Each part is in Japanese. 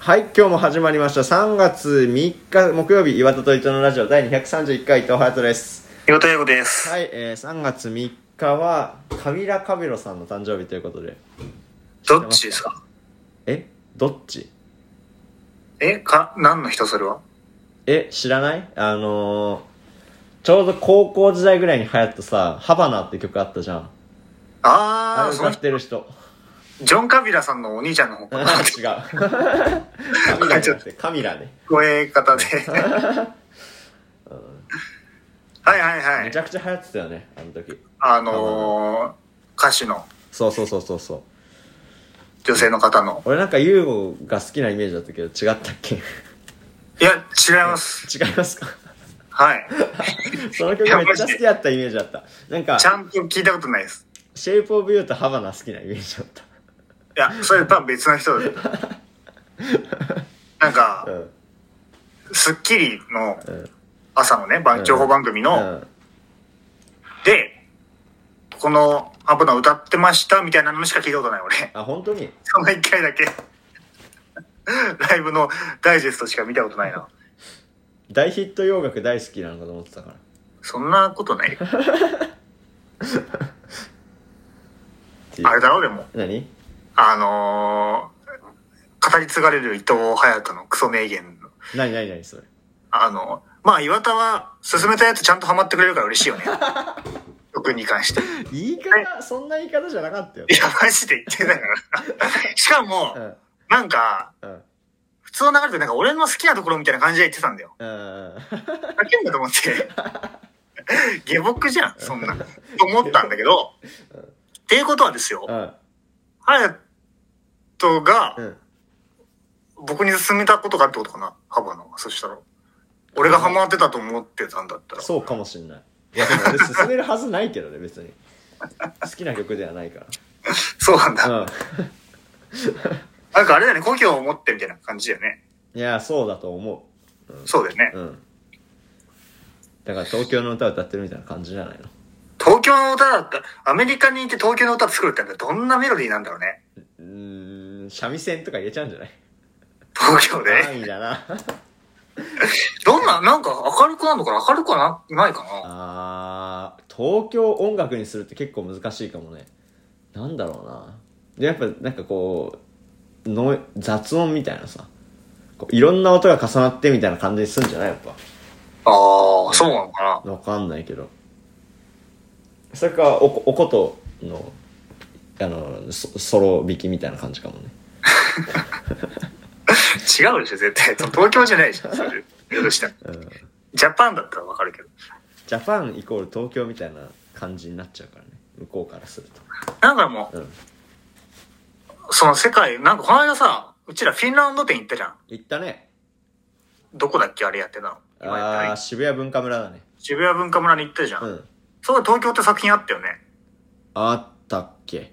はい、今日も始まりました。3月3日木曜日、岩田と伊藤のラジオ第231回伊藤隼人です。岩田英子です。はい、えー、3月3日はカミラ・カベロさんの誕生日ということで。どっちですかえどっちえか、何の人それはえ、知らないあのー、ちょうど高校時代ぐらいに流行ったさ、ハバナって曲あったじゃん。ああー、れそ歌のっ人、てる 人。ジョン・カビラさんのお兄ちゃんの方違かう。な。カミラじゃなくて、カミラね。声方 で。はいはいはめいち。ゃくちゃ流行ってたよね、あの時。あのー、歌手のそうそうそうそうそう。女性の方の。俺なんかユーゴが好きなイメージだったけど、違ったっけ 違いや、違います。いますか はい。その曲めっちゃ好きだったイメージだった。なんかち、ゃんと聞いたことないです。シェイプオブユーとハバナ好きなイメージだった。いや、それ多分別の人で。 なんかう、ん。スッキリのん朝のね、番情報番組うの、ん。で、このアブナ歌ってましたみたいなのしか聞いたことない俺。 あ、本当にその一回だけ ライブのダイジェストしか見たことないな大ヒット洋楽大好きなのかと思ってたから。そんなことないよっていうあれだろでも何あのー語り継がれる伊藤隼人のクソ名言何何何それ。あのまあ岩田は進めたやつちゃんとハマってくれるから嬉しいよね曲に関してい言い方、そんな言い方じゃなかったよ。やマジで言ってたからしかもうん。なんかうん。普通の流れでなんか俺の好きなところみたいな感じで言ってたんだようん。泣けんだと思って下僕じゃんそんなと思ったんだけどっていうことはですよ、うん。隼人がうん。僕に勧めたことがあってことかな、ハバの。そしたら。俺がハマってたと思ってたんだったら。そうかもしんない。いや、でも俺進めるはずないけどね、別に。好きな曲ではないかそうなんだ。ら。うん。なんかあれだよね、故郷を持ってみたいな感じだよね。いや、そうだと思う。そうだよね。うん。だから東京の歌を歌ってるみたいな感じじゃないの東京の歌だったアメリカにいて東京の歌作るってなんかどんなメロディーなんだろうね。うーん、三味線とか入れちゃうんじゃない東京で。安易だな。どんな、なんか明るくなるのかな明るくはなないかなあー、東京を音楽にするって結構難しいかもね。なんだろうな。で、やっぱなんかこう、の雑音みたいなさ。こういろんな音が重なってみたいな感じにするんじゃないやっぱ。ああ、そうなのかなわかんないけど。それか、おこ、おことの、あの、ソソロ弾きみたいな感じかもね。違うでしょ、絶対。東京じゃないでし ょ、それ。どうしたらうん。ジャパンだったらわかるけど。ジャパンイコール東京みたいな感じになっちゃうからね向こうからするとなんかもう、うんその世界、なんかこの間さ、うちらフィンランド店行ったじゃん。行ったねどこだっけあれやってたの。今やってあなあい渋谷文化村だね渋谷文化村に行ったじゃん。うんそう東京って作品あったよね。あったっけ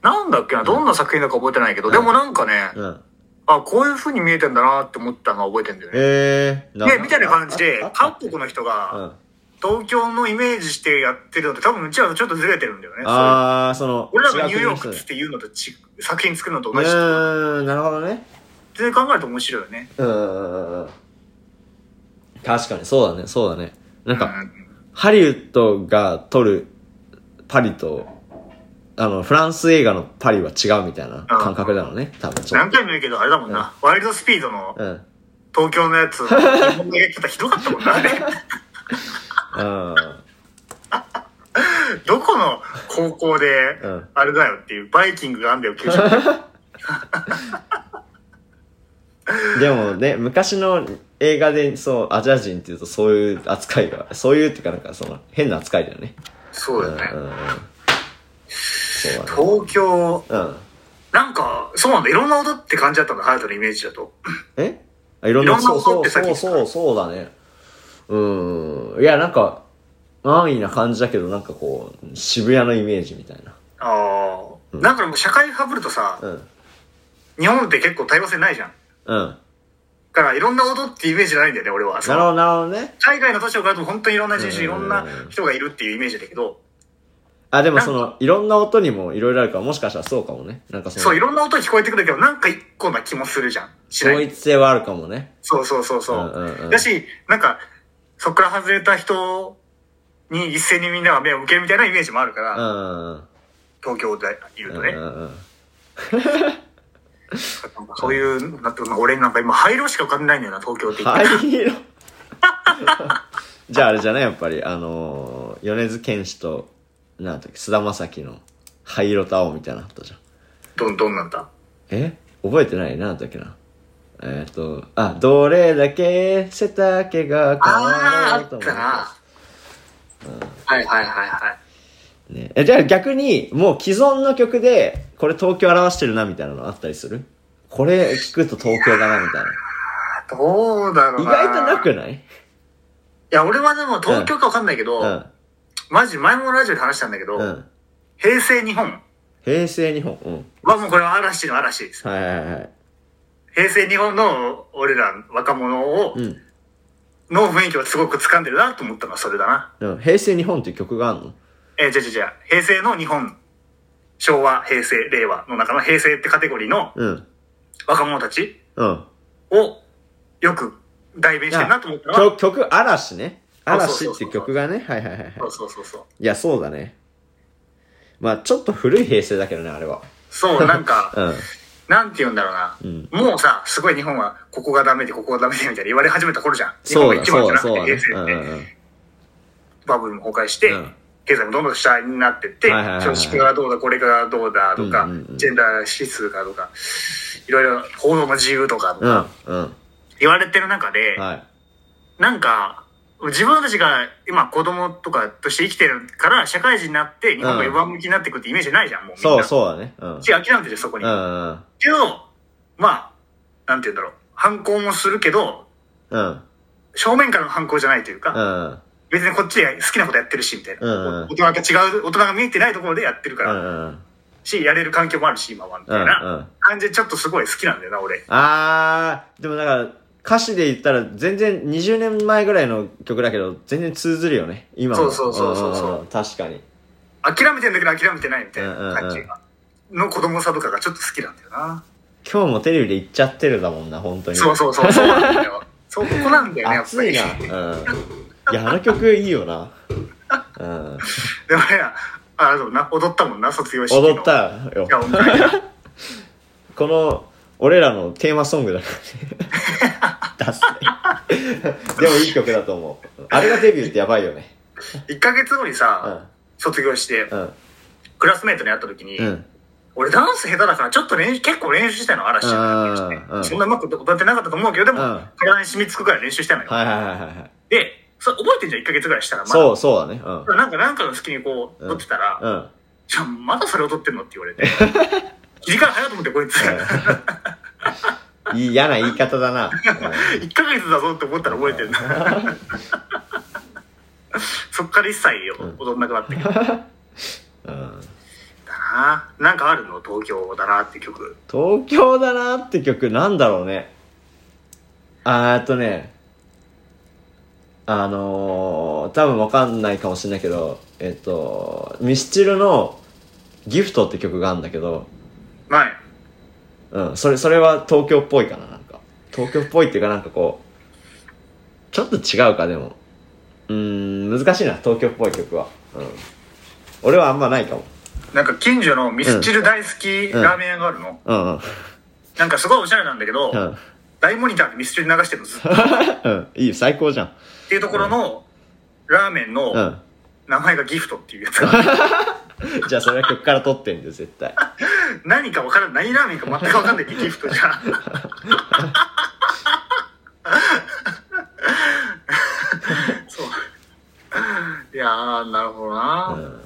なんだっけな、どんな作品だか覚えてないけど、うんでもなんかね、うんあ、こういう風に見えてんだなって思ったのは覚えてんだよね。ええで、みたいな感じで、韓国の人人うが、ん東京のイメージしてやってるのって多分うちらとちょっとずれてるんだよね。そうああその俺らがニューヨー違う国の人クっねつって言うのとち作品作るのとう同じ。ーんなるほどね全然考えると面白いよね。うんうんうんうん確かにそうだねそうだねなんか、うんハリウッドが撮るパリとあのフランス映画のパリは違うみたいな感覚だろうね多分ちょっ何回も言うけど、あれだもんな、ワイルドスピードのとうん東京の やつ、日本のやり方ひどかったもんな、あれ。 うんどこの高校でうん、あれだよっていう、バイキングがあんだよ、給食。うん。でもね、昔の映画で、そう、アジア人っていうとそういう扱いが、そういうっていうかなんかその、変な扱いだよね。そうだようんうんうね。ん。そうだね。東京、うん。なんか、そうなんだ、いろんな音って感じだったんだ、ハヤトのイメージだと。えあいろんな、いろんなそうそ音っうてそ先うですかそう、そうだね。うん。いや、なんか、安易な感じだけど、なんかこう、渋谷のイメージみたいな。ああ。なんかもう社会ハブるとさ、うん。日本って結構多様性ないじゃん。だうん。から、いろんな音ってイメージじゃないんだよね、俺は。そなるのほど、なるほどね。海外の都市を変えると本当にいろんな人種、いろんなうん人がいるっていうイメージだけど、あ、でもその、いろんな音にもいろいろあるから、もしかしたらそうかもね。なんかその、そう、いろんな音聞こえてくるけど、なんか一個な気もするじゃん。しな統い。一性はあるかもね。そうそうそうそううんうんうんだし、なんか、そっから外れた人に一斉にみんなが目を向けるみたいなイメージもあるかうら、んうん東京でいるうん。とうんねう。んうん。なんかそういう、なってくるの俺なんか今、灰色しか浮かんでないんだよな、東京って言って。灰 色じゃああれじゃないやっぱりあのー、米津玄師となんだっけ菅田将暉の灰色と青みたいなのあったじゃんどんどんなんだ。え覚えてないなんだっけなえーっ、とあどれだけ背丈が変わあろー、うあとっもたな。はいはいはいはい。ねえじゃあ逆にもう既存の曲でこれ東京表してるなみたいなのあったりするこれ聞くと東京だなみたいなどうだろう意な。外となくいないや、俺はでも東京かわかんないけど、うんマジ前もラジオで話したんだけど、うん平成日本平成日本うんはもうこれは嵐の嵐です。はいはいはい平成日本の俺ら若者を、うんの雰囲気をすごく掴んでるなと思ったのはそれだな。でも平成日本っていう曲があるのえー、じゃあじゃあじゃあ平成の日本、昭和、平成、令和の中の平成ってカテゴリーのうん。若者たちうん。をよく代弁してるなと思ったのは、曲、曲、嵐ね。あ嵐そうっていそうそうそうう曲がね。はいはいはいはい。そうそうそうそう。いや、そうだね。まあちょっと古い平成だけどね、あれは。そう、なん か、うん。なんて言うんだろうな。うんもうさ、すごい日本は、ここがダメで、ここがダメで、みたいな言われ始めた頃じゃん。日本そがうだ、一番そじうゃだ、なくてそうだね。う平成んって、うんうん。バブルも崩壊して、うん経済もどんどん下になってって、はいはいはいはい少子化がどうだ、これがどうだとか、うんうんうんジェンダー指数がとか、いろいろ報道の自由とかとかうん、うん。言われてる中で、はい。なんか、自分たちが今子供とかとして生きてるから、社会人になって、日本が上向きになっていくってイメージないじゃん、もうみんそう、な。そうだね。うん。し諦めてる、そこに。うんうんけど、まあ、なんて言うんだろう。反抗もするけど、うん。うん。正面からの反抗じゃないというか、うん。別にこっちで好きなことやってるし、みたいな。うんうん大人が違う、大人が見えてないところでやってるかうら、んうん。し、やれる環境もあるし、今は、みうたいんう。なん感じで、ちょっとすごい好きなんだよな、俺。あー、でもだから、歌詞で言ったら全然20年前ぐらいの曲だけど、全然通ずるよね。今も。そうそうそうそうそうんんん確かに。諦めてんだけど諦めてないみたいな感うんじうんが。の子供さとかがちょっと好きなんだよな。今日もテレビで言っちゃってるだもんな、本当に。そうそうそう、そうなん だよ。そう、ここなんだよね、やっぱ熱いり。な。うん。いや、あの曲いいよな。うん。で、俺ら、あ、そうな、踊ったもんな、卒業式の。踊っ。たよい。や、踊った。この、俺らのテーマソングだ からね。ダッセ。でもいい曲だと思う。あれがデビューってやばいよね。 1ヶ月後 にうさ、ん。卒業して、うん。クラスメイトに会った時に、うん。俺ダンス下手だからちょっと練習、結構練習したの、嵐ちゃんうんうんうんそんなうまく踊ってなかったと思うけど、でもうん、体に染みつくからい練習したのよ。はいはいはいはいはい。で、それ覚えてんじゃん、1ヶ月ぐらいしたら、まだ。そう、そうだね。うん。なんか、なんかの隙にこう、うん撮ってたら、うん。じゃあ、まだそれを撮ってんのって言われて。切り替え早いと思って、こいつ。 いい嫌な言い方だな。うん1ヶ月だぞって思ったら覚えてるな。そっから一切踊んなくなったけど。だうんななんかあるの東京だなって曲。東京だなって曲なんだろうねあーっとねあのー、多分わかんないかもしれないけどえっとミスチルの「ギフト」って曲があるんだけど、前。うん、それそれは東京っぽいかななんか東京っぽいっていうかなんかこうちょっと違うかでもうーん難しいな東京っぽい曲は、うん、俺はあんまないかもなんか近所のミスチル大好きうんラーメン屋があるの。うんうんなんかすごいおしゃれなんだけど、うん大モニターでミスチル流してるのずっと。っうんいいよ最高じゃんていうところの、ラーメうンのん名前がギフトっていうやつが、じゃあそれは曲から取ってんだよ絶対何かわからん、何ラーメンか全くわかんないっ てギフトじゃん。そう。いやー、なるほどな、うん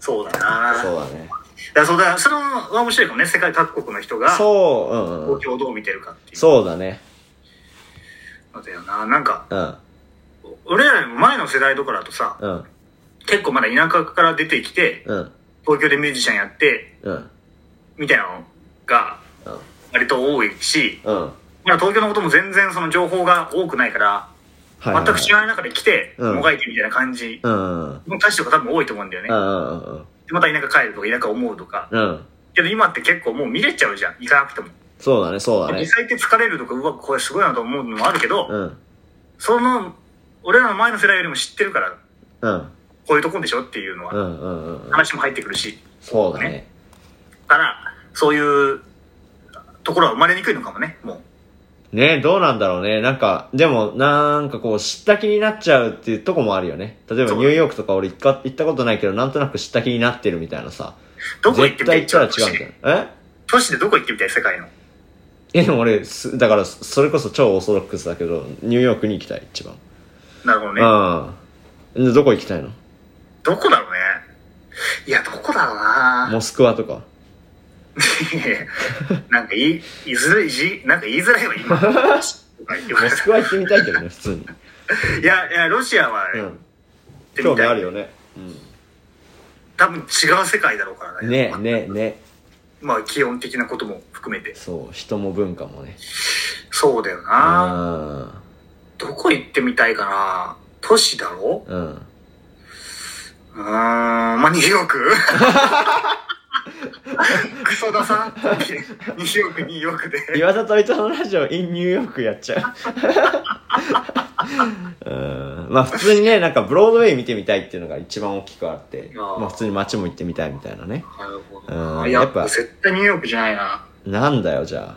そうだなそうだね。いやそうだ、それは面白いかもね。世界各国の人が、そう、うんうん東京をどう見てるかっていうそうだね。のだよな。なんか、うん、俺らよりも前の世代とかだとさ、うん、結構まだ田舎から出てきて、うん、東京でミュージシャンやって、うん、みたいなのが、うん割と多いし、うん、まあ東京のことも全然その情報が多くないから、はいはいはい全く知らない中で来て、うんもがいてみたいな感じうんうんの歌詞とか多分多いと思うんだよねう。んうんでまた田舎帰るとか、田舎思うとか。うんけど今って結構もう見れちゃうじゃん。行かなくても。そうだねそうだ実ね際って疲れるとか、うわ、これすごいなと思うのもあるけど、うんその、俺らの前の世代よりも知ってるから、うんこういうとこでしょっていうのうは、んうんうん話も入ってくるし。そうだねねだから、そういうところは生まれにくいのかもね、もう。ねどうなんだろうねなんかでもなんかこう知った気になっちゃうっていうとこもあるよね例えばそうニューヨークとか俺一回行ったことないけどなんとなく知った気になってるみたいなさどこ行っ絶てみた対い行ったら違うみたいなえ都市でどこ行ってみたい世界の。えでも俺すだからそれこそ超オーソドックスだけどニューヨークに行きたい一番なるほどね。うんでどこ行きたいのどこだろうね。いや、どこだろうなモスクワとかいや なんか言い、いずれ、いじ、なんか言いづらいわ、 今。モスクワ行ってみたいけ どね普通にいや、いや、ロシアはう行っんて興み味たあい。るよね多分違う世界だろうからうんねえねえねまあ、気温的なことも含めて。そう人も文化もねそうだよなどこ行ってみたいかな都市だろうんうんうーん、まあ、ニューヨ ーククソダさんニューヨーク、ニューヨークで。岩田と伊藤のラジオ in ニューヨークやっちゃ ううんまあ普通にねなんかブロードウェイ見てみたいっていうのが一番大きくあってあーまあ普通に街も行ってみたいみたいなねなるほどど。ないややっっぱぱ絶対ニューヨークじゃないな。なんだよじゃあ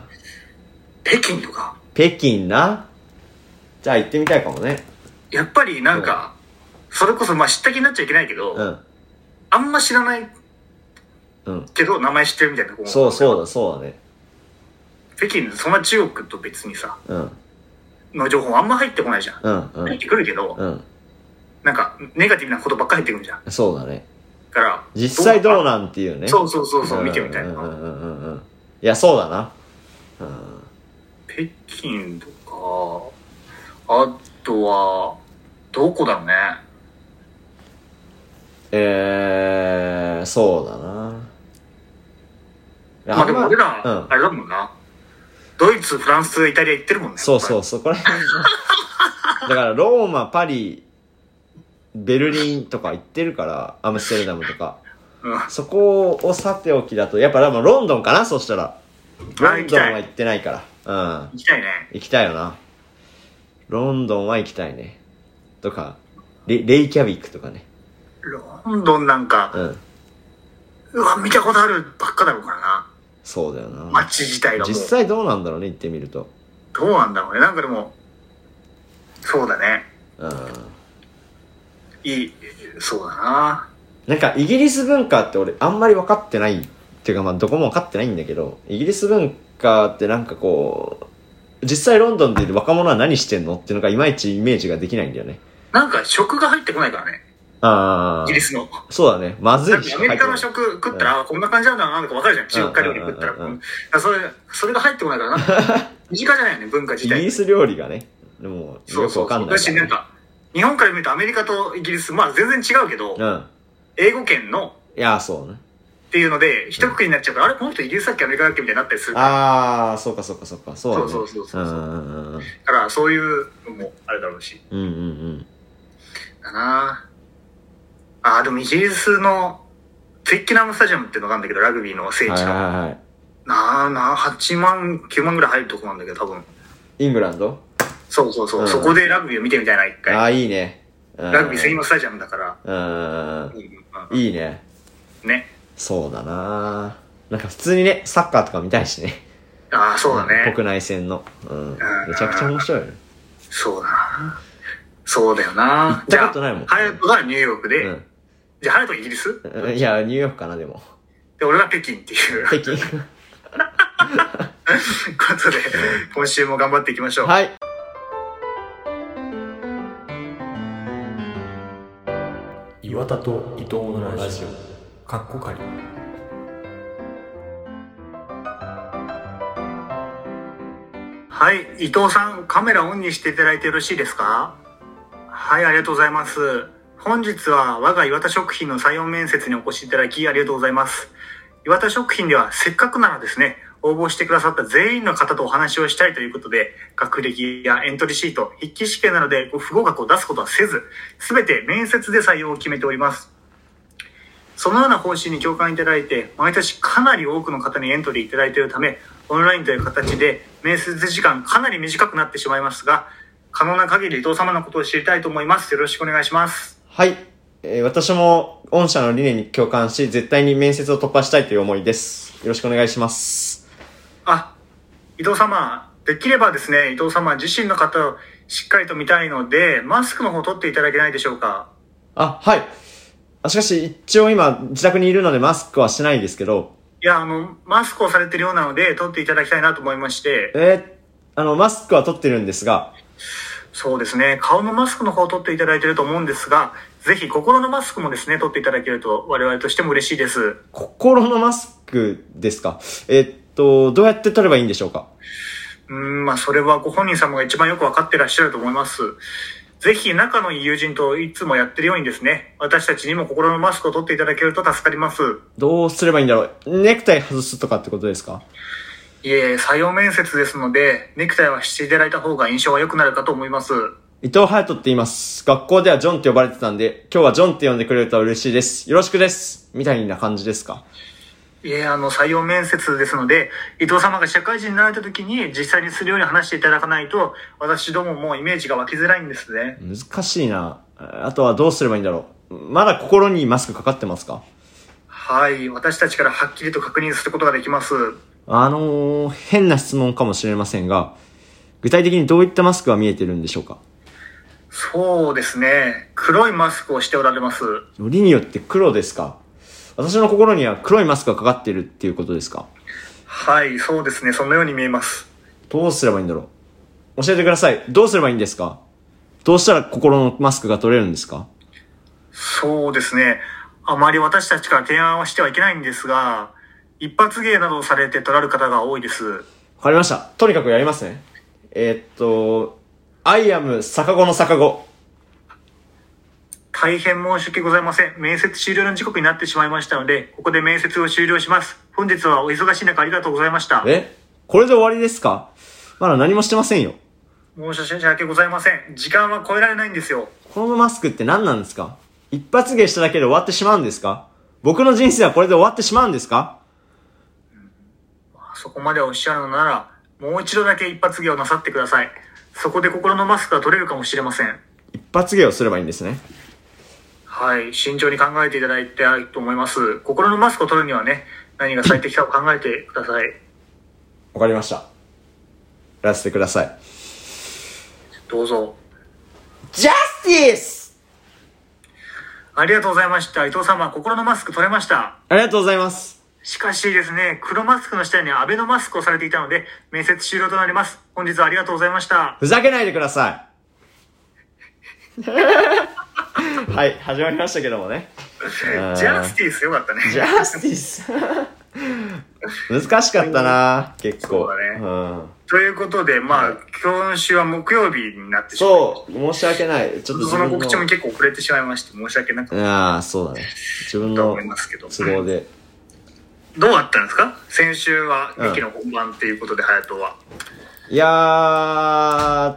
北京とか。北京なじゃあ行ってみたいかもねやっぱりなんか、それこそまあ知った気になっちゃいけないけど、うんあんま知らないうんけど名前知ってるみたいなとこもそうそうだそうだね北京そんな中国と別にさうんの情報あんま入ってこないじゃんうんう入っんてくるけど、うんなんかネガティブなことばっかり入ってくるじゃんそうだねだから実際どうななんていうねそうそうそうそううん見てみたいうんうんなうんうんうんいやそうだなうん北京とかあとはどこだろうねえー、そうだなまあでも俺ら、うんあれだもんなドイツフランスイタリア行ってるもんねそうそううそ こら辺だからローマパリベルリンとか行ってるからアムステルダムとかうんそこをさておきだとやっぱでもロンドンかなそしたらロ行ンきドンたいは行ってないからうん行きたいね行きたいよなロンドンは行きたいねとかレレイキャビックとかねロンドンなんか、うんうわ見たことあるばっかだろうからなそうだよな街自体がもう実際どうなんだろうね行ってみるとどうなんだろうねなんかでもそうだねうんいいそうだななんかイギリス文化って俺あんまり分かってないっていうかまあどこも分かってないんだけどイギリス文化ってなんかこう実際ロンドンでいる若者は何してんのっていうのがいまいちイメージができないんだよねなんか食が入ってこないからねあイギリあスのそうだねまずなんいかしアかメ入リってこカなのい食食ったら、あこんな感じなんだななんかわかるじゃん中華料理食ったら、うんうんうんうんあそれそれが入ってこないからな んか身近じゃないよね文化自イギ体リス料理がねでもそようくそ分うかそんなういだかしらなんねか日本から見るとアメリカとイギリスまあ全然違うけど、うん英語圏のいやそうねっていうので一括りになっちゃうから、あれこの人イギリスだっけアメリカだっけみたいになったりするかああそうかそうかそうかそうだねそうそうそうそううんうんうんらそういうのもあれだろうしうんうんうんだなあーでもイギリスのツイッキナムスタジアムっていうのがあるんだけどラグビーの聖地はいはいが、はなあなあ8万9万ぐらい入るとこなんだけど多分いイングランドそうそうそう、うんそこでラグビーを見てみたいな一あ回あいいねララグビー専用スタジアムだから、うんうんいいねねそうだななんか普通にね、サッカーとか見たいしね。ああそうだね国内戦の。うん。んめちゃくちゃ面白いよね。そうだなそうだよな行ったことないもんじゃあハヤトがニューヨークで、じゃあハヤトイギリスうんうん。いや、ニューヨークかな、でも。で俺が北京っていう北京。ことで今週も頑張っていきましょうはい。岩田と伊藤のラジオかっこかりはい、伊藤さん、カメラオンにしていただいてよろしいですかはい、ありがとうございます。本日は我が岩田食品の採用面接にお越しいただきありがとうございます。岩田食品ではせっかくならですね、応募してくださった全員の方とお話をしたいということで、学歴やエントリーシート、筆記試験などで不合格を出すことはせず、すべて面接で採用を決めております。そのような方針に共感いただいて、毎年かなり多くの方にエントリーいただいているため、オンラインという形で面接時間かなり短くなってしまいますが、可能な限り伊藤様のことを知りたいと思います。よろしくお願いします。はい。えー私も、御社の理念に共感し、絶対に面接を突破したいという思いです。よろしくお願いします。あ、伊藤様、できればですね、伊藤様自身の方をしっかりと見たいので、マスクの方を取っていただけないでしょうか。あ、はい。あしかし、一応今、自宅にいるのでマスクはしてないですけど、いや、あの、マスクをされてるようなので、取っていただきたいなと思いまして、えーあの、マスクは取ってるんですが、そうですね、顔のマスクの方を取っていただいてると思うんですが、ぜひ心のマスクもですね、取っていただけると我々としても嬉しいです。心のマスクですかえーっと、どうやって取ればいいんでしょうかうーん、まあ、それはご本人様が一番よくわかってらっしゃると思います。ぜひ仲のいい友人といつもやってるようにですね、私たちにも心のマスクを取っていただけると助かります。どうすればいいんだろうネクタイ外すとかってことですかいえ、採用面接ですので、ネクタイはしていただいた方が印象は良くなるかと思います。伊藤隼人って言います。学校ではジョンって呼ばれてたんで、今日はジョンって呼んでくれると嬉しいです。よろしくです。みたいな感じですかいえ、あの、採用面接ですので、伊藤様が社会人になられた時に実際にするように話していただかないと、私どももイメージが湧きづらいんですね。難しいな。あとはどうすればいいんだろうまだ心にマスクかかってますかはい、私たちからはっきりと確認することができます。あのー、変な質問かもしれませんが、具体的にどういったマスクが見えてるんでしょうかそうですね、黒いマスクをしておられます。よりによって黒ですか私の心には黒いマスクがかかってるっていうことですかはい、そうですね、そのように見えます。どうすればいいんだろう教えてください。どうすればいいんですかどうしたら心のマスクが取れるんですかそうですね。あまり私たちから提案はしてはいけないんですが、一発芸などをされて取られる方が多いです。わかりました。とにかくやりますね。えーっと、アイアム坂子の坂子。大変申し訳ございません。面接終了の時刻になってしまいましたので、ここで面接を終了します。本日はお忙しい中ありがとうございました。えこれで終わりですかまだ何もしてませんよ。申し訳ございません。時間は超えられないんですよ。このマスクって何なんですか一発芸しただけで終わってしまうんですか僕の人生はこれで終わってしまうんですかそこまでおっしゃるのなら、もう一度だけ一発芸をなさってください。そこで心のマスクが取れるかもしれません。一発芸をすればいいんですね。はい、慎重に考えていただいてあると思います。心のマスクを取るにはね、何が最適かを考えてください。わかりました。やらせてください。どうぞ。ジャスティスありがとうございました。伊藤様、心のマスク取れました。ありがとうございます。しかしですね、黒マスクの下にはアベノマスクをされていたので、面接終了となります。本日はありがとうございました。ふざけないでくださ い。はい、始まりましたけどもね。ージャスティスよかったね。ジャスティス 難しかったな結構。そうだねうん。ということで、まあ、今週は木曜日になってしまいましそう、申し訳ない。ちょっとた。その告知も結構遅れてしまいまして、申し訳なかっああ、そうだね。自分たとの思いますけど。都合で。どうあったんですか先週は劇の本番っていうことで、隼人は。いや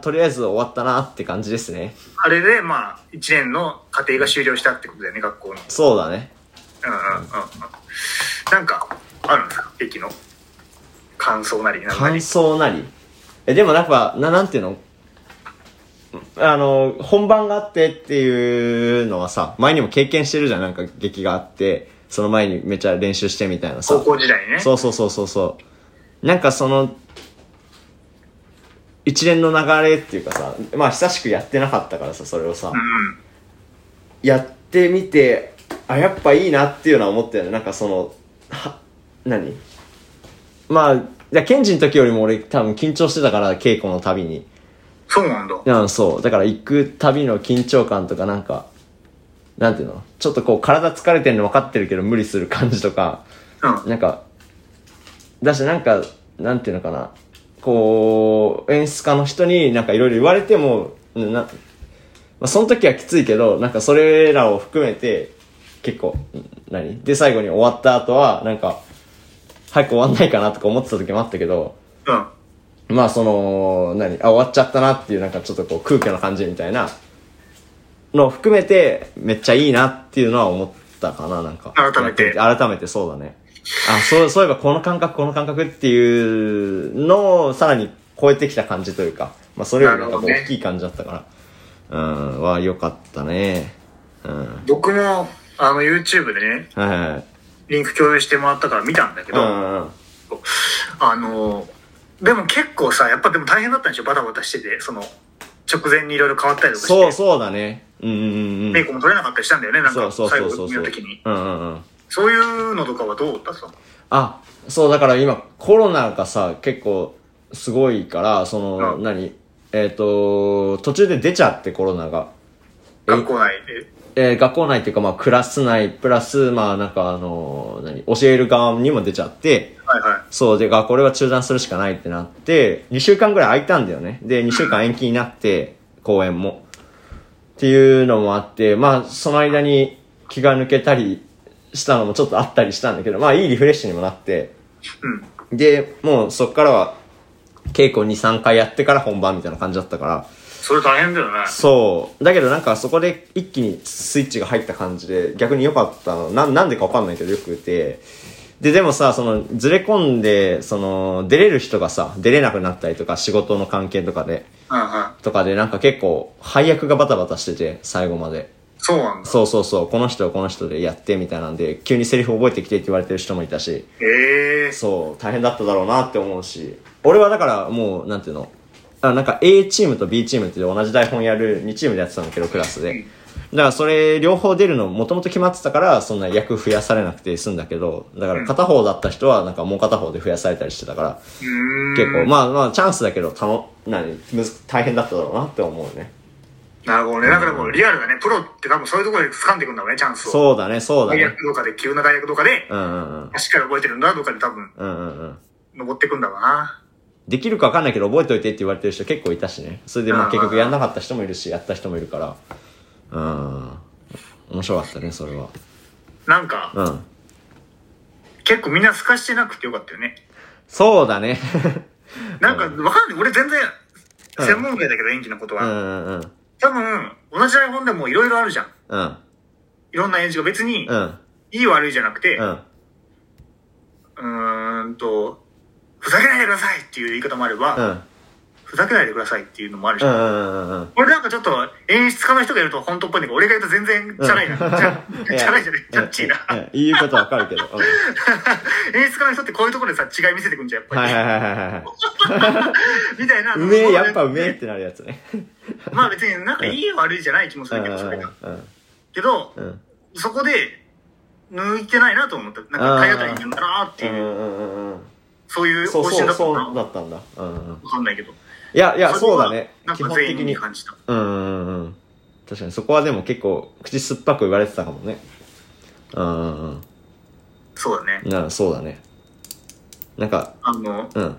ー、とりあえず終わったなって感じですね。あれで、まあ、1年の過程が終了したってことだよね、学校の。そうだね。うんうんうんうん。なんか、あるんですか劇の感想なりなんなり感。想なり。え、でもやっぱ、な、なんていうのあの、本番があってっていうのはさ、前にも経験してるじゃん、なんか劇があって、その前にめちゃ練習してみたいなさ。高校時代にね。そうそうそうそうそう。なんかその、一連の流れっていうかさ、まあ久しくやってなかったからさ、それをさ、うん。やってみて、あ、やっぱいいなっていうのは思ったよね。なんかその、は、何まあ、いや、ケンジの時よりも俺多分緊張してたから、稽古のたびに。そうなんだ。うん、そう。だから行くたびの緊張感とかなんか、なんていうのちょっとこう体疲れてるの分かってるけど無理する感じとか、うん。なんか、だしなんか、なんていうのかな、こう、演出家の人になんかいろいろ言われても、な、なまあ、その時はきついけど、なんかそれらを含めて、結構、ん何で、最後に終わった後は、なんか、早く終わんないかなとか思ってた時もあったけど、うん。まあその、何あ、終わっちゃったなっていうなんかちょっとこう空虚な感じみたいなのを含めてめっちゃいいなっていうのは思ったかな、なんか。改めて改めてそうだね。あ、そう、そういえばこの感覚、この感覚っていうのをさらに超えてきた感じというか、まあそれよりなんかこうなるほどね大きい感じだったから、うん、は良かったね。うん。僕も、あの、YouTube でね、はいはいはい。リンク共有してもらったから見たんだけうど、んうんうん。あの、でも結構さ、やっぱでも大変だったんでしょバタバタしてて、その、直前にいろいろ変わったりとかして。そうそうだね。うんうんうんうメイん。クも取れなかったりしたんだよね、なんそかうそうそ最う後そう見そう。るときに。うんうんうん。そういうのとかはどうだったそのあ、そう、だから今、コロナがさ、結構、すごいから、その、うん何えっ、と、途中で出ちゃって、コロナが。え学校内で。えー学校内っていうか、まあ、クラス内、プラス、まあ、なんか、あの、何教える側にも出ちゃって、はいはい。そう、で、あ、これは中断するしかないってなって、2週間ぐらい空いたんだよね。で、2週間延期になって、公演も。っていうのもあって、まあ、その間に気が抜けたりしたのもちょっとあったりしたんだけど、まあ、いいリフレッシュにもなって、うん。で、もうそっからは、稽古2、3回やってから本番みたいな感じだったから、それ大変だよね。そう。だけどなんかそこで一気にスイッチが入った感じで、逆に良かったの。なん、なんでかわかんないけどよくて。で、でもさ、その、ずれ込んで、その、出れる人がさ、出れなくなったりとか、仕事の関係とかで、うんうん。とかでなんか結構、配役がバタバタしてて、最後まで。そうなんだ。そうそうそう、この人はこの人でやって、みたいなんで、急にセリフ覚えてきてって言われてる人もいたし。ええそう、大変だっただろうなって思うし、俺はだからもう、なんていうの、あなんか A チームと B チームって同じ台本やる2チームでやってたんだけど、クラスで。だからそれ両方出るのもともと決まってたから、そんな役増やされなくて済んだけど、だから片方だった人はなんかもう片方で増やされたりしてたから、うーん。結構、まあまあチャンスだけど、たの、なに、むず大変だっただろうなって思うね。なるほどね。だからもうリアルだね。プロって多分そういうところで掴んでいくんだろうね、チャンスを。う。そうだね、そうだ大ね。学とかで、急な大学とかで、うんうんうん。しっかり覚えてるんだとかで多分、うんうんうん。登っていくんだろうな。できるか分かんないけど覚えておいてって言われてる人結構いたしねそれでまああー結局やんなかった人もいるしやった人もいるからうん面白かったねそれはなんか、うん結構みんな透かしてなくてよかったよね。そうだ ねなんか、わかんない。俺全然、うん専門外だけど、演技のことうは。んうん多分、同じ台本でもいろいろあるじゃん。うんいろんな演じが別にう、んいい悪いじゃなくて、ううんーんと、ふざけないでくださいっていう言い方もあれうば、んふざけないでくださいっていうのもあるじうゃん。んうんうんうん俺なんかちょっと演出家の人がいると本当っぽいんだけど、俺が言うと全然チャラいな。チャチャラいじゃない、チャッチーな。いやいや言うことわかるけど、うん演出家の人ってこういうところでさ、違い見せてくんじゃん、やっぱり。はいはいはいはい はいみたいな。うめえやっぱうめえってなるやつねまあ別になんかいい悪いじゃない気もすうんるうけんど、それが。うんけど、うんそこで、抜いてないなと思った。なんか体当たりなんだなってうんういう、んうんうんそういうそ方う針そだうそったのかうなだったんだうんうんわかんないけど。いやいやれそうはだねなん基か本全的員にに感じた。うんうんうん確かにそこはでも結構口酸っぱく言われてたかもねうんうんそうだねう。んなそうだねなんかあの、うん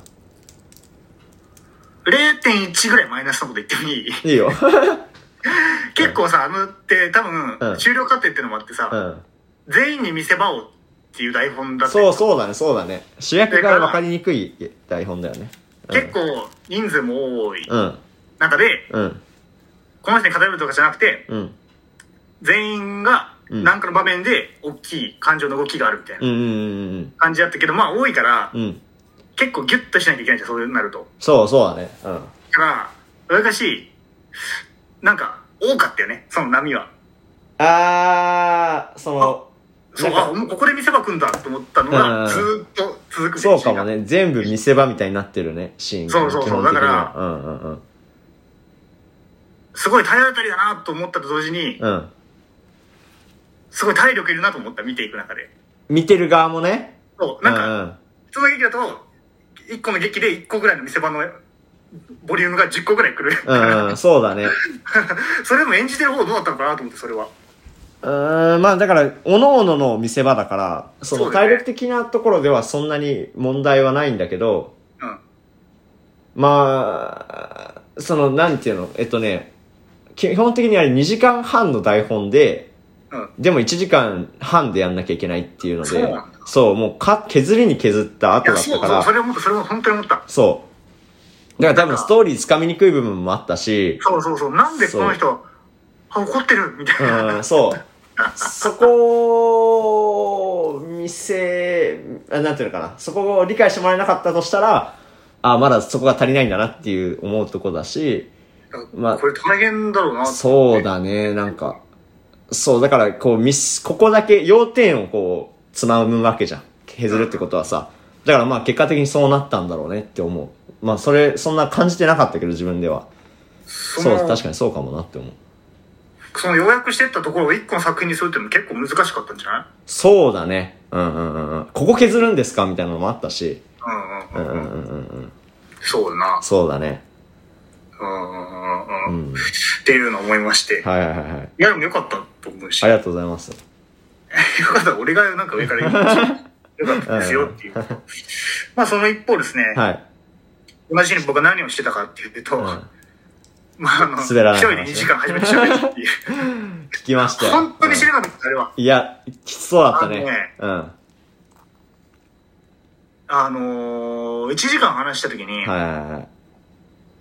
0.1ぐらいマイナスのこと言ってもいいいいよ結構さ、あのって多分、うん終了過程ってのもあってさ、うん全員に見せ場をっていう台本だったりそうそうだねそうだね主役が分かりにくい台本だよねうん結構人数も多いうん中で、うんこの人に偏るとかじゃなくて、うん全員がうん何かの場面で大きい感情の動きがあるみたいうんうなんうん感じだったけど、まあ多いから、うんうん結構ギュッとしなきゃいけないじゃん、そうなると。そうそうだねうんだから、わりかし、なんか多かったよね、その波は。あーそのそう、なんかあ、もうここで見せ場来んだと思ったのうんうんうが、んずーっと続くそうかも。ね全部見せ場みたいになってるねシーンがそうそうそう基本的にはだうんうんうんすごい体当たりだなと思ったと同時に、うんすごい体力いるなと思った、見ていく中で。見てる側もねそう、なんか、うん普通の劇だと、1個の劇で1個ぐらいの見せ場のボリュームが10個ぐらい来る。うん、うん、そうだね。 それでも演じてる方どうだったのかなと思って、それは。うーん、まあだから、おのおのの見せ場だから、そそのうだね体力的なところではそんなに問題はないんだけど、うん。まあ、その、なんていうの、えっとね、基本的にあれ2時間半の台本で、うんでも1時間半でやんなきゃいけないっていうのそうでなんだ、そう、もうか、削りに削ったい後や、だっそたうかそう、そら、れ思った、それも本当に思った。そう。だから多分ストーリー掴みにくい部分もあったし、そうそうそう、なんでこの人、あ怒ってるみたいな。うん、そう。そこを見せ、あなんていうのかな。そこを理解してもらえなかったとしたら、あ、まだそこが足りないんだなっていう思うとこだし、まあこれ大変だろうな。そうだね、なんか。そう、だから、こう、ミス、ここだけ、要点をこう、つまむわけじゃん。削るってことはさ。だからまあ、結果的にそうなったんだろうねって思う。まあ、それ、そんな感じてなかったけど、自分では。そそう、の確かにそうかもなって思う。その要約してったところを一個の作品にするっていうのも結構難しかったんじゃないそうだね。うんうんうんうん。ここ削るんですかみたいなのもあったし。ううんんううんうんん。うんうん。そうだな。そうだね。うんうんうんううん。っん。ていうのを思いまして。はいはいはいはい。いや、でもよかったと思うし。ありよがとうございます。かった。俺がなんか上か ら言うよかったですよっていう。まあその一方ですね、はい。同じように僕は何をしてたかっていうと、うんまああの、一滑らない話人で2時間始めてしゃべるって いう。聞きましたよ。本当に知うらなかった、あれは。んいや、きつそうだったあねのね。うん。はあのー、1時間話した時に、いはいはい。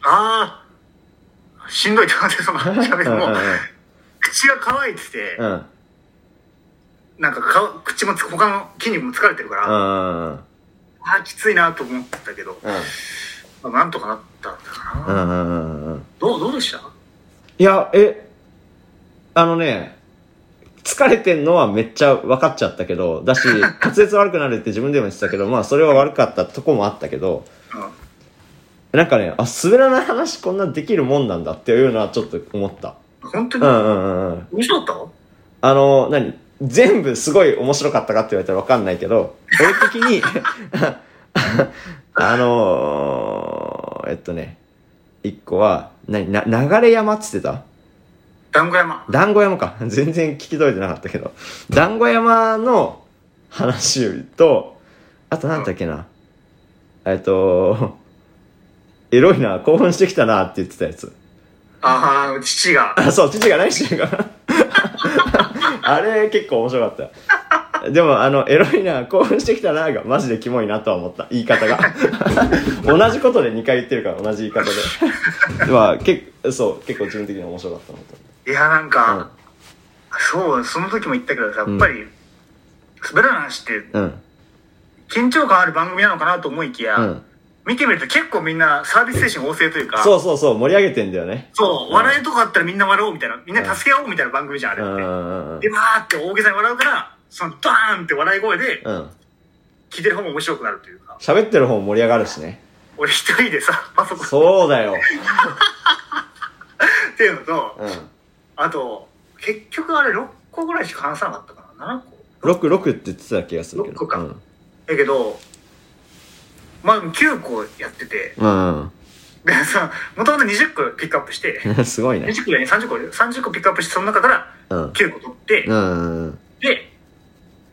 ああ、しんどいってなって、その喋りうんうんも、口が乾いてて、うん。うんなんかか口もつ他の筋肉も疲れてるから、あうんうんあ、きついなと思ったけど、うん。まあ、なんとかなったんだかうな。んうんうんうんうん。どう、どうでしたいや、え、あのね、疲れてんのはめっちゃ分かっちゃったけど、だし、滑舌悪くなるって自分でも言ってたけど、まあそれは悪かったとこもあったけど、うなんかね、あ、滑らない話こんなできるもんなんだっていうのはちょっと思った。ん。本当うに、んうんうんうん。面白かっあの、何全部すごい面白かったかって言われたら分かんないけど、俺的に、 あのーえっとね、一個は、何な、流れ山っつってたた団子山。団子山か。全然聞き取れてなかったけど。団子山の話と、あとなんだっけな。えっと、エロいな、興奮してきたなって言ってたやつ。ああ、父が。あ、そう、父が何してるか。 あれ結構面白かった。でも、あの、エロいな、興奮してきたなが、マジでキモいなとは思った。言い方 が。同じことで2回言ってるから、同じ言い方で。まあ、結構、そう、結構自分的に面白かったなと。いや、なんうんか、そう、その時も言ったけどさ、やっぱり、滑らない話ってうん。緊張感ある番組なのかなと思いきや、うん。見てみると結構みんなサービス精神旺盛というか、そうそうそう、盛り上げてんだよね。そう、笑いとかあったらみんな笑おうみたいな、みんな助け合おうみたいな番組じゃん、あうれんうって。んうんで、わーって大げさに笑うから、そのドーンって笑い声で、うん。聞いてる方も面白くなるというか、喋ってる方も盛り上がるしね。俺一人でさ、パソコンそうだよ。っていうのと、うん。あと、結局あれ6個ぐらいしか話さなかったかな、7個。 6、6って言ってた気がするけど。六かうん。だけど、まあ9個やってて、うん で、さ、もともと20個ピックアップして、うん。すごいね。 20個やね、30個、30個ピックアップして、その中からうん。 9個取って、うんうんうん。で、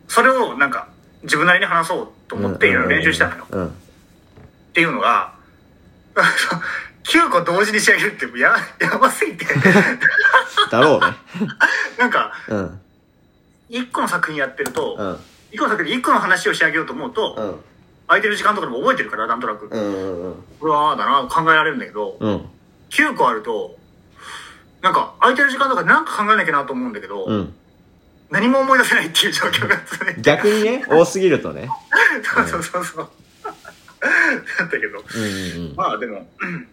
それをなんか、自分なりに話そうと思っていろいろ練習したのよ。うんうんうんっていうのが、9個同時に仕上げるってや、やばす ぎて、だろうねなんか、うん1個の作品やってると、うん1個の作品で1個の話を仕上げようと思うと、うん空いてる時間とかでも覚えてるから、なんとなく。うんうんうわーだな、考えられるんだけど、うん9個あると、なんか、空いてる時間とかなんか考えなきゃなと思うんだけど、うん何も思い出せないっていう状況が続いて、逆にね多すぎるとね そうそうそうそう。だったけど、うんうんうんまあでも、 うん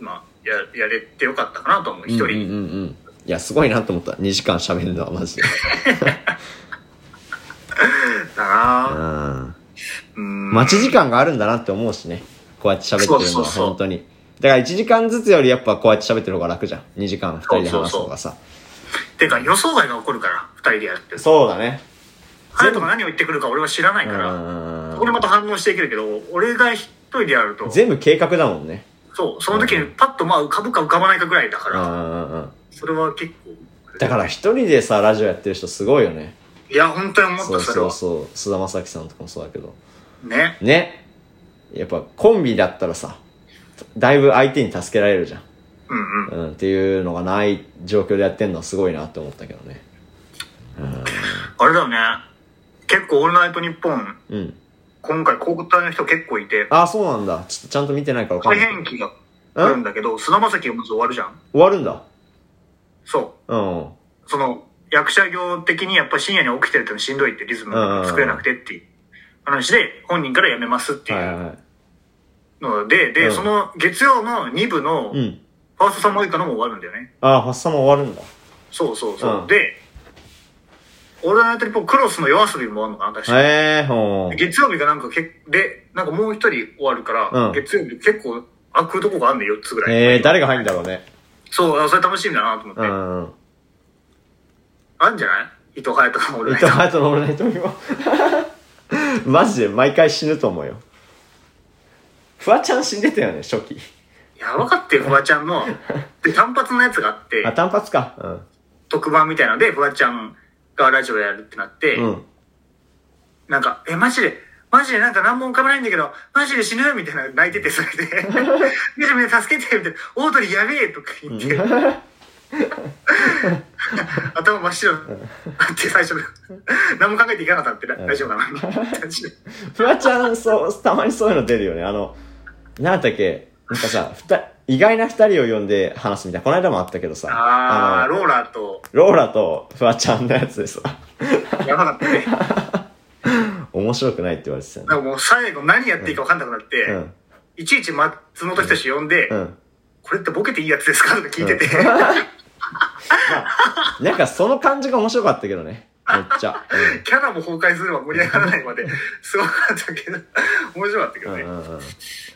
まあ、や、やれてよかったかなと思う、一うん人。うんうんうんいやすごいなと思った2時間喋るのはマジでうだなぁんうん。待ち時間があるんだなって思うしねこうやって喋ってるのはそうそうそう本当にだから1時間ずつよりやっぱこうやって喋ってる方が楽じゃん2時間2人で話す方がさてか、予想外が起こるから、二人でやってる。そうだね彼とか何を言ってくるか俺は知らなういんかうら、んこうれんまた反応していけるけど、俺が一人でやると、全部計画だもんねそう、その時にパッとまあ浮かぶか浮かばないかぐらいだかうんうら、んうんそれは結構。だから一人でさラジオやってる人すごいよねいや、本当に思っそた、うそれそはう。そう菅田将暉さんとかもそうだけどね。ねやっぱコンビだったらさだいぶ相手に助けられるじゃん、うんうん。うん、っていうのがない状況でやってんのはすごいなって思ったけどねあれだよね。結構、オールナイトニッポン、うん。今回、広告隊の人結構いて、ああ、そうなんだ。ちょっとちゃんと見てないからわか改んない。変期が来るんだけど、砂場関がまず終わるじゃん。終わるんだ。そうん。うんう。その、役者業的にやっぱ深夜に起きてるってのしんどいってリズムが作れなくてっていう話で、本人から辞めますっていはいはいうはい。ので、うで、んその月曜の2部の、うん。ファーストサマーウイカのも終わるんだよね。ああ、発作も終わるんだ。そうそうそう。うんで、オールナイトニッポンクロスの夜遊びもあるのかな、確かへえ、ほう。月曜日がなんかけ、で、なんかもう一人終わるから、うん月曜日結構開くとこがあるんで、4つぐらい。えー、誰が入るんだろうね。そう、あそれ楽しみだなと思って。うん。あるんじゃない伊藤隼人のオール伊ナイ藤ト。隼人のオールナイトも。 マジで毎回死ぬと思うよ。フワちゃん死んでたよね、初期。やばかったよ、フワちゃんの。で、単発のやつがあってあ、、単発か。うん。特番みたいなので、フワちゃんがラジオやるってなって、うん。なんか、え、マジで、マジでなんか何も浮かばないんだけど、マジで死ぬみたいな泣いてて、それで、 みんなみんな助けてみたいな、オードリーやべえとか言って、 頭真っ白になって、最初の、何も考えていかなかったって、ん大丈夫かなみ たいな感じで。フワちゃん、そう、たまにそういうの出るよね。あの、なんだっけ、なんかさ、ふた、意外な二人を呼んで話すみたいな、この間もあったけどさ、あー、の、ローラーと、ローラとフワちゃんのやつでさ、やばかったね。なん面白くないって言われてたよね。かもう最後何やっていいか分かんなくなって、うん。いちいち松本人志呼んで、うん。これってボケていいやつですかとか聞いてて、なんかその感じが面白かったけどね。めっちゃ。キャラも崩壊するわ盛り上がらないま で、すごかったけど、面白かったけうどんね。うんうんうん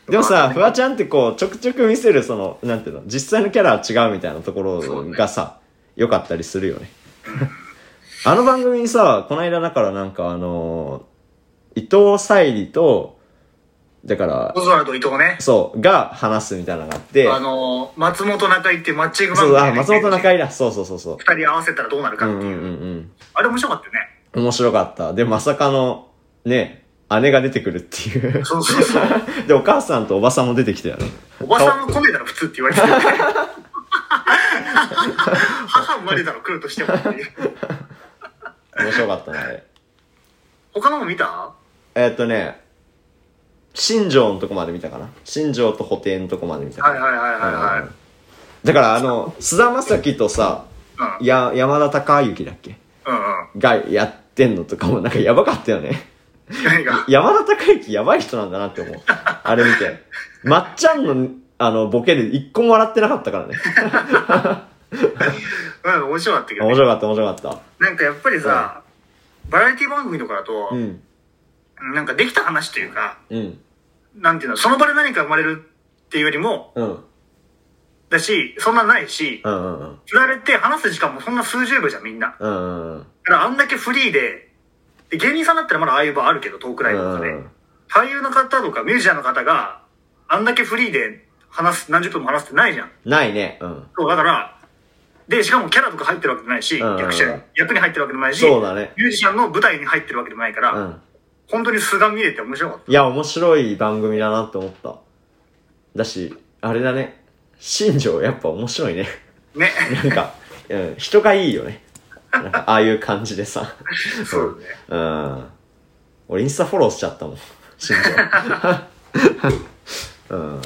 でもさ、フワちゃんってこう、ちょくちょく見せる、その、なんていうの、実際のキャラは違うみたいなところそうねがさ、良かったりするよね。 あの番組にさ、この間だからなんかあのー伊藤沙莉と、だからオ、ズワルド伊藤ね。そう、が話すみたいなのがあって、あのー、松本中井っていうマッチングそう、あ、松本井。中井だ。そうそうそうそう。二人合わせたらどうなるうかんうってんいう。うんあれ面白かったよね。うん。面白かった。で、まさかの、ね、姉が出てくるっていう。 そうそうそう。で、お母さんとおばさんも出てきたよね。おばさんも来ねえだろ、普通って 言われてる。母生まれたら来るとしてもっていう。面白かったね、あれ。他のも見たえーっとね、新庄のとこまで見たかな。新庄と補填のとこまで見たかはいな。はいはいはいはい。うんだからあの、菅田将暉とさ、うん。や、山田孝之だっけうんうん。がやってんのとかもなんかやばかったよね。何が山田孝之やばい人なんだなって思う。あれ見て。まっちゃんの、あの、ボケで一個も笑ってなかったからね。うん、面白かったけど、面ね。白かった、面白かっなんかやっぱりさ、バラエティ番組とかだとた。う、ん。なんかできた話というか、うん。なんていうの、その場で何か生まれるっていうよりも、うん。だし、そんなないし、うんうんうん。振られて話す時間もそんな数十秒じゃん、みんな。だうんうんうん。からあんだけフリーで、で芸人さんだったらまだああいう場あるけど、トークライブとかで。俳優の方とかミュージシャンの方が、あんだけフリーで話す、何十分も話すってないじゃん。ないね。うん。そう、だから、で、しかもキャラとか入ってるわけでもないし、うん役者、役に入ってるわけでもないし、そうだね。ミュージシャンの舞台に入ってるわけでもないから、うん。本当に素が見れて面白かっいや、面白い番組だなって思った。だし、あれだね。新庄やっぱ面白いね。 た。ね。なんか、うん、人がいいよね。なんか、ああいう感じでさ。そうだね。うん。俺インスタフォローしちゃったもん。新庄。 うん。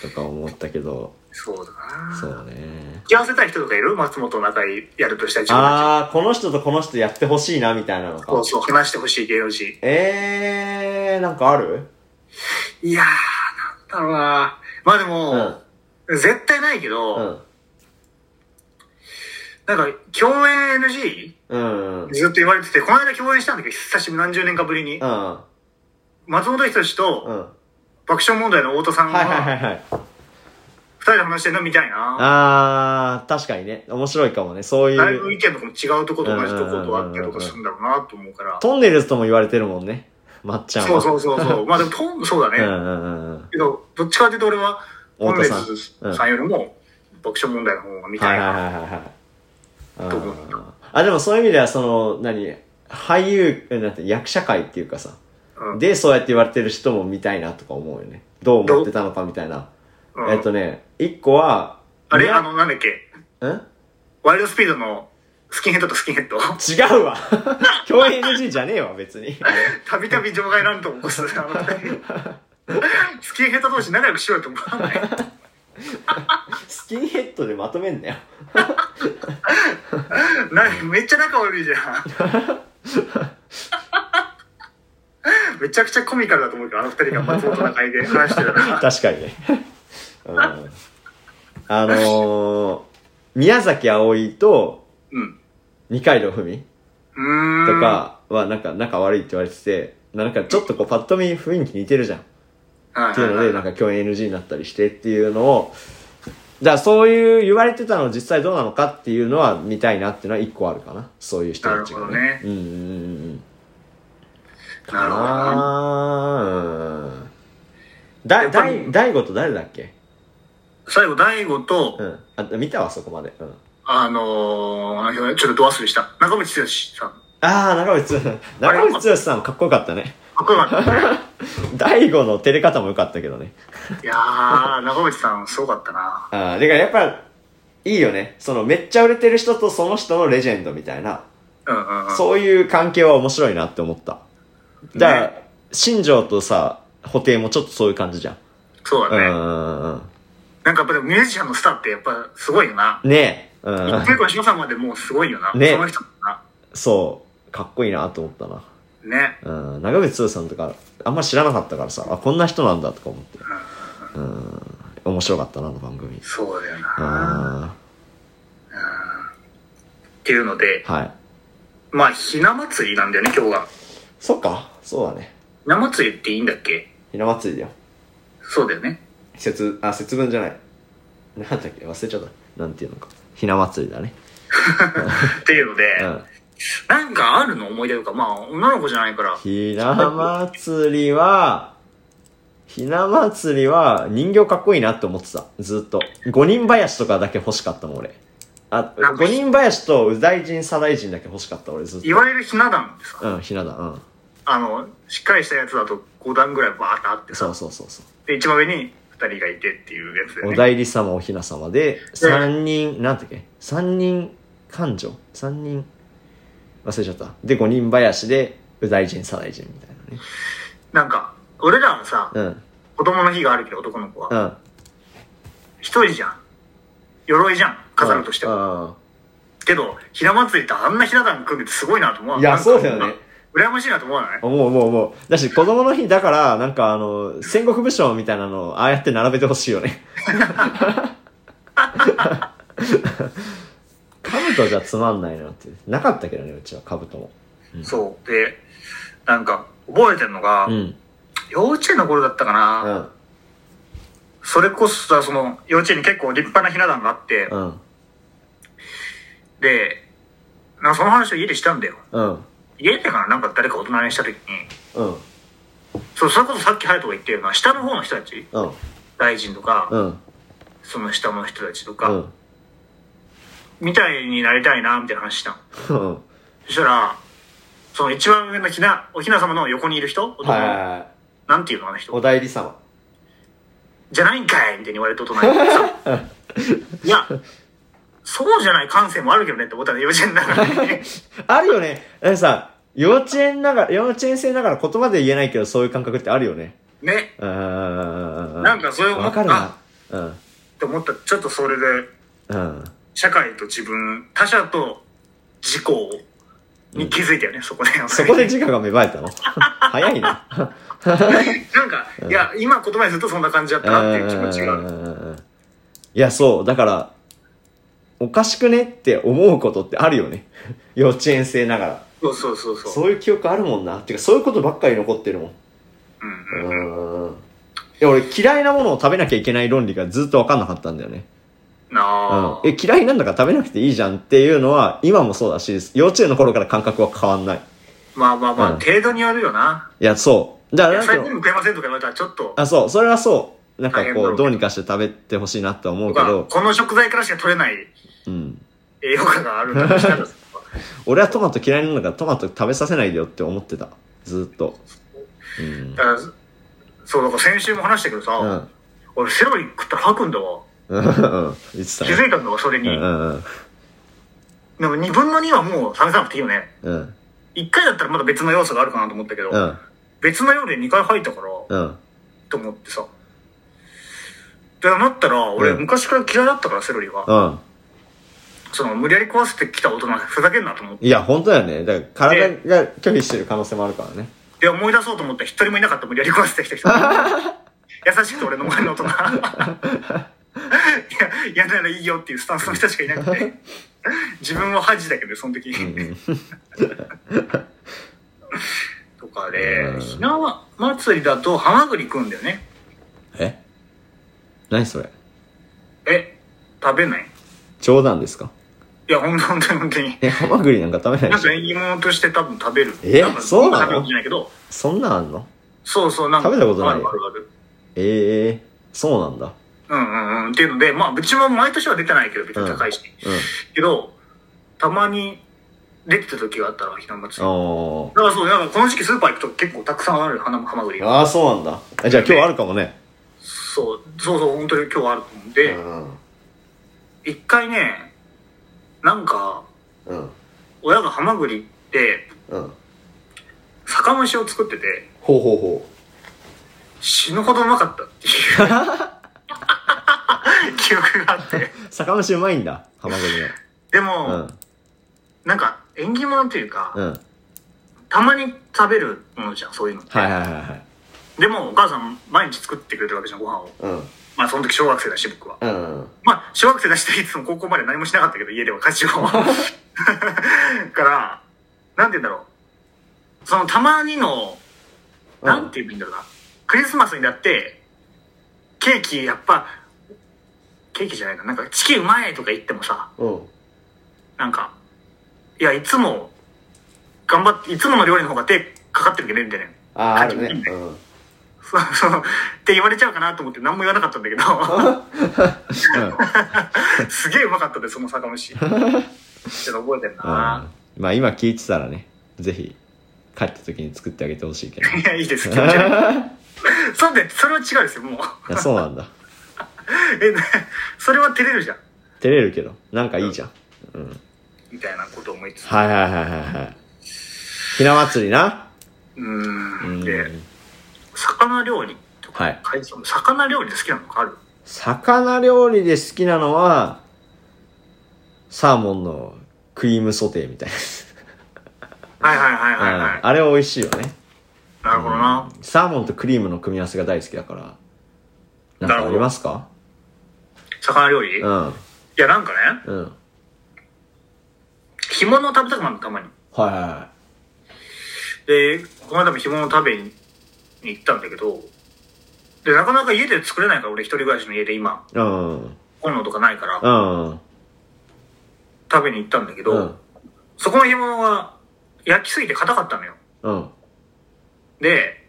とか思ったけど、そうだな。そうね。付き合わせたい人とかいる松本中井やるとしたら自分たちあー、この人とこの人やってほしいな、みたいなのそかう。そう話してほしい芸能人えー、なんかあるいやーなんだろうなまあでうもん、。絶対ないけど、うん。なんか共演 NG? うん。うん。ずっと言われててこの間共演したんだけど久しぶり何十年かぶりに、うん。松本人志うとん。爆笑問題の太田さんはいはいはいがはい。二人で話してるの見たいな、あー、確かにね。面白いかもね。そうだいぶい意う。見とかも違うとこと同じとことあったりとかするんだろうなと思うから、トンネルズとも言われてるもんね。まっちゃんそうは。うそうそ うそうまあでもとんそうだね、んうんうんうん。けどどっちかというと俺は太本田列さんさんよりも爆笑問題の方が見はたいいはいな、はいはいはい。あと思うーあ、でもそういう意味では、その、何俳優、えなんて役者界っていうかさ。うんで、そうやって言われてる人も見たいなとか思うよね。どう思ってたのかみたいな。うんえっとね、一個は、あれ宮あのなんだっけんワイルドスピードのスキンヘッドとスキンヘッド。 違うわ 共演 NG じゃねえわ、別に。たびたび場外乱闘を起 こす。あの二人スキンヘッド同士仲良くしようと思わない。スキンヘッドでまとめんなよ。なめっちゃ仲悪 いじゃん。めちゃくちゃコミカルだと思うけど、あの二人が松本 中井で話してたら。確かにね。うんあのー、宮崎あおいとうん。二階堂ふみうーん。と。かはなんか仲悪いって言われてて、なんかちょっとこうパッと見雰囲気似てるじゃん。はいっていうのはいで、はなんいか共演 NG になったりしてっていうのを、だからそういう言われてたの実際どうなのかっていうのは見たいなっていうのは一個あるかな。そういう人たちがなるほどねうんうんうんうん。なるほどな。あーうんだ、やっぱだりい、大悟と誰だっけ最後、大悟と、うん。あ、見たわ、そこまで。うん。あのー、ちょっとド忘れした。中道剛さ ん。あー、中渕 剛。中渕剛さんかっこよかったね。かっこよかったね。大悟の照れ方もよかったけどね。いやー、中道さん、すごかったな。あー、だからやっぱ、いいよね。その、めっちゃ売れてる人とその人のレジェンドみたいな。うんうんうん。そういう関係は面白いなって思った。だから、ね新庄とさ、布袋もちょっとそういう感じじゃん。そううだね。ん。なんかやっぱでもミュージシャンのスターってやっぱすごいよな。ねえ。うん。結構、しのさんまでもうすごいよな。ねその人もな。そう。かっこいいなと思ったな。ね。うん。長渕剛さんとか、あんま知らなかったからさ、あ、こんな人なんだとか思って。うん。面白かったな、あの番組。うん。そうだよな。はっていうので、い。まあ、ひな祭りなんだよね、今日が。そっか。そうだね。ひな祭りっていいんだっけひな祭りだよ。そうだよね。節、あ、節分じゃない。なんだっけ忘れちゃった。なんていうのか。ひな祭りだね。っていうので、うん。なんかあるの思い出とか、まあ、女の子じゃないから。ひな祭りは、ひな祭りは人形かっこいいなって思ってた。ずっと。五人林とかだけ欲しかったもん、俺。あ、なんか五人林と右大臣、左大臣だけ欲しかった、俺ずっいわゆるひな壇ってさ、と。うん、ひなだ、うん。あの、しっかりしたやつだと5段ぐらいバーってあってそさう、そうそうそう。で、一番上に2人がいてっていうやつだよおね。代理様、おひな様で、三人、なんてっけ三人勘定三人、忘れちゃった。で、五人林で、右大臣、左大臣みたいなんか、俺らはさ、なね。子供の日があるけど男の子うん、は。うん。一人じゃん。鎧じゃん。飾るとしても。も。けど、ひな祭りってあんなひな壇組んでてすごいなと思わうんないや、そうだよね。。羨ましいなと思わない思う思う思う。だし、子供の日だから、なんかあの、戦国武将みたいなのを、ああやって並べてほしいよね。 兜じゃつまんないなって。なかったけどね、うちは兜も。そう。で、なんか、覚えてるのが、うん。幼稚園の頃だったかな。うん。それこそさ、その、幼稚園に結構立派なひな壇があって、うん。で、なんかその話を家でしたんだよ。うん。家でかななんか誰か大人にした時に、うん。そうそれこそさっき隼人が言ったような、下の方の人たち、うん。大臣とか、うん。その下の人たちとか、うん。みたいになりたいな、みたいな話したの。うん。そしたら、その一番上のひな、おひな様の横にいる人男のはなんていうのあのい。お人。代理様。じゃないんかいみたいに言われて大人 に。そういや、そうじゃない感性もあるけどねって思ったの、幼稚園だか らね。あるよね。だってさ、幼稚園ながら、幼稚園生ながら言葉で言えないけど、そういう感覚ってあるよね。ね。うん。なんかそれをわかるな。うん。って思ったちょっとそれでうん。社会と自分他者と自己に気づいたよね、そこでそこで自我が芽生えた の早いな。 なんか、いや今言葉にするとそんな感じだったなっていう気持ちがあうんるうんうんうんいや、そう。だから、おかしくねって思うことってあるよね。幼稚園生ながら。そうそうそうそうそういう記憶あるもんな。てか、そういうことばっかり残ってるもん。うんううんん。いや、俺嫌いなものを食べなきゃいけない論理がずっとわかんなかったんだよね。なあ、うん。え、嫌いなんだから食べなくていいじゃんっていうのは、今もそうだし、幼稚園の頃から感覚は変わんない。まあまあまあ、うん程度によるよないや、そう。だから野なんてい菜う全の部食えませんとか言われたらちょっとあ、そう、それはそう。なんか大変だころうう、けどどうにかして食べてほしいなって思う僕けはど、この食材からしか取れないうん。栄養価があるん だとしたら俺はトマト嫌いなんだからトマト食べさせないでよって思ってた。ずっと。うん。だからそうだから先週も話したけどさ、うん。俺セロリ食ったら吐くんだわうん。言ってた気ね。づいたんだわそれうに、んうんうん。でも2分の2はもう試さなくていいよね。うん1回だったらまだ別の要素があるかなと思ったけど、うん別の要素で2回入ったから、うんと思ってさ。で、なったら、俺、うん昔から嫌いだったから、セロリは。うんその、無理やり壊してきた大人、ふざけんなと思って。いや本当だよねだから体が拒否してる可能性もあるからねで、思い出そうと思ったら一人もいなかった、無理やり壊してきた 人。優しくて俺の前の大人。いや、嫌ならいいよっていうスタンスの人しかいなくて。自分は恥だけど、その時。とかうんで、ひな祭りだと、ハマグリ食うんだよね。え何それえ、食べない冗談ですかいや、ほんと本当に本当に。えハマグリなんか食べなないんでかしょ縁起物として多分食べる。えなんかそうなの食べるんじゃないけど、そんなんあんのそうそう、なんか。食べたことないよあるあるええそうなんだあるうんうんうん。っていうので、まあ、うちも毎年は出てないけど、別に高いし。けど、たまに出てた時があったら、ひな祭うんり。おだからそう、なんかこの時期スーパー行くと結構たくさんある、花もハマグリーが。ああそうなんだえじゃあ今日あるかもねそう、そうそう、本当に今日あると思うんうで、ん一回ね、なんか、うん親がハマグリって、うん酒蒸しを作ってて、ほうほうほ死ぬほどうまかっ たっていう記憶があってう酒蒸しうまいんだハマグリのでも、うんなんか縁起物というか、うんたまに食べるものじゃんそういうのって、はいはいはいはいでもお母さん毎日作ってくれるわけじゃんご飯をうんまあその時小学生だし僕はうんまあ小学生だしいつも高校まで何もしなかったけど家では家事をからなんて言うんだろうそのたまにのなんて言うんだろうな、クリスマスになって、ケーキ、やっぱ、ケーキじゃないな、なんか、チキンうまいとか言ってもさ、うんなんか、いや、いつも、頑張って、いつもの料理の方が手かかってるけどね、みたいな。あああるねうんそう そう、って言われちゃうかなと思って何も言わなかったんだけど、 すげえうまかったで、その酒蒸し。ちょっと覚えてるな。うんまあ今聞いてたらねぜひ帰った時に作ってあげてほし いけどいや、いいです、気持ち悪い。そうで、それは違うですよ、もう。 いやそうなんだえ、なそれは照れるじゃん、照れるけどなんかいいじゃんうんみたいなことを思いつつ。はいはいはいはいはいひな祭りなううーん。で、ん魚料理とか、はい海藻魚料理で好きなのかある魚料理で好きなのはサーモンのクリームソテーみたいはいはいはいな、はいうんはい。あれ美味しいよねなるほどな。サーモンとクリームの組み合わせが大好きだからなんかありますか魚料理、ういんやなんかね、うんはい干物食べたくなるのたまに。はいはで、この間も干物食べに行ったんだけど、で、なかなか家で作れないから、俺一人暮らしの家で今、いうんコンロとかないから、うん食べに行ったんだけど、うんそこの干物が焼きすぎて硬かったのよ。うんで、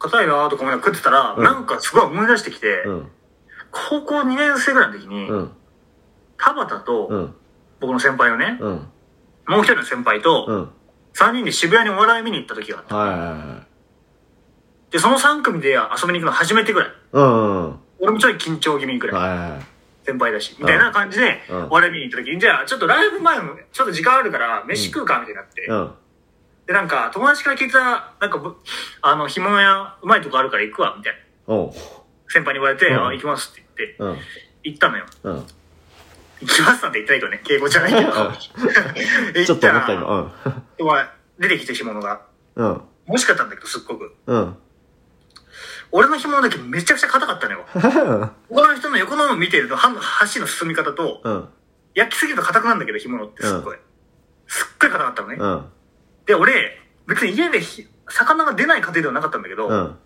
硬いなーとか思いながら食ってたら、うんなんかすごい思い出してきて、うん高校2年生ぐらいの時に、うん田畑と、うん僕の先輩のね、うんもう一人の先輩と、うん3人で渋谷にお笑い見に行った時があった。はいはいはいで、その3組で遊びに行くの初めてぐらい。うんうん俺もちょい緊張気味ぐらい。はいはいはい先輩だし。みたいな感じで、うんお笑い見に行った時に、じゃあちょっとライブ前も、ちょっと時間あるから、飯食うか、みたいになって。うんで、なんか、友達から聞いた、なんかぶ、あの、干物屋、うまいとこあるから行くわ、みたいな。おう先輩に言われて、うんあ、行きますって言って、うん行ったのよ。うん行きますなんて言ったらいいよね。敬語じゃないけど。ち 行ょっと思ったら今お前出てきて干物が。うんうん美味しかったんだけど、すっごく。うん俺の干物だけめちゃくちゃ硬かったの よ。他の人の横のを見てると、歯の箸の進み方と、うん焼きすぎると硬くなんだけど、干物ってすっごい。すっごい硬かったのね。うんで、俺、別に家でひ魚が出ない家庭ではなかったんだけど、うん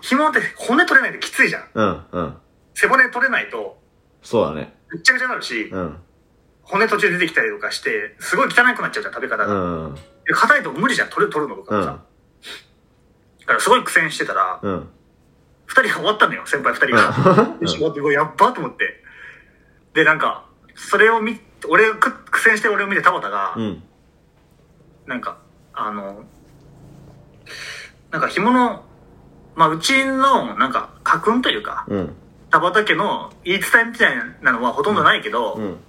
干物って骨取れないときついじゃん。うんうん背骨取れないと、そうだねぐっちゃぐちゃになるし、うん骨途中で出てきたりとかして、すごい汚くなっちゃうじゃん、食べ方うが。んで硬いと無理じゃん、取る、取るのとうかさ。んだからすごい苦戦してたら、うん二人が終わったのよ、先輩二人が。うんよし終わって、うわやっばと思って。で、なんか、それを見、俺がく苦戦してる俺を見て田畑が、うんなんか、あの、なんか干物、まあ、うちの、なんか、家訓というか、うん田畑家の言い伝えみたいなのはほとんどないけど、うん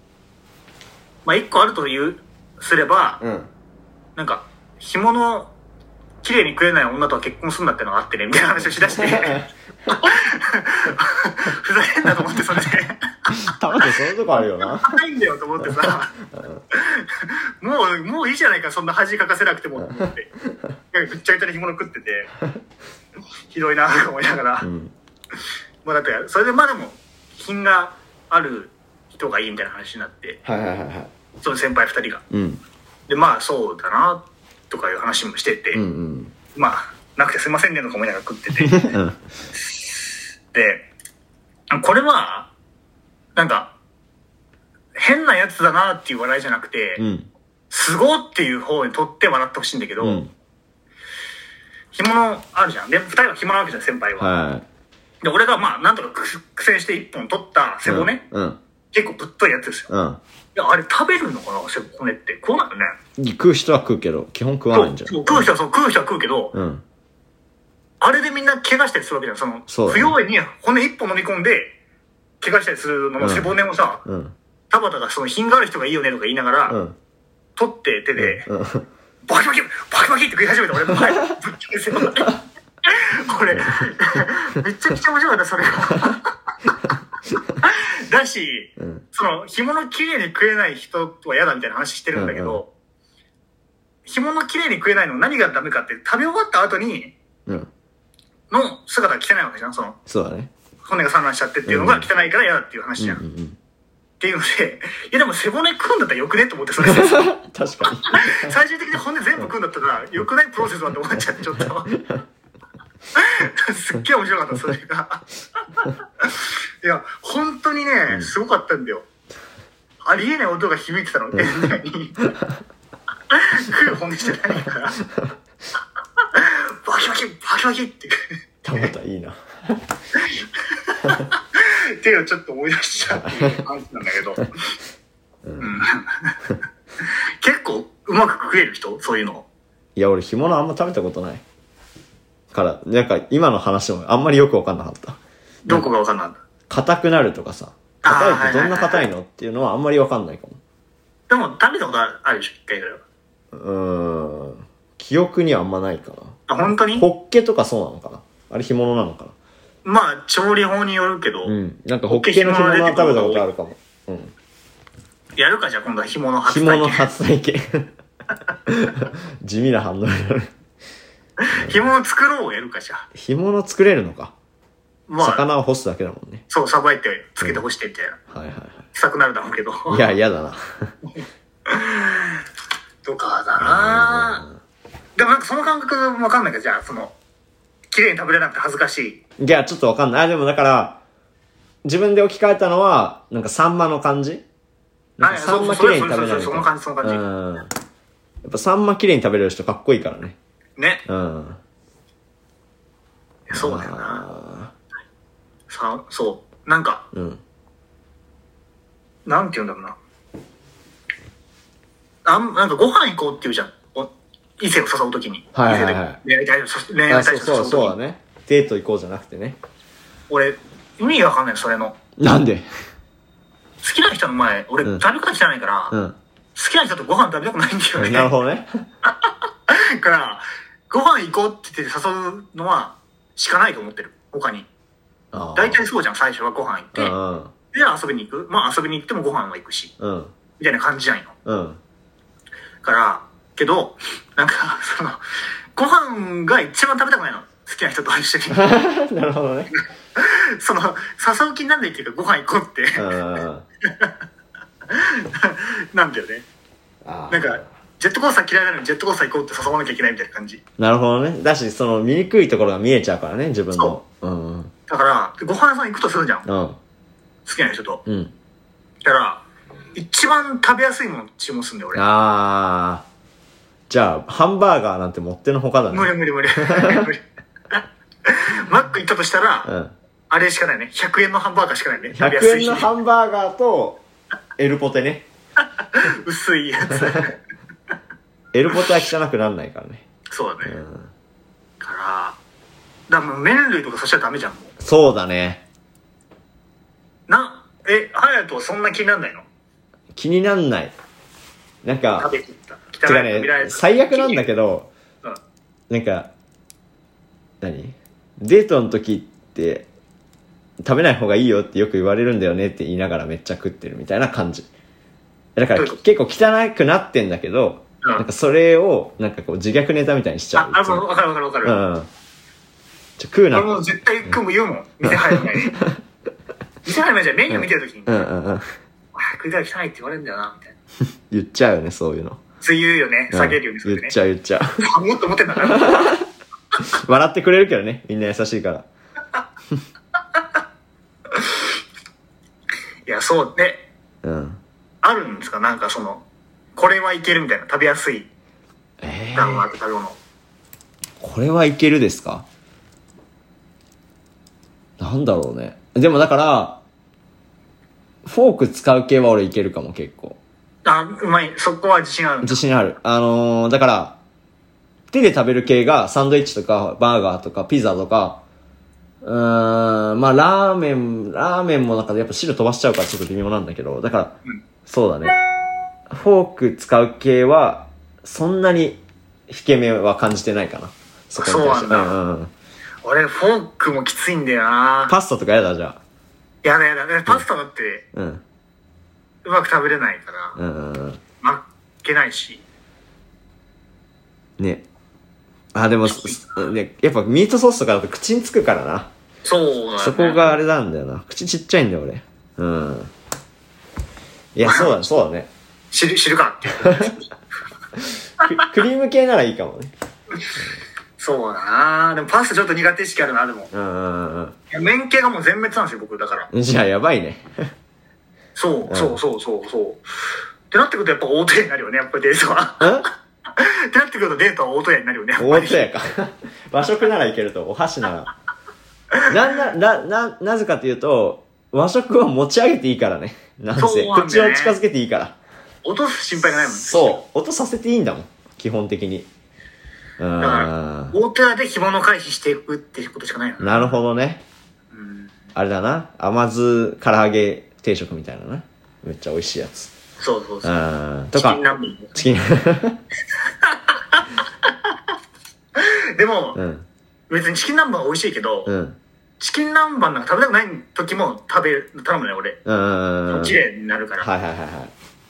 まあ、一個あるという、すれば、うんなんか、干物、綺麗に食えない女とは結婚するんだってのがあってね、みたいな話をし だして、ふざけんなと思って、それで。たまってそういうとこあるよなないんだよと思ってさ、もう、もういいじゃないか、そんな恥かかせなくてもと思って。ぐっちゃぐちゃに干物食ってて、ひどいなと思いながら。うんまあだって、それでまあでも、品がある人がいいみたいな話になって、はいはいはいはいその先輩二人が。うんで、まあそうだな、とかいう話もしてて、うんうんまあ、なくてすいませんねとか思いながら食 ってて。うんで、これは、なんか、変なやつだなっていう笑いじゃなくて、うんすごっていう方にとって笑ってほしいんだけど、うん干物あるじゃん。で、二人は干物なわけじゃん、先輩は。はで、俺がまあ、なんとか苦苦戦して一本取ったい背骨、うん結構ぶっといやつですよ。うんいや、あれ食べるのかな、背骨って。食わないよね。食う人は食うけど基本食わないんじゃんそう食う人はそう、食う人は食うけど、うんあれでみんな怪我したりするわけじゃん。その、そうだ不ね用意に骨一本飲み込んで、怪我したりするのもうん背骨もさ、うん田畑がその品がある人がいいよねとか言いながら、うん取って手で、うんバキバキバキバキって食い始めた俺も前ぶっちゃけ背骨 これめちゃくちゃ面白かったそれが だしうんその干物きれいに食えない人は嫌だみたいな話してるんだけうんうど、干物きれいに食えないの何がダメかって食べ終わった後にうんの姿が汚いわけじゃんそのそうだね骨が散乱しちゃってっていうのが汚いから嫌だっていう話うんじゃん、うっんていうのでいやでも背骨食うんだったらよくねと思ってそれでうん確かに 最終的に骨全部食うんだったら良くないプロセスだって思っちゃってちょっ とすっげえ面白かったそれ がいや本当にね、すごかったんだよありえない音が響いてたの店内に食う骨してないから バキバキバキバキってたまたいいなっていうのをちょっと思い出しちゃうっていう感じなんだけど、うん、結構うまく食える人そういうのいや俺干物あんま食べたことないからなんか今の話もあんまりよく分かんなかったどこがわかんない硬くなるとかさあー硬いってどんなはいはいはい硬いのっていうのはあんまり分かんないかもでも食べたことあるでしょ、一回ぐらいは。うーん記憶にはあんまないかあ、本当なにホッケとかそうなのかなあれ干物なのかまあ、調理法によるけど、なうんなんかホッケの干物は食べたことあるかもうんやるか、じゃあ今度は干物初干体物験。初体験地味な反応になる 干物作ろうをやるか、じゃあ。干物作れるのかまあ、魚を干すだけだもんねそう、さばいて、つけて干してみたいな。はいはいは臭くなるだろうけど。いいや嫌だなとかだなでもなんかその感覚わかんないか、じゃあ、その、綺麗に食べれなくて恥ずかしい。いや、ちょっとわかんない。あ、でもだから、自分で置き換えたのは、なんかサンマの感じなんかはいサンマそう綺麗に食べそらうれそうそうその感じその感じうん。やっぱサンマ綺麗に食べれる人かっこいいからね。ね。うん。そうだよな。あさそう。なんか、ーうん。なんて言うんだろうな。あん、なんかご飯行こうって言うじゃん。お異性を誘うときに。はいはいはい異性で恋愛対象そ恋愛あ、対そう象をそ誘う、そうときうにだ。ね。デート行こうじゃなくてね。俺、意味がわかんない、それの。なんで好きな人の前、俺、うん食べ方知らないから、う好ん。きな人とご飯食べたくないんだよね。なるほどね。だから、ご飯行こうって言って誘うのは、しかないと思ってる。他に。あー大体そうじゃん、最初はご飯行って。うんで、遊びに行く。まあ、遊びに行ってもご飯は行くし。うん。みたいな感じじゃんよ。うん。 から、けど、なんか、その、ご飯が一番食べたくないの。好きな人と 一緒に。うん。なるほどね。その、誘う気になんないっていうか、ご飯行こうって、 うんうんうん。なんだよね。あなんーか、ジェットコースター嫌いなのにジェットコースター行こうって誘わなきゃいけないみたいな感じ。なるほどね。だし、その、醜いところが見えちゃうからね、自分のそ。うんうん。だから、ご飯屋さん行くとするじゃん。好うん。きな人と。うん。だから、一番食べやすいもの注文するんだよ、俺。ああ。じゃあ、ハンバーガーなんてもってのほかだ無ね。理無理無 理。無理マック行ったとしたうら、ん。あれしかないね。100円のハンバーガーしかないね。食べやす100い円のハンバーガーと、エルポテね。薄いやつ。エルポテは汚くなんないからね。そううだね。ん。から、だからもう麺類とかそしたらダメじゃん、もう。そうだね。な、え、ハヤトはそんな気になんないの気になんない。なんか食、べに行った。て汚かいね扉開い、て最悪なんだけど、うんなんか、何デートの時って、食べない方がいいよってよく言われるんだよねって言いながらめっちゃ食ってるみたいな感じ。だからどういうこ結構汚くなってんだけど、うんなんかそれを、なんかこう自虐ネタみたいにしちゃあう。、あいつもわかるわかるわかる。うん。ちょ、食うな。俺うも絶対組む言うもん。店入る 前に。店入る前じゃメニュー見てるときに、んうんうん。あ、食いたら汚いって言われるんだよな、みたいな。言っちゃうよね、そういうの。そう言うよね。うん下げるよね、それで言ねっ。ちゃう言っちゃう。 あ、もっと思ってんだから。笑ってくれるけどね、みんな優しいから。いや、そうね。うん。あるんですかなんかその、これはいけるみたいな。食べやすい。え段があー、る食べ物。これはいけるですかなんだろうね。でもだから、フォーク使う系は俺いけるかも結構。あ、うまい。そこは自信あるんだ自。信ある。あのー、だから、手で食べる系がサンドイッチとかバーガーとかピザとか、うーん、まあラーメン、ラーメンもなんかやっぱ汁飛ばしちゃうからちょっと微妙なんだけど、だから、うんそうだね。フォーク使う系は、そんなに引け目は感じてないかな。そこに対して。そうなんだうんうんうん。俺、フォークもきついんだよな。パスタとかやだじゃあ。やだやだ。パスタだって、うん。うまく食べれないかうら。んうんうん。負けないし。ね。あ、でも、すね、やっぱミートソースとかだと口につくからな。そうだね。そこがあれなんだよな。口ちっちゃいんだよ、俺。うん。いや、そうだね、そうだね。知る、知るかっていう。 ククリーム系ならいいかもね。そうだなでもパスタちょっと苦手意識あるな、でも。うんうんうんいや麺系がもう全滅なんですよ、僕。だから。うん。じゃあ、やばいね。そうう、んそう、そう、そう、そう。ってなってくるとやっぱ大手になるよね、やっぱりデートは。んってなってくるとデートは大手になるよね、やっぱ大り。手やか。 和食ならいけると、お箸なら。なんな、な、な、なぜかというと、和食は持ち上げていいからね。なんせ。そうなんだ口よねを近づけていいから。落とす心配がないもんね。そう。音させていいんだもん。基本的に。うだかん。大手で紐の回避していくっていうことしかないよね。なるほどね。うん。あれだな。甘酢唐揚げ定食みたいなな。めっちゃ美味しいやつ。そうそうそう。うん。とチキンか、南蛮チキン。でも、 うん。別にチキン南蛮は美味しいけど、うん。チキン南蛮なんか食べたくない時も食べる、頼むね、俺。うん。はい綺麗になるから。はいはいはい。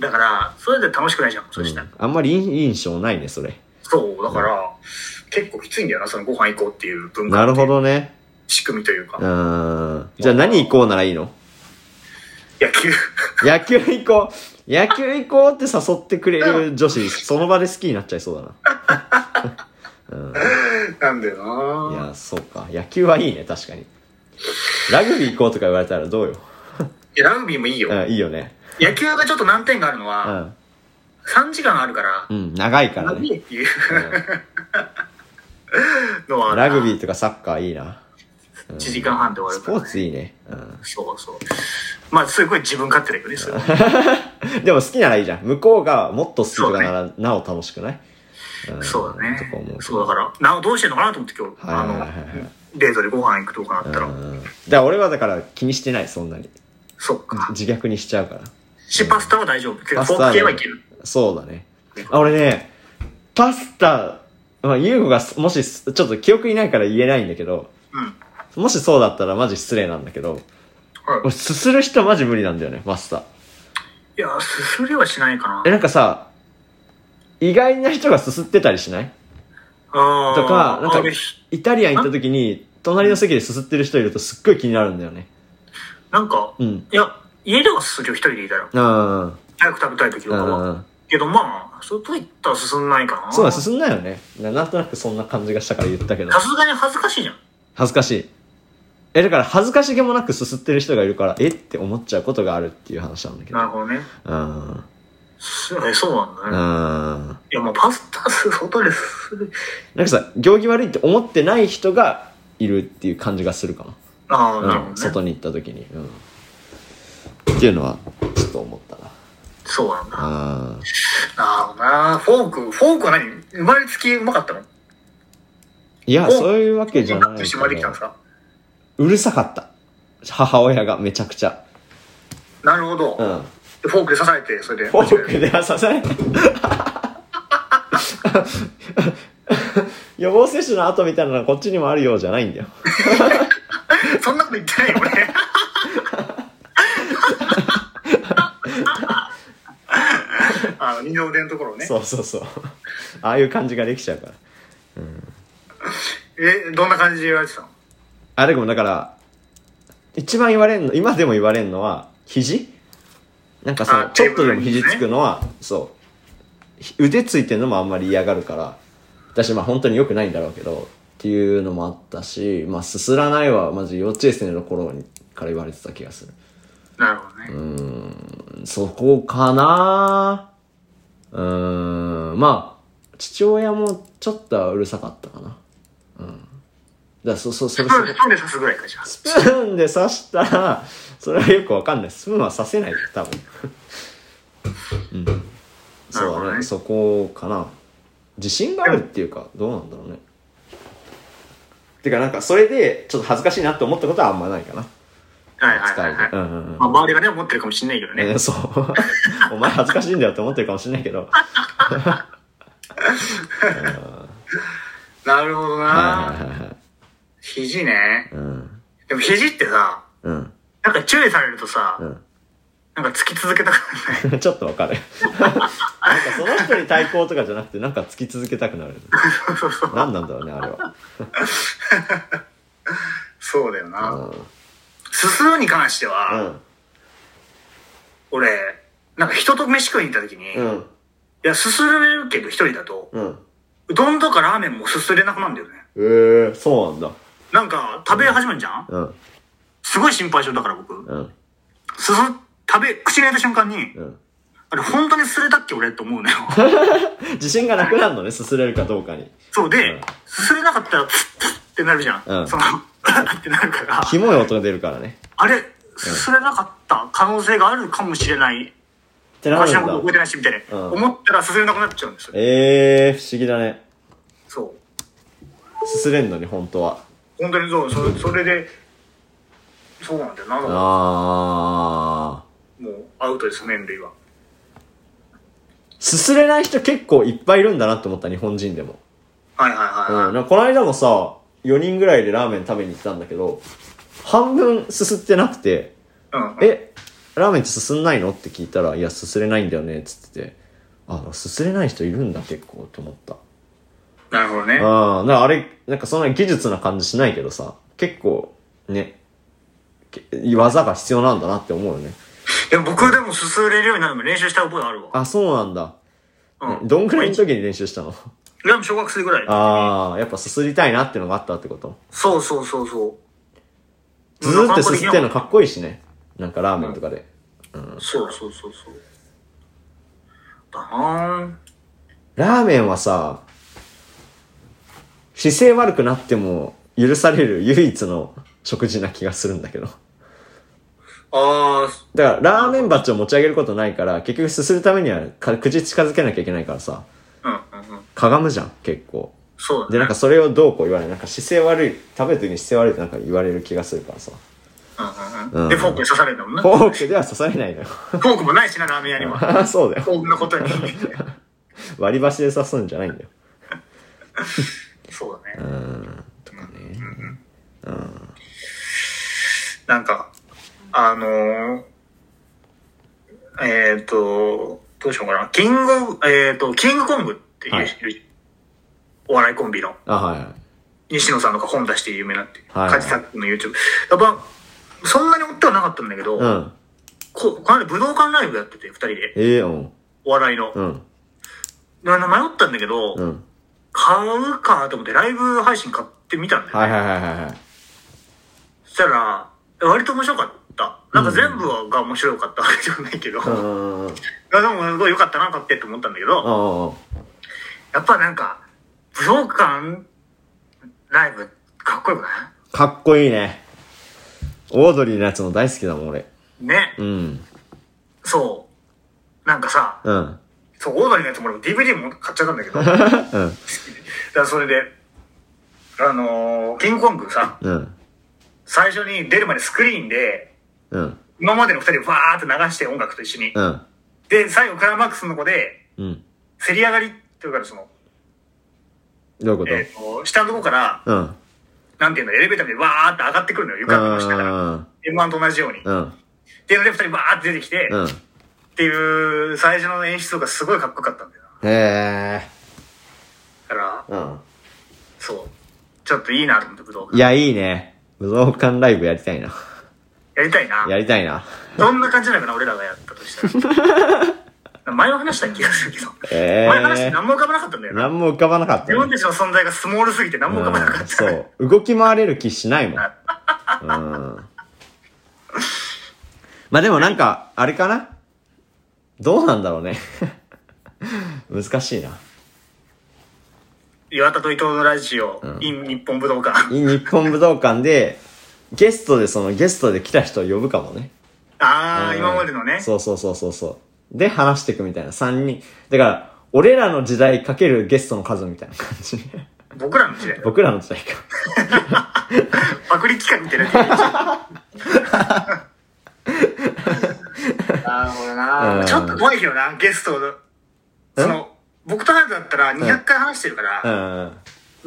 だから、それで楽しくないじゃん、そううしたら。んあんまりいい印象ないね、それ。そう、だから、結構きついんだよな、そのご飯行こうっていう文化なっているうほどね。仕組みというか。ういん。じゃあ何行こうならいいのや、急、野球行こう。野球行こうって誘ってくれる女子、その場で好きになっちゃいそうだな。うん。 なんだよないや、そうか。野球はいいね、確かに。ラグビー行こうとか言われたらどうよ。いやラグビーもいいよ。うん、いいよね。野球がちょっと難点があるのうは、ん。 3時間あるからう、ん、長いからラグね。ビーっていううのはあんるな、ラグビーとかサッカーいいな。 1時間半で終わスるかポらー。ツいいね。うん。そうそう。まあ、すごい自分勝手だけどね、それはでも好きならいいじゃん。向こうがもっと好きとかなら、なお楽しくないんそうだとか思ねう。けそうど。だから、などうしてんのかなと思って今日、はいはいはいあの、デートでご飯行くとかなったうら、ん。だから俺はだから気にしてない、そんなに。そっか。自虐にしちゃうから。し、パスタは大丈夫。フォパスターク系はいける。そうだね。あ、俺ね、パスタ、まあ、ユーゴがもし、ちょっと記憶にないから言えないんだけど、うん。はいもしそうだったらマジ失礼なんだけど、俺、すする人マジ無理なんだよね、パスタ。いや、すすりはしないかなえ、。なんかさ、意外な人がすすってたりしないあーとか、なんあかれ、イタリアン行った時に、隣の席ですすってる人いるとすっごい気になるんだよね。なんか、うん。いや、家ではするよ、一人でいたら。あ早く食べたい時とあ、かあは。けどまあ、外行ったら進んないかあ。な。そうだ、進んないよね。ななんとなくそんな感じがしたから言ったけど。さすがに恥ずかしいじゃん。恥ずかしい。え、だから恥ずかしげもなくすすってる人がいるから、えって思っちゃうことがあるっていう話なんだけど。なるほどね。うん。すえそうなんうん。だね。ないや、もうパスタす、外でする。んかさ、行儀悪いって思ってない人がいるっていう感じがするかああ、なるな。うほん。どね。外に行った時に。うん。っていうのは、ちょっと思ったな。そうなんだ。あなるほどな。フォーク、フォークは何生まれつきうまかったのいや、おそういうわけじゃないってけしどまできたんですかうるさかった。母親がめちゃくちゃ。なるほど。うん。でフォークで刺されて、それで。フォークでは刺された 予防接種の後みたいなのはこっちにもあるようじゃないんだよそんなこと言ってない よ、俺。あの二の腕のところをね。そうそうそうああいう感じができちゃうからえ、どんな感じで言われてたのあれでもだから一番言われんの今でも言われんのは肘なんかあさちょっとでもテーブルに肘ねつくのは、そうひ腕ついてるのもあんまり嫌がるから私まあ本当に良くないんだろうけどっていうのもあったしまあすすらないはマジ幼稚園生の頃にから言われてた気がするなるほどね。そこかなうーん、まあ、父親もちょっとはうるさかったかな。うん。だからそ、そ、そスれプそーンれスプーンで刺すぐらいか、じゃあ。スプーンで刺したら、それはよくわかんない。スプーンは刺せないよ、多分。うん。なるそほうどだねね、そこかな。自信があるっていうか、どうなんだろうね。てか、なんか、それで、ちょっと恥ずかしいなって思ったことはあんまないかな。はいはい使はえい、るはい。うんうんうん。まあ、周りがね、思ってるかもしれないけどね。ね、そう。 お前恥ずかしいんだよって思ってるかもしれないけど。なるほどはいはいなはいはい。肘ね。うん。でも肘ってさ、うん。 なんか注意されるとさ、うなんか突き続けたくなるね。ん。ちょっとわかる。なんかその人に対抗とかじゃなくて、なんか突き続けたくな る。何なんだろうね、あれは。そうだような。ん。すするに関しては、うん。俺、なんか人と飯食いに行った時に、ういん。や、すすれるけど一人だと、うん。うどんとかラーメンもすすれなくなるんだよね。えー、そうなんだ。なんか、食べ始めるじゃんうん。すごい心配性だから僕。うん。すす、食べ、口に入れた瞬間に、うん。あれ本当にすれたっけ俺って思うのよ。自信がなくなるのね、すすれるかどうかに。そううんで、すすれなかったら、プップッってなるじゃん。うんその、 ってなるから、キモい音が出るからね。あれ、すすれなかった可能性があるかもしれない。ってな私るのことん覚だ。えてないし、みたいな、うん思ったらすすれなくなっちゃうんですよ。えー、不思議だね。そう。すすれんのに、本当は。本当にそう、それそれで、そうなんだよな、だからあー。もうアウトです、麺類は。すすれない人結構いっぱいいるんだなって思った、日本人でも。はいはいはいはい。うん、なんかこの間もさ、4人ぐらいでラーメン食べに行ったんだけど、半分すすってなくて、うんうんえ、ラーメンってすすんないのって聞いたら、いや、すすれないんだよね、っつってて、あ、すすれない人いるんだ、結構、と思った。なるほどね。ああ、だからあれ、なんかそんな技術な感じしないけどさ、結構、ね、け技が必要なんだなって思うよね。でも僕でもすすれるようになるのも練習した覚えあるわ。あ、そうなんだ。ねうん。どんくらいの時に練習した のでも小学生ぐらい。ああ、やっぱすすりたいなってのがあったってことそうそうそうそう。ずーっとすすってんのなかかっこいいしね。なんかラーメンとかで。なかそうそうそうそう。だなラーメンはさ、姿勢悪くなっても許される唯一の食事な気がするんだけど。ああだから、ラーメン鉢を持ち上げることないから、結局すするためにはか口近づけなきゃいけないからさ、ー、うんうんうん。かがむじゃん、結構。そうで、だなんねか。それをどうこう言われる。なんか姿勢悪い、食べてる時に姿勢悪いってなんか言われる気がするからさ。うんううんん、で、フォークに刺されるんだもんな。フフォークでは刺されないのよ。ォークもないしな、ラーメン屋 には。ああ、そうだよ。フォークの ことに。割り箸で刺すんじゃないんだよ。そうだね。ねなんか、あのー、えっ、と、どうしようかな。キング、えっ、と、キングコングっていう、はいお笑いコンビの、あ、はいはい。西野さんとか本出して有名になって、はいカジサックの YouTube。やっぱ、そんなに追ってはなかったんだけど、うん。ここの間武道館ライブやってて、二人で、ええうん。お笑いの。うん。なな迷ったんだけど、うん。買うかと思ってライブ配信買ってみたんだよ。はいはいはいはいはい。そしたら、割と面白かった。なんか全部はが面白かったわけじゃないけど、うんうんうんうん。いやでもすごい良かったな、買ってって思ったんだけど、あやっぱなんか、武道館ライブかっこよくないあ、かっこいいね。オードリーのやつも大好きだもん、俺。ね、うん。そう。なんかさ、うん。そう、オードリーのやつも俺も DVD も買っちゃったんだけど、だかうん。らそれで、あのー、キングコングさ、うん。最初に出るまでスクリーンで、うん。今までの二人をわーって流して音楽と一緒に。うん。で、最後クライマックスの子で、うん。せり上がりというか、その、どういうこと、えっ、と、下のとこから、うん。なんていうの、エレベーターでわーって上がってくるのよ、床の下から。M1 と同じように。っうん。ていうので、二人わーって出てきて、うん。うん。っていう最初の演出がすごいかっこよかったんだよな。へえ。だから、うん。そう。ちょっといいなと思って、武道い館。や、いいね。武道館ライブやりたいな。やりたいな。やりたいな。どんな感じなのかな、俺らがやったとした ら。前も話した気がするけど。ええ前話して何も浮かばなかったんだよな。何も浮かばなかった、自分ね。たちの存在がスモールすぎて何も浮かばなかうんった。そう。動き回れる気しないもん。うん。まあでもなんか、あれかなどうなんだろうね。 難しいな。岩田と伊藤のラジオ、in 日本武道館。日本武道館で、ゲストでそのゲストで来た人を呼ぶかもね。ああ、うん今までのね。そうそうそうそうそう。で、話していくみたいな。3人。だから、俺らの時代かけるゲストの数みたいな感じ。僕らの時代だよ。僕らの時代か。パクリ企画みたいな。なるほどうなんちょっと怖いけどな、ゲストの。その、僕と早くだったら200回話してるかうら、ん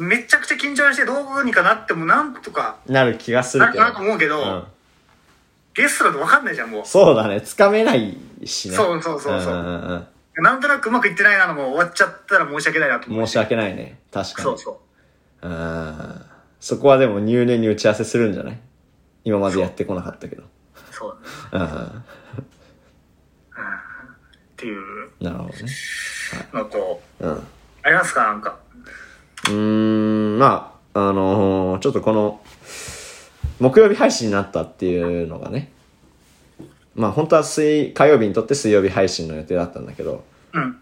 めちゃくちゃ緊張してどうにかなってもなんとかうん。なる気がすなるるけかど。なと思うけど、うん。ゲストだと分かんないじゃん、もう。そうだね。つかめないしね。そうそうそうそううんうんなんとなくうまくいってないなのも終わっちゃったら申し訳ないなとう思ん。う申し訳ないね。確かに。そうそう。うん。そこはでも入念に打ち合わせするんじゃない今までやってこなかったけど。そうだね。うんうん。っていうなるほどね。のと、うん。ありますかなんか。うーん、まあ、あのーちょっとこの、木曜日配信になったっていうのがね、まあ本当は水、火曜日にとって水曜日配信の予定だったんだけど、うん。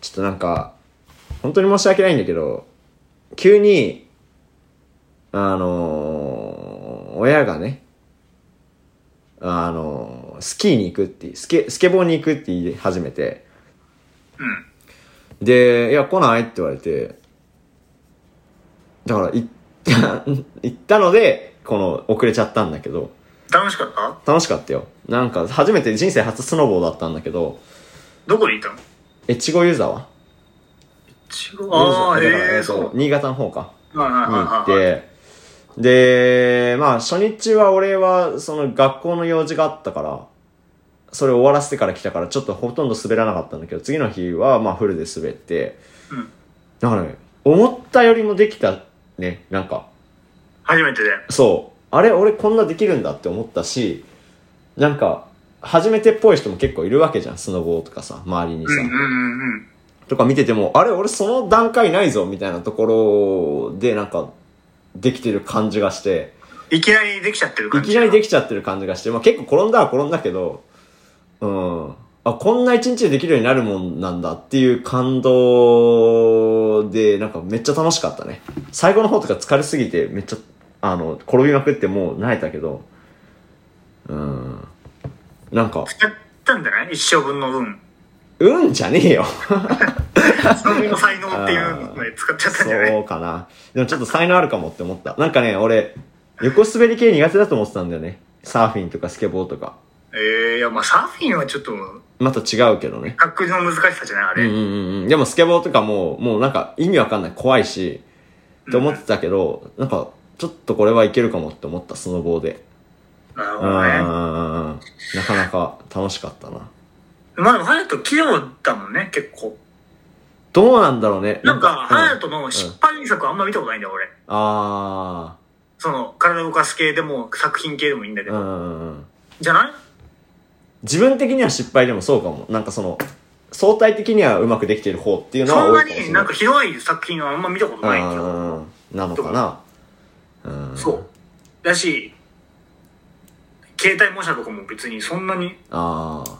ちょっとなんか、本当に申し訳ないんだけど、急に、あのー親がね、あのースキーに行くって、スケ、スケボーに行くって言い始めて、うん。で、いや、来ないって言われて、だから、行った、 行ったので、この、遅れちゃったんだけど、楽しかった楽しかったよ。なんか、初めて人生初スノボーだったんだけど、どこで行ったの越後湯沢違う。ああ、湯沢だからえええー、っそうと。新潟の方か。はいはいにはい行っはい。て、で、まあ、初日は俺は、その、学校の用事があったから、それ終わらせてから来たから、ちょっとほとんど滑らなかったんだけど、次の日は、まあ、フルで滑って、うんだからね、思ったよりもできたね、なんか。初めてで。そう。あれ、俺こんなできるんだって思ったし、なんか、初めてっぽい人も結構いるわけじゃん、スノボーとかさ、周りにうさ。んうんうんうん。とか見てても、あれ、俺その段階ないぞ、みたいなところで、なんか、できてる感じがして、いきなりできちゃってるい感じ。きなりでききちゃってる感じがして、まあ結構転んだは転んだけど、うん。あ、こんな一日でできるようになるもんなんだっていう感動で、なんかめっちゃ楽しかったね。最後の方とか疲れすぎて、めっちゃ、あの、転びまくってもう慣れたけど、うん。なんか、やったんじゃない一生分の分。うんじゃねえよ。その分の才能っていうので使っちゃったんじゃないそうかな。でもちょっと才能あるかもって思った。なんかね、俺、横滑り系苦手だと思ってたんだよね。サーフィンとかスケボーとか。ええー、いや、まあサーフィンはちょっと、また違うけどね。格の難しさじゃないあうれ。んうんうんうん。でもスケボーとかもう、もうなんか意味わかんない、怖いし、って思ってたけど、なんか、ちょっとこれはいけるかもって思った、スノボーで。なるうほんうんうどんうんね。なかなか楽しかったな。まあでも、ハヤト器用だもんね、結構。どうなんだろうね。なんか、ハうヤん、トの失敗作あんま見たことないんだよ、俺。あその、体を動かす系でも、作品系でもいいんだけー、うんど。うんうん。じゃない自分的には失敗でもそうかも。なんかその、相対的にはうまくできてる方っていうのはそん多ないかもしにれなないんかひどい作品はあんま見たことないんでうすよ。んうんうんなのかな。うん。そう。。だし、携帯模写とかも別にそんなに、ああ。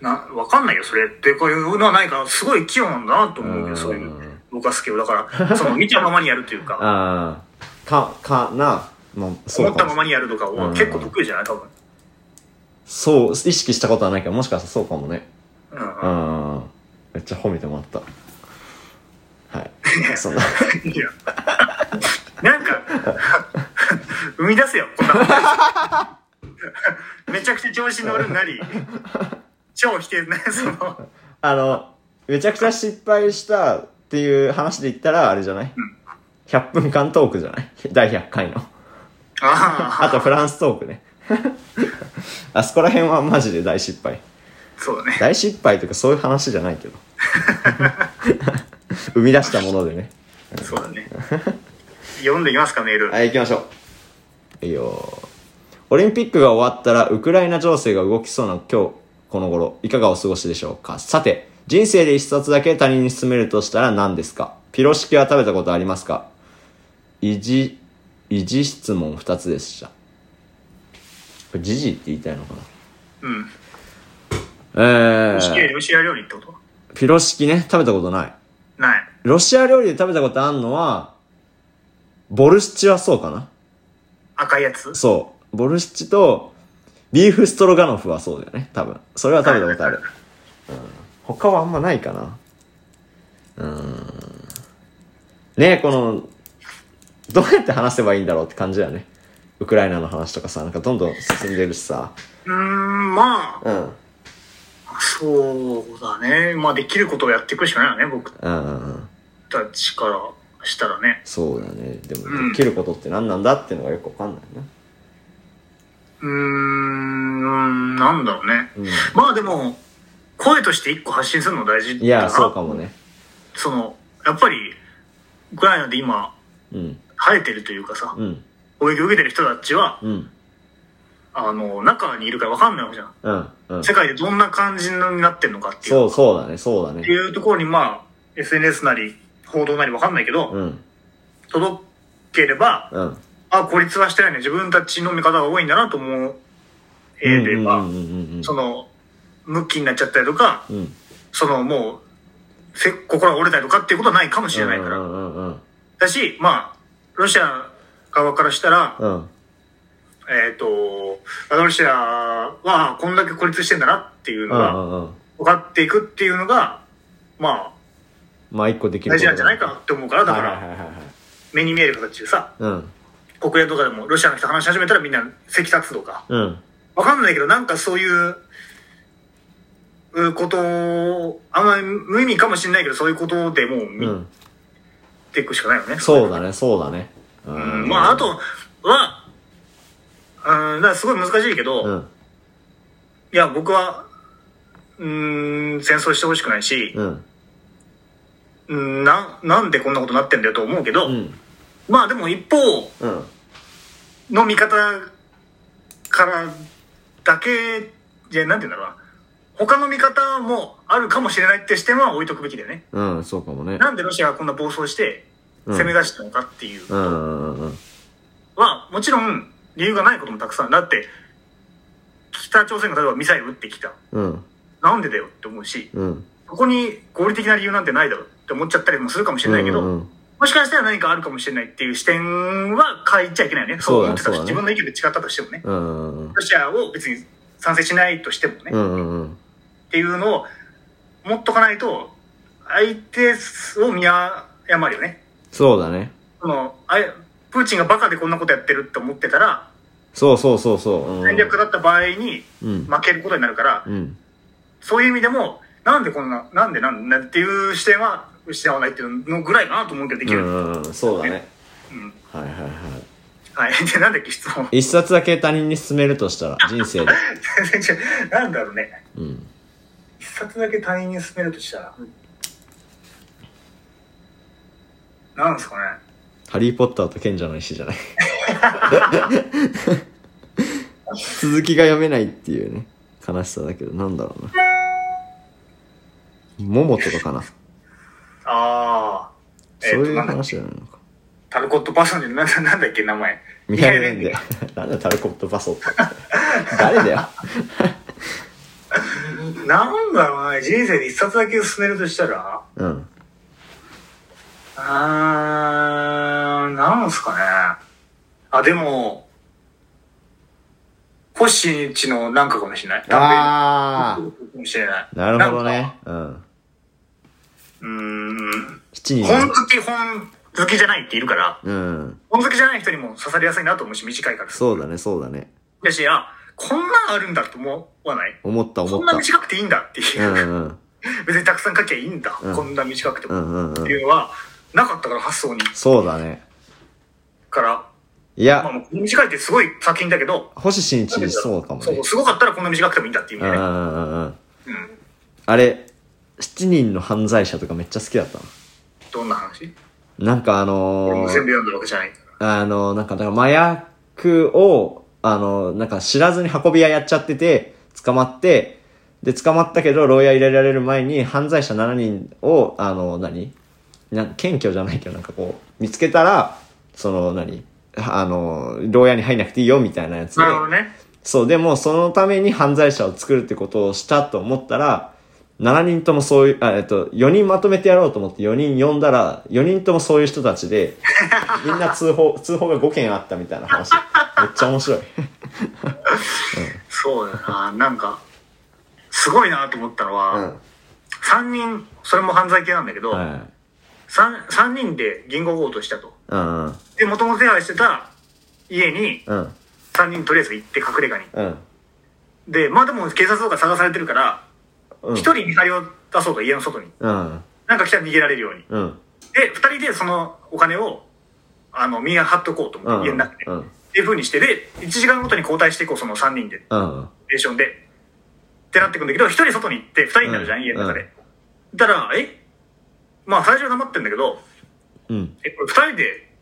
な、わかんないよ、それって。こういうのはないから、すごい器用なんだなと思うけど、そういう。動かす系を。だから、その、見たままにやるというか、 ああ。か、かな。まあ、そう思かったもままにやるとかは結構得意じゃない多分。そう、意識したことはないけど、もしかしたらそうかもね。ううん ん。めっちゃ褒めてもらった。はい。そんな。 うん。いや。 なんか、生み出せよ、こんなこと。 めちゃくちゃ調子乗るなり、超否定ね、 その、あの、めちゃくちゃ失敗したっていう話で言ったら、あれじゃない ?100 分間トークじゃない第100回の。あああ、とフランストークね。あそこら辺はマジで大失敗。そうだね。大失敗とかそういう話じゃないけど。生み出したものでね。そうだね。読んでいきますか、メール。はい、行きましょう。いいよオリンピックが終わったら、ウクライナ情勢が動きそうな今日、この頃、いかがお過ごしでしょうかさて、人生で一冊だけ他人に勧めるとしたら何ですかピロシキは食べたことありますか維持、維持質問2つでした。これ、ジジイって言いたいのかなうん。え牛ー、ロシア料理ってことピロシキね、食べたことない。ない。ロシア料理で食べたことあんのは、ボルシチはそうかな赤いやつそう。ボルシチと、ビーフストロガノフはそうだよね、多分。それは食べたことある。うん、他はあんまないかな。うん。ねえ、この、どうやって話せばいいんだろうって感じだよね。ウクライナの話とかさ、なんかどんどん進んでるしさ。うーん、まあ、うん。そうだね。まあ、できることをやっていくしかないよね、僕うんうんうん。たちからしたらね。そうだね。でうも、んできることって何なんだっていうのがよくわかんないね。うーん、なんだろうね。うん。まあでも、声として一個発信するの大事だないや、そうかもね。その、やっぱり、ウクライナで今、うん。晴れてるというかさ、うん。攻撃を受けてる人たちは、うん。あの、中にいるから分かんないわけじゃん。うん。うん。世界でどんな感じになってるのかっていう。そう、そうだね、そうだってね。いうところに、まあ、SNS なり、報道なり分かんないけど、うん。届ければ、うん。あ、孤立はしてないね。自分たちの見方が多いんだなと思えれば、うんうんうんうんうんその、ムッキになっちゃったりとか、うんその、もう、せ心が折れたりとかっていうことはないかもしれないから。うんうんうんだし、まあ、ロシア側からしたら、うんうんえっ、と、ロシアはこんだけ孤立してんだなっていううのが、んうんうん分かっていくっていうのが、ままあ一個できあ、ること大事なんじゃないかなって思うから、だだかからら、はいはいはいはい目に見える形でさ、うん国連とかでもロシアの人話し始めたらみんな席立つとか、うんわかんないけど、なんかそういう、うことを、あんまり無意味かもしれないけど、そういうことでもうう見んていくしかないよね。そうだねそうだねううんまあ、あとは、うん、だからすごい難しいけど、ういんや、僕は、うん、戦争してほしくないし、うんうん、な、なんでこんなことなってんだよと思うけど、うんまあでも一方うんの見方からだけ、じゃ、なんて言うんだろうな。他の見方もあるかもしれないって視点は置いとくべきだよね。うんそうかもねなんでロシアがこんな暴走してうん攻め出したのかっていううんうんうんは、もちろん理由がないこともたくさん。だって、北朝鮮が例えばミサイル撃ってきた。うんなんでだよって思うし、うんここに合理的な理由なんてないだろうって思っちゃったりもするかもしれないけど、うんうんもしかしたら何かあるかもしれないっていう視点は変えちゃいけないよね。そう思ってそたうだねそうだねし、自分の意見で違ったとしてもね。うんうんロシアを別に賛成しないとしてもね、うんっうんうんていうのを持っとかないと、相手を見誤るよね。そうだねそのあいプーチンがバカでこんなことやってるって思ってたら、そうそうそうそううん戦略だった場合にうん負けることになるから、うんそういう意味でも、なんでこんな、なんでなんだっていう視点は失わないっていうのぐらいかなと思うけどできうる。んうんそうだねうんはいはいはいはい。 で、なんだっけ、質問。一冊だけ他人に勧めるとしたら人生で全然違うなんだろうね。うん一冊だけ他人に勧めるとしたら、なんですかねハリー・ポッターと賢者の石じゃない続きが読めないっていうね悲しさだけどなんだろうな桃とかかなああそういう話じゃないのかタルコットパーソンじゃななんだっけ名前見られるんだよなんだタルコットパソって誰だよなんだろうな人生で一冊だけ勧めるとしたらうんあーなんすかねあでもコッシーんちのなんかかもしれないあ短編かもしれないあなるほどなんねかうんうーん七人本好き本好きじゃないっているからうん本好きじゃない人にも刺さりやすいなと思うし短いからそうだねそうだねだし、あ、こんなんあるんだと思わない思った思こんっなた短くていいんだっていうう。んうん別にたくさん書きゃいいんだ。うんこんな短くてうも。んうんうっんていうのは、なかったから発想に。そうだねから、いまあやもうこの短いってすごい作品だけど、星新一そうかもそねう、すごかったらこんな短くてもいいんだっていうう意んうん味でね。うんうんうん。あれ7人の犯罪者とかめっちゃ好きだったのどんな話なんかあの俺も全ー、部読んだわけじゃないから。あのなんかだから麻薬をあのなんか知らずに運び屋やっちゃってて捕まってで捕まったけど牢屋入れられる前に犯罪者7人をあの何なん謙虚じゃないけどなんかこう見つけたらその何あの牢屋に入んなくていいよみたいなやつでなるほどね。そう、でもそのために犯罪者を作るってことをしたと思ったら、7人ともそういう、あ、えっと、4人まとめてやろうと思って4人呼んだら、4人ともそういう人たちで、みんな通報、通報が5件あったみたいな話。めっちゃ面白い。そうだな。なんか、すごいなと思ったのうは、ん。 3人、それも犯罪系なんだけど、はい。三三人で銀行強盗したと。うんうん。で、もともと手配してた家にうん。 3人とりあえず行って隠れ家に。うん。で、まあでも警察とか探されてるから、うん。 1人見張りを出そうと家の外に。うん。なんか来たら逃げられるように。うん。で、2人でそのお金を、あの、見張っとこうとう思っん。て、家の中で。うっん。ていう風にして、で、1時間ごとに交代していこう、その3人で、うん。ステーションで。ってなってくんだけど、1人外に行って、2人になるじゃうんん、家の中で。だから、えまあ最初は黙ってんだけど、うん。え、これ2人で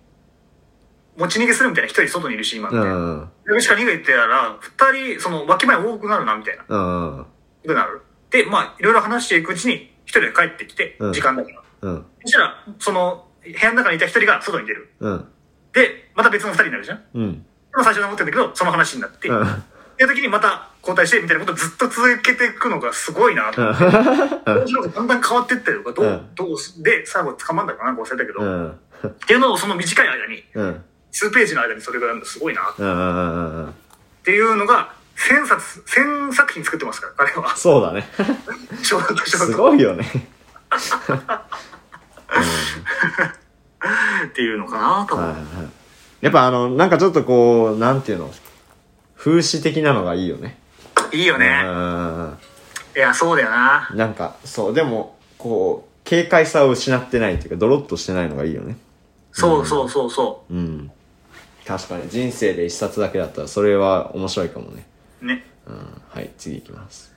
持ち逃げするみたいな、1人外にいるし、今みたいな。うん。でもしか逃げてたら、二人、その、脇前多くなるな、みたいな。うん。多くなる。で、まあ、いろいろ話していくうちに、一人で帰ってきてうん、時間だから。うん。そしたら、その、部屋の中にいた一人が外に出る。うん。で、また別の二人になるじゃん。でうん。も最初は思ってんだけど、その話になって、うん。っていう時にまた交代して、みたいなことをずっと続けていくのがすごいなと思って。面白くだんだん変わってってるか、どう、うんどうす、で、最後捕まんだかなんか忘れたけうど、っん。ていうのをその短い間に、うん。数ページの間にそれがすごいな、っうん。ていうのが、千冊、千作品作ってますから、彼は。そうだね。ちょうどちょうすどごいよね。っていうのかなと思う、はいはいやっぱあの、なんかちょっとこう、なんていうの、風刺的なのがいいよね。い、いようね、ん。いやそうだよななんか、そう、でも、こう、軽快さを失ってないっていうか、ドロッとしてないのがいいよね。そうそうそうそうん。確かに、人生で一冊だけだったら、それは面白いかもね。うねうん。はい、次いきます。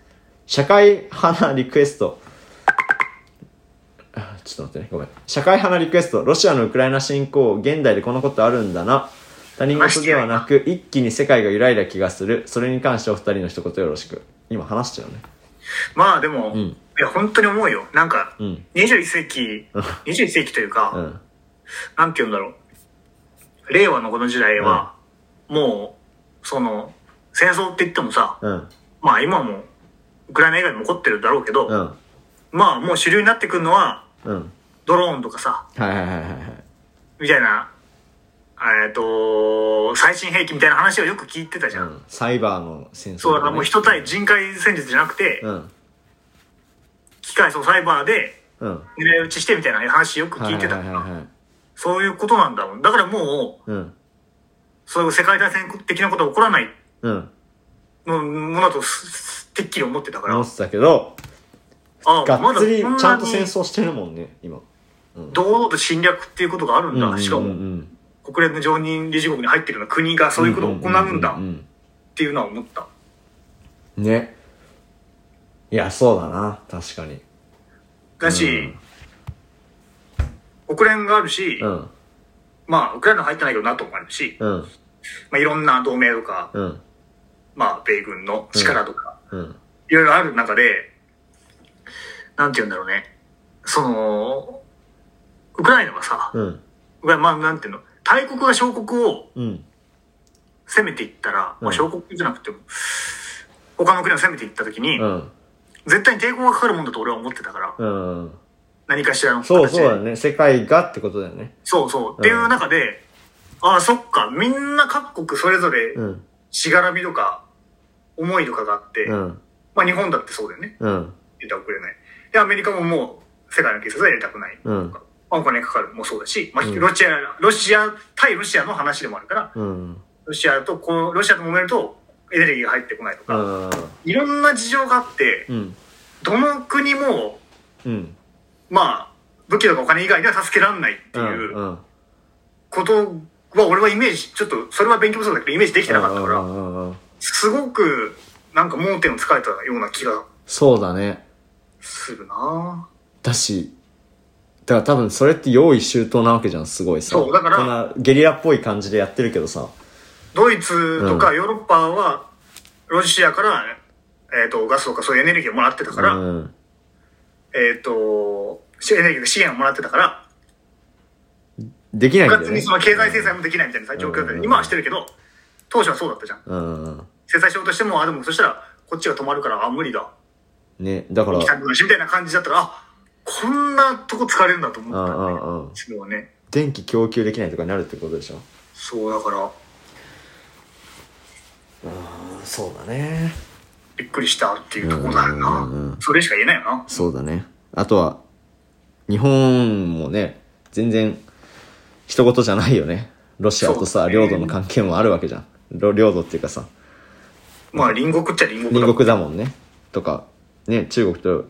社会派なリクエスト。あちょっと待ってね、ごめん。社会派なリクエスト。ロシアのウクライナ侵攻、現代でこのことあるんだな。他人事ではなく、一気に世界が揺らいだ気がする。それに関してお二人の一言よろしく。今話したよね。まあでも、うんいや本当に思うよなんか、うん。 21世紀21世紀というか、うん。なんて言うんだろう令和のこの時代は、もうその戦争って言ってもさうん。まあ今もウクライナ以外も起こってるだろうけど、うん。まあもう主流になってくるのはうん。ドローンとかさはいはいはいはいはい。みたいなえっと最新兵器みたいな話をよく聞いてたじゃうんん。サイバーの戦争、そうだからもう人対。人海戦術じゃなくて、うん。機械そうサイバーでうん。狙い撃ちしてみたいな話よく聞いてた、はいはいはいはい。そういうことなんだもんだからもううん。そういう世界大戦的なことは起こらないうん。もものだとすすてっきり思ってたから、思ってたけど、あがっつりこちゃんと戦争してるもんね、今。堂々と侵略っていうことがあるんだ、しかうんうもん国連の常任理事国に入ってるような国がそういうことを行うんだうっんていうのは思った、うんねいやそうだな確かにだし、国連があるし、うんまあウクライナ入ってないけど NATO もあるし、うんまあ、いろんな同盟とか、うんまあ米軍の力とか、うんいろいろある中で、なんて言うんだろうね。その、ウクライナはさ、うんウクライナまあなんていうの、大国が小国をうん攻めていったら、うんまあ小国じゃなくても、他の国を攻めていった時に、うん絶対に抵抗がかかるもんだと俺は思ってたかうら、ん何かしらのそう形で。そうだね世界がってことだよねそうそうっていう中で、ああ、そっか、みんな各国それぞれうんしがらみとか、思いとかがあって、うんまあ日本だってそうだよね。うん入れたくれない。で、アメリカももう世界の警察はやりたくない。うんまあお金かかるもそうだし、まあ、うんロシア、ロシア、対ロシアの話でもあるから、うんロシアと、このロシアと揉めると、エネルギーが入ってこないとか、うんいろんな事情があって、うんどの国も、うんまあ、武器とかお金以外では助けられないっていううんことは、俺はイメージ、ちょっと、それは勉強不足だけど、イメージできてなかったかうら、んうんうんうんすごく、なんか盲点をつかれたような気がそうだねするなだしだから多分それって用意周到なわけじゃんすごいさそうだからこんなゲリラっぽい感じでやってるけどさドイツとかヨーロッパは、ロシアから、えっ、と、ガスとかそういうエネルギーをもらってたから、うん、えっ、と、エネルギーの資源をもらってたから、できないんだよ別にねその経済制裁もできないみたいな状況うで、ん今はしてるけど、当初はそうだったじゃん。うんうん制裁しようとしても、あ、でもそしたら、こっちが止まるから、あ、無理だ。ねだから来たくないし、みたいな感じだったら、あ、こんなとこ疲れるんだと思ったうんうんようねん。自分はね。電気供給できないとかになるってことでしょそう、だから、そうだねびっくりしたっていうところだようんうんう。なんそれしか言えないよな。そうだねあとは日本もね全然一事じゃないよねロシアとさ、そうだね領土の関係もあるわけじゃんろ領土っていうかさまあ、隣国っちゃ隣国だ隣国だもんねとかね中国と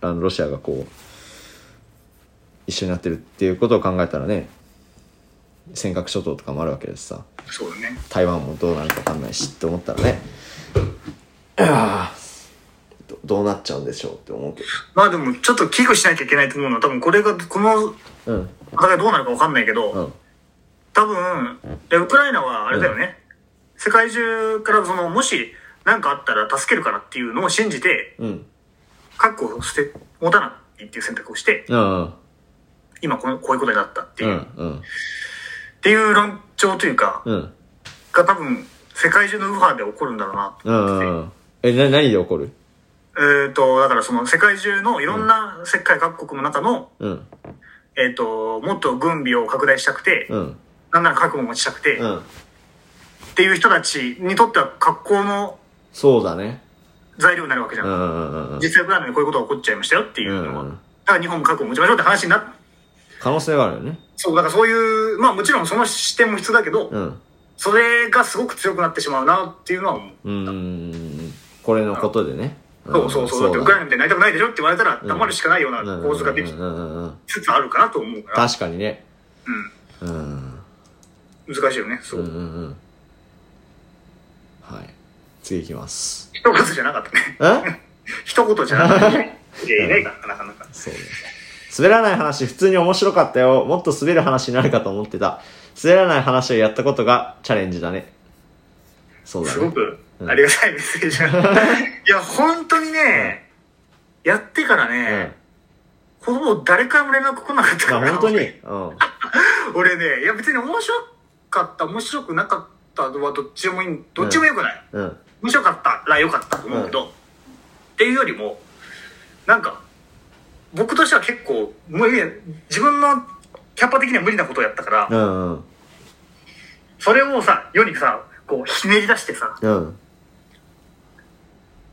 あのロシアがこう一緒になってるっていうことを考えたらね尖閣諸島とかもあるわけですさそうだね。台湾もどうなるか分かんないしって思ったらねあーどどうなっちゃうんでしょうって思うけまあでも、ちょっと危惧しなきゃいけないと思うのは、多分これが、このどうん戦いどうなるかわかんないけど、うん多分、でウクライナはあれだよね、世界中からその、もし何かあったら助けるからっていうのを信じて、うん核を捨て、持たないっていう選択をして、うん今このこういうことになったってういう、んっうんていう論調というか、うんが多分、世界中の右派で起こるんだろうなうんうんうんえな何で起こるえっ、と、だからその世界中のいろんな世界各国の中の、うんえっ、と、もっと軍備を拡大したくて、うんなんなら核も持ちたくて、うっんていう人たちにとっては格好のそうだね材料になるわけじゃ。うんんうんうんうん実際ウクライナでこういうことが起こっちゃいましたよっていうのは、うんうんだから日本も核を持ちましょうって話になっ可能性はあるよねそうだからそういうまあもちろんその視点も必要だけど、うんそれがすごく強くなってしまうなっていうのは思う、うーんこれのことでねそうそうそうだってウクライナみたいになりたくないでしょって言われたらん黙るしかないようなナ構図ができつつあるかなと思うから、確かにねうんうん、難しいよねそう、うんうんうんはい次いきます一言じゃなかったね え一言じゃなかったね言えないからなかなかそうね滑らない話普通に面白かったよもっと滑る話になるかと思ってた滑らない話をやったことがチャレンジだねそうだすごねくうんありがたいメッセージが いや本当にね、やってからね、ほぼ誰からも連絡来なかったまかあら本当にうん俺ね、いや別に面白かった、面白くなかったはどっちでもいい、どっちでもよくない。うん面白かったらよかったと思うけど、っていうよりも、なんか、僕としては結構、無理、自分のキャパ的には無理なことをやったかうら、んうんそれをさ、世にさ、こう、ひねり出してさ、うん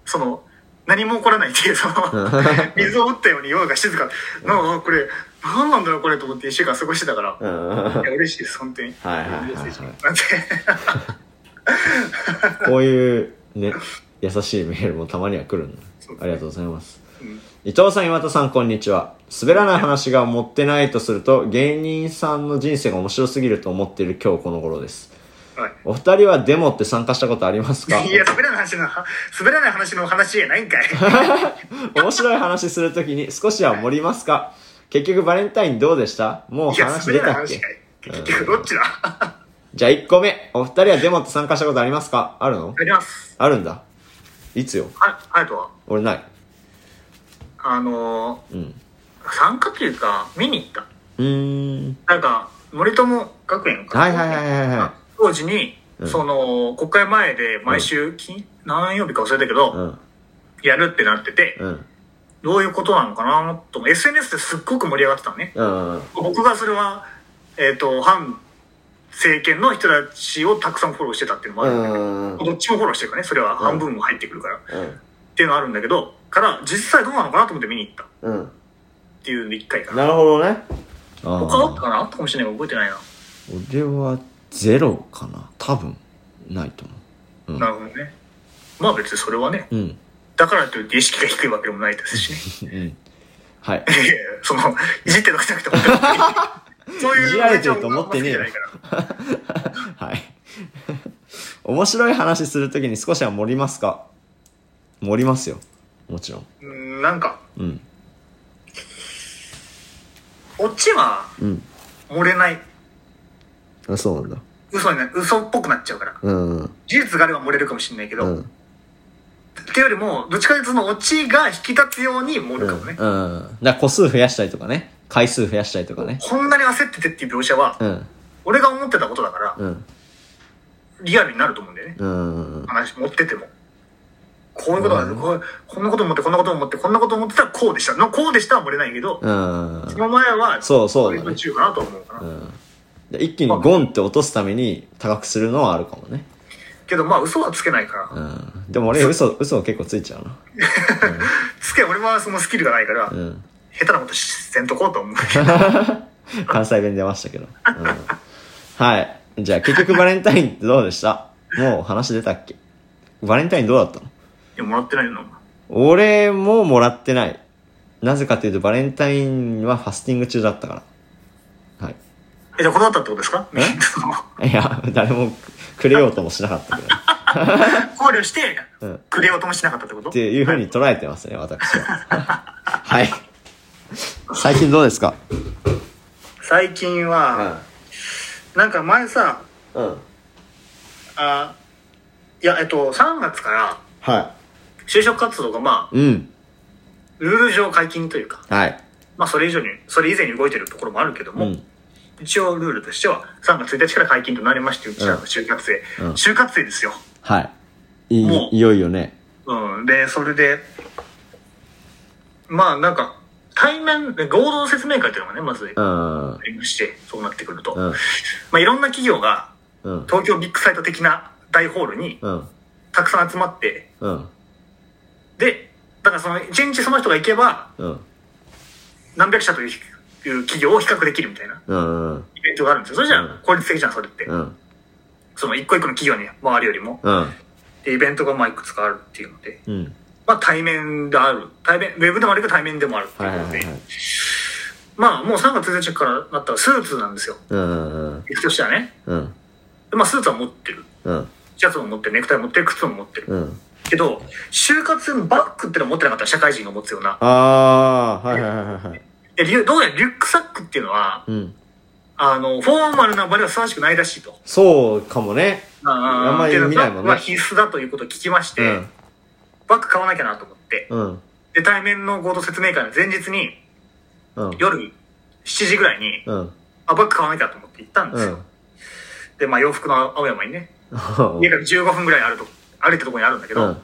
その、何も起こらないっていう、その、水を打ったように世が静か。なんか、これ、何なんだろうこれと思って一週間過ごしてたから、うんいや嬉しいです、本当に。はいはいはいはいメッセージもらってこういうね優しいメールもたまには来るんだありがとうございますうん伊藤さん、岩田さん、こんにちは。滑らない話が持ってないとすると、芸人さんの人生が面白すぎると思っている今日この頃です。はいお二人はデモって参加したことありますかいや、滑らない話の、は滑らない話の話じゃない んかい。面白い話するときに少しは盛りますか結局バレンタインどうでしたもういや、話出滑らないたっ話けかい。結局、どっちだあじゃあ1個目。お二人はデモって参加したことありますかあるのります。あるんだ。いつよは、はやとは、俺ない。あのうん。ー、参加というか、見に行った。うーん。なんか、森友学園か。はいはいはいはいはい当時に、うんその、国会前で毎週、金何曜日か忘れたけど、うん。やるってなってて、うん。どういうことなのかなと思う SNS ですっごく盛り上がってたのね。うん。うん。僕がそれは、えっ、と、反政権の人たちをたくさんフォローしてたっていうのもあうるんだけどん。どっちもフォローしてるからね、それは半分も入ってくるから、っうん。ていうのあるんだけど、から、実際どうなのかなと思って見に行ったっうん。ていうので一回から。なるほどね。あ他あっーたかなあったかもしれないけど覚えてないな。俺はゼロかな多分ないと思ううんなるほどね。まあ別にそれはね、うん。だからといって意識が低いわけでもないです しね。うん。はい。いやいやその、いじってなくなく ても。そういういじられてると思ってねえよあんま好きじゃないからはい。面白い話するときに少しは盛りますか盛りますよ。もちろん。うんなんか、うん。オチはうん。漏れない。あ、そうなんだ。嘘にな、嘘っぽくなっちゃうから。うんうん。事実があれば漏れるかもしれないけど、うっん。ていうよりも、どっちかというとそのオチが引き立つように漏うるん。かうもね。ん。だから個数増やしたりとかね。回数増やしたりとかね。こんなに焦っててっていう描写は、うん。俺が思ってたことだから、うん。リアルになると思うんだよね。うん。話持ってても。こういうことが、うんこうこんなこと思って、こんなこと思って、こんなこと思ってたらこうでした。のこうでしたは漏れないけど、うんそ。の前は、そうそうだねいう中かなと思うかな。うん。で一気にゴンって落とすために高くするのはあるかもね。けどまあ嘘はつけないかうら、ん。でも俺嘘、嘘結構ついちゃうな。つけ俺はそのスキルがないから、うん。下手なことしせんとこうと思う関西弁出ましたけど。うん、はい。じゃあ結局バレンタインってどうでしたもう話出たっけバレンタインどうだったのいやもらってないの俺ももらってない。なぜかというとバレンタインはファスティング中だったから。はい。えじゃあ断ったってことですかえいや、誰もくれようともしなかったけど。 考慮してうんくれようともしなかったってことっていうふうに捉えてますね、私は。はい。最近どうですか最近は、なんか前さうん。あいやえっと3月からは就職活動がまあい。うん。ルール上解禁というかはい。まあそれ以上にそれ以前に動いてるところもあるけどうも、ん。一応ルールとしては3月1日から解禁となりましてうちらの就活生、うん就活生ですよはい。いも、ういよいよね。うん、で、それで、まあなんか、対面、で合同説明会っていうのがね、まずうん。うんあ。りまして、そうなってくると。うん。まあいろんな企業が、うん。東京ビッグサイト的な大ホールにうん。たくさん集まって、うん。で、だからその、一日その人が行けば、うん。何百社といういう企業を比較できるみたいなうん。イベントがあるんですよ。それじゃうんあ効率的じゃん、それって。うん。その一個一個の企業に回るよりも。うん。で、イベントがまあいくつかあるっていうので、うん。まあ対面である。対面、ウェブでもあるけど対面でもあるっていはういはいことはでい。はい。まあ、もう3月1日からなったらスーツなんですよ。うん。行くとしてはね。うん。でまあ、スーツは持ってる。うん。シャツも持ってる、ネクタイも持ってる、靴も持ってる。うん。けど、就活用のバッグってのは持ってなかったら社会人が持つような。ああー、はいはいはいはいはい。で、理由どうやらリュックサックっていうのは、うん。あの、フォーマルな場ではふさわしくないらしいと。そうかもね。ああんまり見ないもんねバッグは必須だということを聞きましうて、ん。バッグ買わなきゃなと思って。うん。で、対面の合同説明会の前日に、うん。夜7時ぐらいに、うん。あ、バッグ買わなきゃと思って行ったんでうすんよ。。で、まあ洋服の青山にね、家から15分ぐらいあると、歩いたところにあるんだけうど、ん。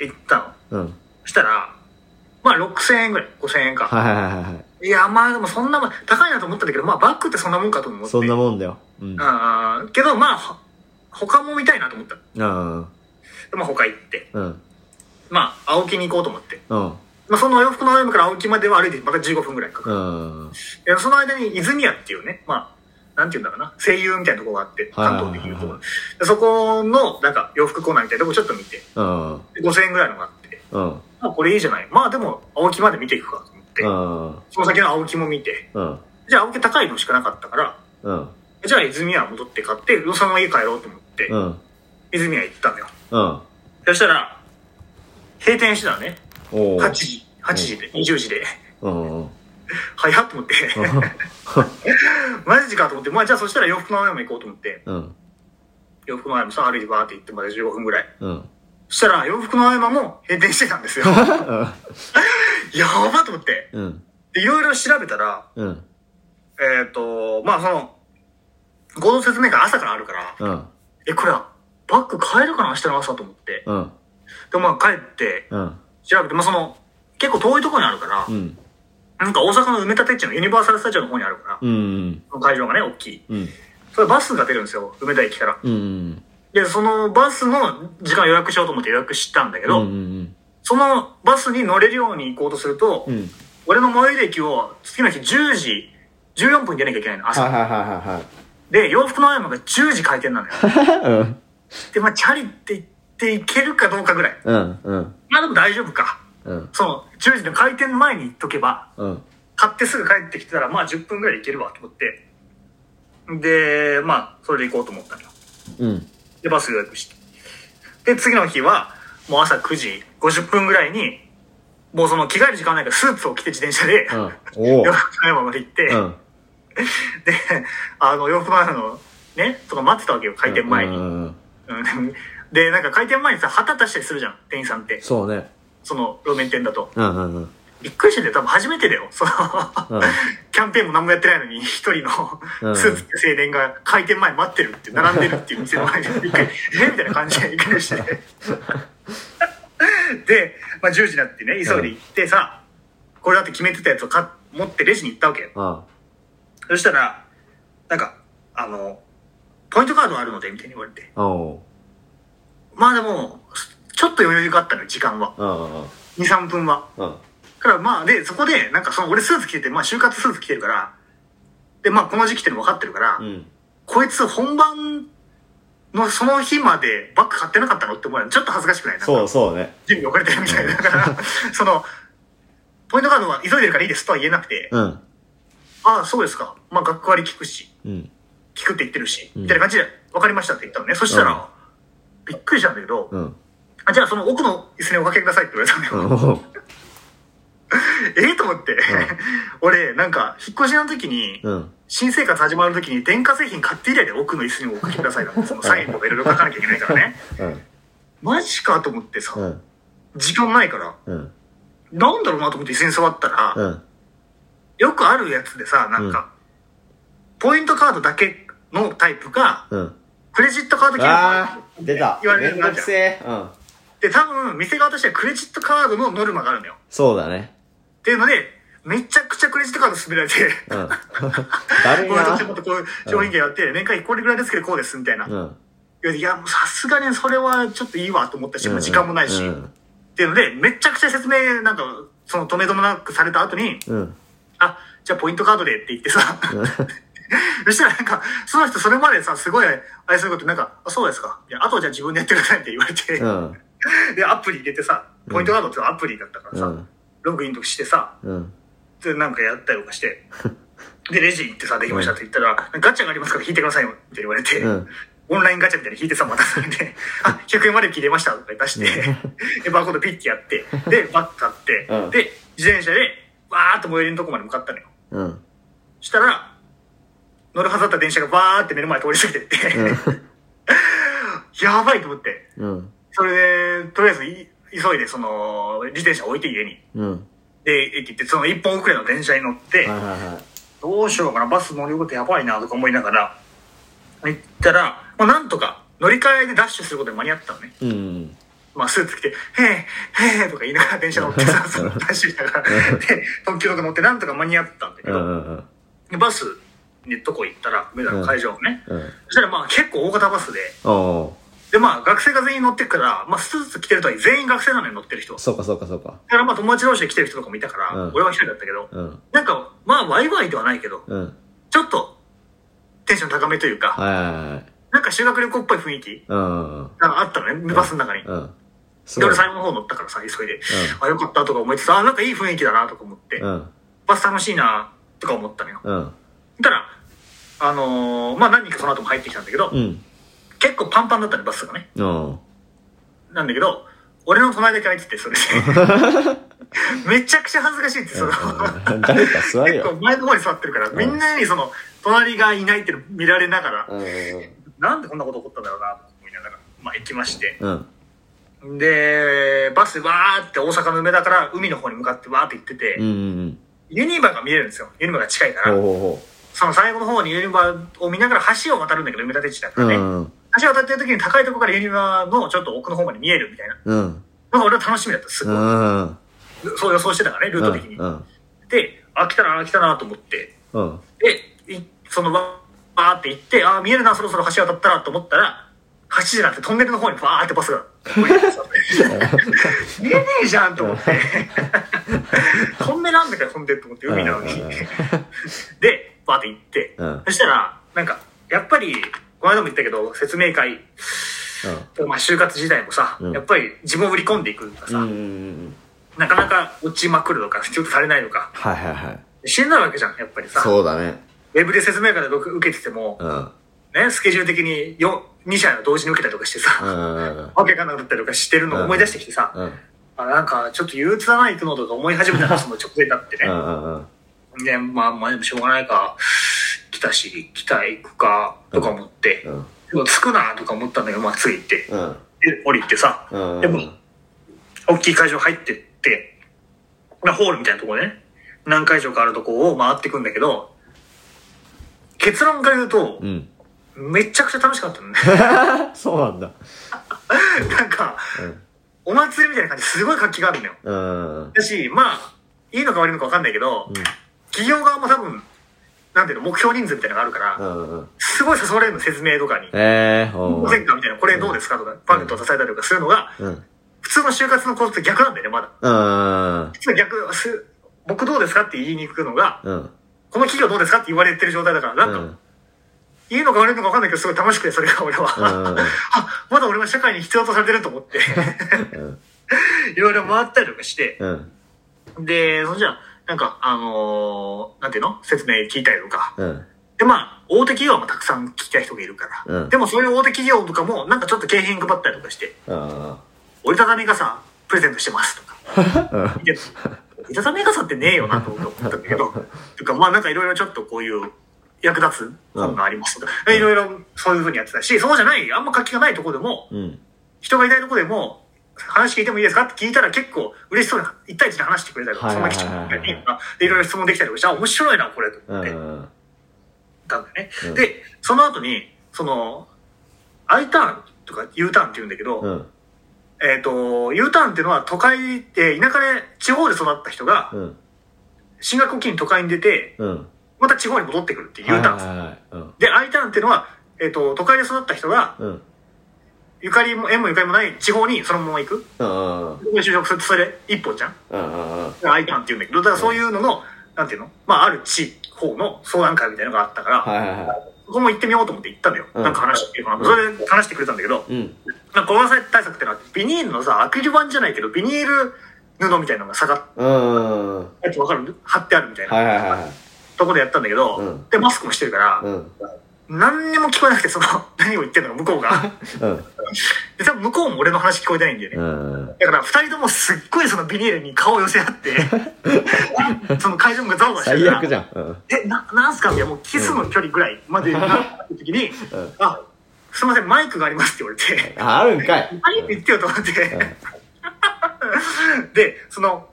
行ったの。うん。そしたら、まあ6000円ぐらい、5000円か。はいはいはいはい。い、や、まあでもそんなもん、高いなと思ったんだけど、まあバッグってそんなもんかと思って。そんなもんだよ。うん。あーけどまあ、ほ他も見たいなと思った。うん。で、まあ他行って。うん。まあ、青木に行こうと思って。うん。まあその洋服の青山から青木までは歩いてまた15分ぐらいかかる。うん。いやその間に泉屋っていうね、まあ、なんて言うんだろうな、声優みたいなとこがあって、はい関東的に言うとこはいはろ。でそこの、なんか洋服コーナーみたいなとこちょっと見て、うん。で5000円ぐらいのがあって、うん。まあこれいいじゃない。まあでも、青木まで見ていくかと思ってう、ん。その先の青木も見て、うん。じゃあ、青木高いのしかなかったから、うん。じゃあ、泉屋戻って買って、その家帰ろうと思ってう、ん。泉屋行ったのよ。うん。そしたら、閉店してたのね。おお。 8時、8時で、20時で。 うん。うん。早っと思って。 マジかと思って、まあじゃあそしたら洋服の青山行こうと思って、うん。洋服の青山さ、歩いてバーって行ってまで15分ぐらい。うん。そしたら、洋服の青山も閉店してた んですよ。やばと思って。うん。で、いろいろ調べたら、うん。えっ、と、まあその、合同説明会朝からあるから、うん。え、これ、バッグ買えるかな明日の朝と思って。うん。で、まあ帰って、うん。調べて、まあその、結構遠いところにあるからう、ん。なんか大阪の埋め立て地のユニバーサルスタジオの方にあるから、うん。その会場がね、大きい。うん。それバスが出るんですよ、梅田駅から。うん。で、そのバスの時間予約しようと思って予約したんだけうど、ん。そのバスに乗れるように行こうとすると、うん。俺の最寄り駅を次の日10時、14分に出なきゃいけないの、朝。はいはいはいで、洋服の青山が10時開店なのよ。はいはい。で、まあチャリって言っっていけるかどうかぐらい。うんうんまあでも大丈夫か。うんその、10時の開店前に行っとけば、うん買ってすぐ帰ってきてたら、まあ10分ぐらい行けるわと思って。で、まあ、それで行こうと思ったのよ。うんで、バス予約して。で、次の日は、もう朝9時50分ぐらいに、もうその着替える時間ないからスーツを着て自転車で、うんおお洋服買い場まで行って、うんで、あの、洋服買い場の、ね、とか待ってたわけよ、開店前に。うんうんうんうんで、なんか開店前にさ、旗出したりするじゃん、店員さんって。そうねその、路面店だと。うんうんうんびっくりしてて、多分初めてだよ。その、キャンペーンも何もやってないのに、一人のうんスーツ着て青年が開店前待ってるって、並んでるっていう店の前で、びっくり、えみたいな感じでびっくりして。で、まあ、10時になってね、急いで行ってさ、これだって決めてたやつを買っ持ってレジに行ったわけよ。あそしたら、なんか、あの、ポイントカードあるので、みたいに言われて。あおまあでも、ちょっと余裕があったのよ、時間は。ああ2、3分は。あうんだからまあ、で、そこで、なんかその、俺スーツ着てて、まあ、就活スーツ着てるから、で、まあ、この時期っての分かってるから、うんこいつ本番のその日までバッグ買ってなかったのって思うのちょっと恥ずかしくないなんかそうそうね準備遅れてるみたいな。だから、 その、ポイントカードは急いでるからいいですとは言えなくて、うんああ、そうですか。まあ、学割聞くし、うん聞くって言ってるし、うんみたいな感じで、分かりましたって言ったのね。そしうたんら、びっくりしたんだけど、うんあじゃあその奥の椅子におかけくださいって言われたんだよ。おう ええと思って、 俺、なんか、引っ越しの時に、うん新生活始まる時に電化製品買って以来で奥の椅子におかけくださいなん て、そのサインとかいろいろ書かなきゃいけないからね。うんマジかと思ってさ、うん時間ないから、うんなんだろうなと思って椅子に座ったら、うんよくあるやつでさ、なんか、ポイントカードだけのタイプが、うんクレジットカード機ああ能出た言われめるんようどになくっちゃうせえうんで、多分、店側としてはクレジットカードのノルマがあるのよ。そうだねっていうので、めちゃくちゃクレジットカード勧められて、うんだるいこの人たちもっなとこういう商品券やって、年会費これぐらいですけどこうです、みたいな。うんいや、もうさすがにそれはちょっといいわと思ったし、もう時間もないし。うっんていうので、めちゃくちゃ説明、なんか、その止めどもなくされた後に、うんあ、じゃあポイントカードでって言っ てさ、そしたらなんか、その人それまでさ、すごい、あれすること、なんか、あ、そうですか。いや、あとはじゃあ自分でやってくださいって言われて、うんで、アプリ入れてさ、ポイントカードってアプリだったからうさ、んログインとかしてさ、うんで、なんかやったりとかして、 で、レジ行ってさ、できましたって言ったら、ガチャがありますから引いてくださいよって言われて、うんオンラインガチャみたいに引いてさ、またそれ で、あ、100円まで切れましたとか出して、で、バーコードピッてやって、 で、バッグ買って、うんで、自転車で、わーっと最寄りのとこまで向かったのよ。うんしたら、乗るはずだった電車がバーって目の前通り過ぎてって、 やばいと思って、うんそれで、とりあえずい急いで、その、自転車置いて家に。うんで、駅行って、その一本遅れの電車に乗って、はいはいはいどうしようかな、バス乗りことやばいな、とか思いながら、行ったら、まあ、なんとか、乗り換えでダッシュすることに間に合ったのね。うんまあ、スーツ着て、へえ、へえ、とか言いながら電車乗ってさ、そのダッシュしながら、で、特急とか乗ってなんとか間に合ったんだけうど、んうんでバスにとこ行ったら、梅田の会場のね、うんそしたらまあ結構大型バスで、おおでまあ学生が全員乗ってくから、まあスーツ着てるとは全員学生なのに乗ってる人。だそうかそうかそうかからまあ友達同士で来てる人とかもいたから、うん俺は一人だったけど、うんなんかまあワイワイではないけど、うんちょっとテンション高めというか、はいはいはいなんか修学旅行っぽい雰囲気うんうんがあったのね、バスの中に。うんすで、ごい俺最後の方乗ったからさ、急いで、うあ、よかったとか思いつつ、あ、なんかいい雰囲気だなとか思って、うんバス楽しいなとか思ったのよ。うんそしたら、あのーまあ何人かその後も入ってきたんだけど、うん結構パンパンだったね、バスがね。うんなんだけど、俺の隣で書いてて、そ れで。めちゃくちゃ恥ずかしいって、その、誰か座る結構よ前の方に座ってるから、みんなにその、隣がいないっての見られながら、うんなんでこんなこと起こったんだろうな、と思いながら、まあ行きまして。うんで、バスでわーって大阪の梅田から海の方に向かってわーって行ってて、うんうんユニバーが見れるんですよ。ユニバーが近いかほうら。ほその最後の方にユニバーを見ながら橋を渡るんだけど、梅田地だかうほうらうね。ん橋を渡ってる時に高いところからユニバーのちょっと奥の方まで見えるみたいな。うんなんか俺は楽しみだった、すうごい。んそう予想してたからね、ルート的に。うんで、あ、来たな、来たなと思って、うんで、いそのわわーって行って、あー、見えるな、そろそろ橋渡ったなと思ったら、橋じゃなくてトンネルの方にバーってバ スが降りてきたんで。見えねえじゃんと思って。 トンネルなんだから、ほんでと思って、海なのにうんうんうん。で、バーって行って、うんそしたら、なんか、やっぱり、この間も言ったけど、説明会、まあ、就活時代もさ、うんやっぱり自分を売り込んでいくとかうさ、んうんうんなかなか落ちまくるとか、必要とされないとか、はいはいはいしんどいわけじゃん、やっぱりさ。そうだねウェブで説明会で僕受けてても、うんね、スケジュール的によ2社の同時に受けたりとかしてさ、うんうんうんわけがなかったりとかしてるのを思い出してきてさ、うんあなんかちょっと憂鬱だな、行くのとか思い始めたら、その直前になってうね。んうんうんで、まあまあでもしょうがないか、来たし、来た、行くか、とか思って、うんでも着くな、とか思ったんだけど、まあ着いて、うんで降りてさ、うんでも大きい会場入ってって、まあ、ホールみたいなところね、何会場かあるとこを回ってくんだけど、結論から言うとう、んめちゃくちゃ楽しかったのね。そうなんだなんか、うんお祭りみたいな感じ、すごい活気があるのよ。うんだし、まあ、いいのか悪いのか分かんないけど、うん企業側も多分、なんていうの、目標人数みたいなのがあるから、うんうんすごい誘われるの、説明とかに。ええほ前回みたいな、これどうですかとか、パーフェクトを支えたりとかするのが、うん普通の就活のコースと逆なんだよね、まだ。うん普通は逆、す僕どうですかって言いに行くのが、うんこの企業どうですかって言われてる状態だから、うなんか、んいいのか悪いのか分かんないけど、すごい楽しくて、それが俺は。うん あ、まだ俺は社会に必要とされてると思 って、うんいろいろ回ったりとかして、うんで、そんじゃ、なんか、あのーなんていうの説明聞いたりとか。うんで、まあ、大手企業もたくさん聞きたい人がいるかうら。んでも、そういう大手企業とかも、なんかちょっと景品配ったりとかして、うん折りたたみ傘、プレゼントしてますとか。いや折りたたみ傘ってねえよなと思ったんだけど、とか、まあなんかいろいろちょっとこういう役立つ本がありますとか、いろいろそういうふうにやってたし、そうじゃない、あんま活気がないとこでも、うん人がいないとこでも、話聞いてもいいですかって聞いたら結構嬉しそうな、一対一で話してくれたりとか、はいそんはない貴はい重はないいいな。で、いろいろ質問できたりとかして、あ、面白いな、これ、と思うって。んったんだよね。うんで、その後に、その、I ターンとか U ターンって言うんだけど、うんえっ、と、U ターンっていうのは都会で、田舎で、地方で育った人が、うん進学を機に都会に出て、うんまた地方に戻ってくるっていう U ターンです。うんで、I ターンっていうのは、えっ、と、都会で育った人が、うんゆかりも、縁もゆかりもない地方にそのまま行く。うんそこに就職するとそれ一歩じゃん。うんだから I ターンって言うんだけど、だからそういうのの、なんていうのまあ、ある地方の相談会みたいなのがあったから、はいはいはそこも行ってみようと思って行ったんだよ。うんなんか話してくれるかな。うそんれで話してくれたんだけど、いうんまあ、コロナ対策ってのは、ビニールのさ、アクリル板じゃないけど、ビニール布みたいなのが下がっうんはて、わかる貼ってあるみたいいなはいはところでやったんだけど、うんで、マスクもしてるからい、うん何にも聞こえなくて、その、 何を言ってんのか向こ うが。うんで、多分向こうも俺の話聞こえてないんだよね。うんだから、二人ともすっごいそのビニールに顔を寄せ合って、 その会場がざわざわしてる最から悪じ、ゃんうんえ、な、なんすかみたいな、もうキスの距離ぐらいまでなった時に、 うんあ、すいません、マイクがありますって言われて、ああるんかいマイク言ってよと思って、 で、その、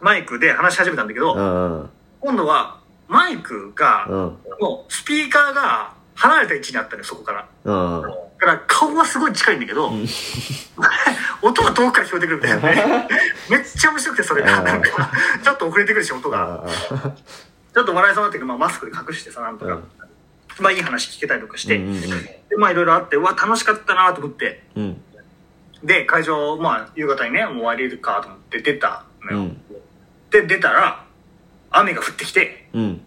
マイクで話し始めたんだけど、うんうん今度は、マイクうが、んもう、スピーカーが離れた位置にあったのよ、そこから。うんだから、顔はすごい近いんだけど、ん 音が遠くから聞こえてくるみたいなね。めっちゃ面白くて、それうが。んなんか、ちょっと遅れてくるし、音が。ちょっと笑いそうになったけど、まあ、マスクで隠してさ、なんとか。まあ、いい話聞けたりとかして、うんうんうんで、まあ、いろいろあって、うわ、楽しかったなと思って、うんで、会場、まあ、夕方にね、もう終わりるかと思って出たのうよ。んで、出たら、雨が降ってきて、うん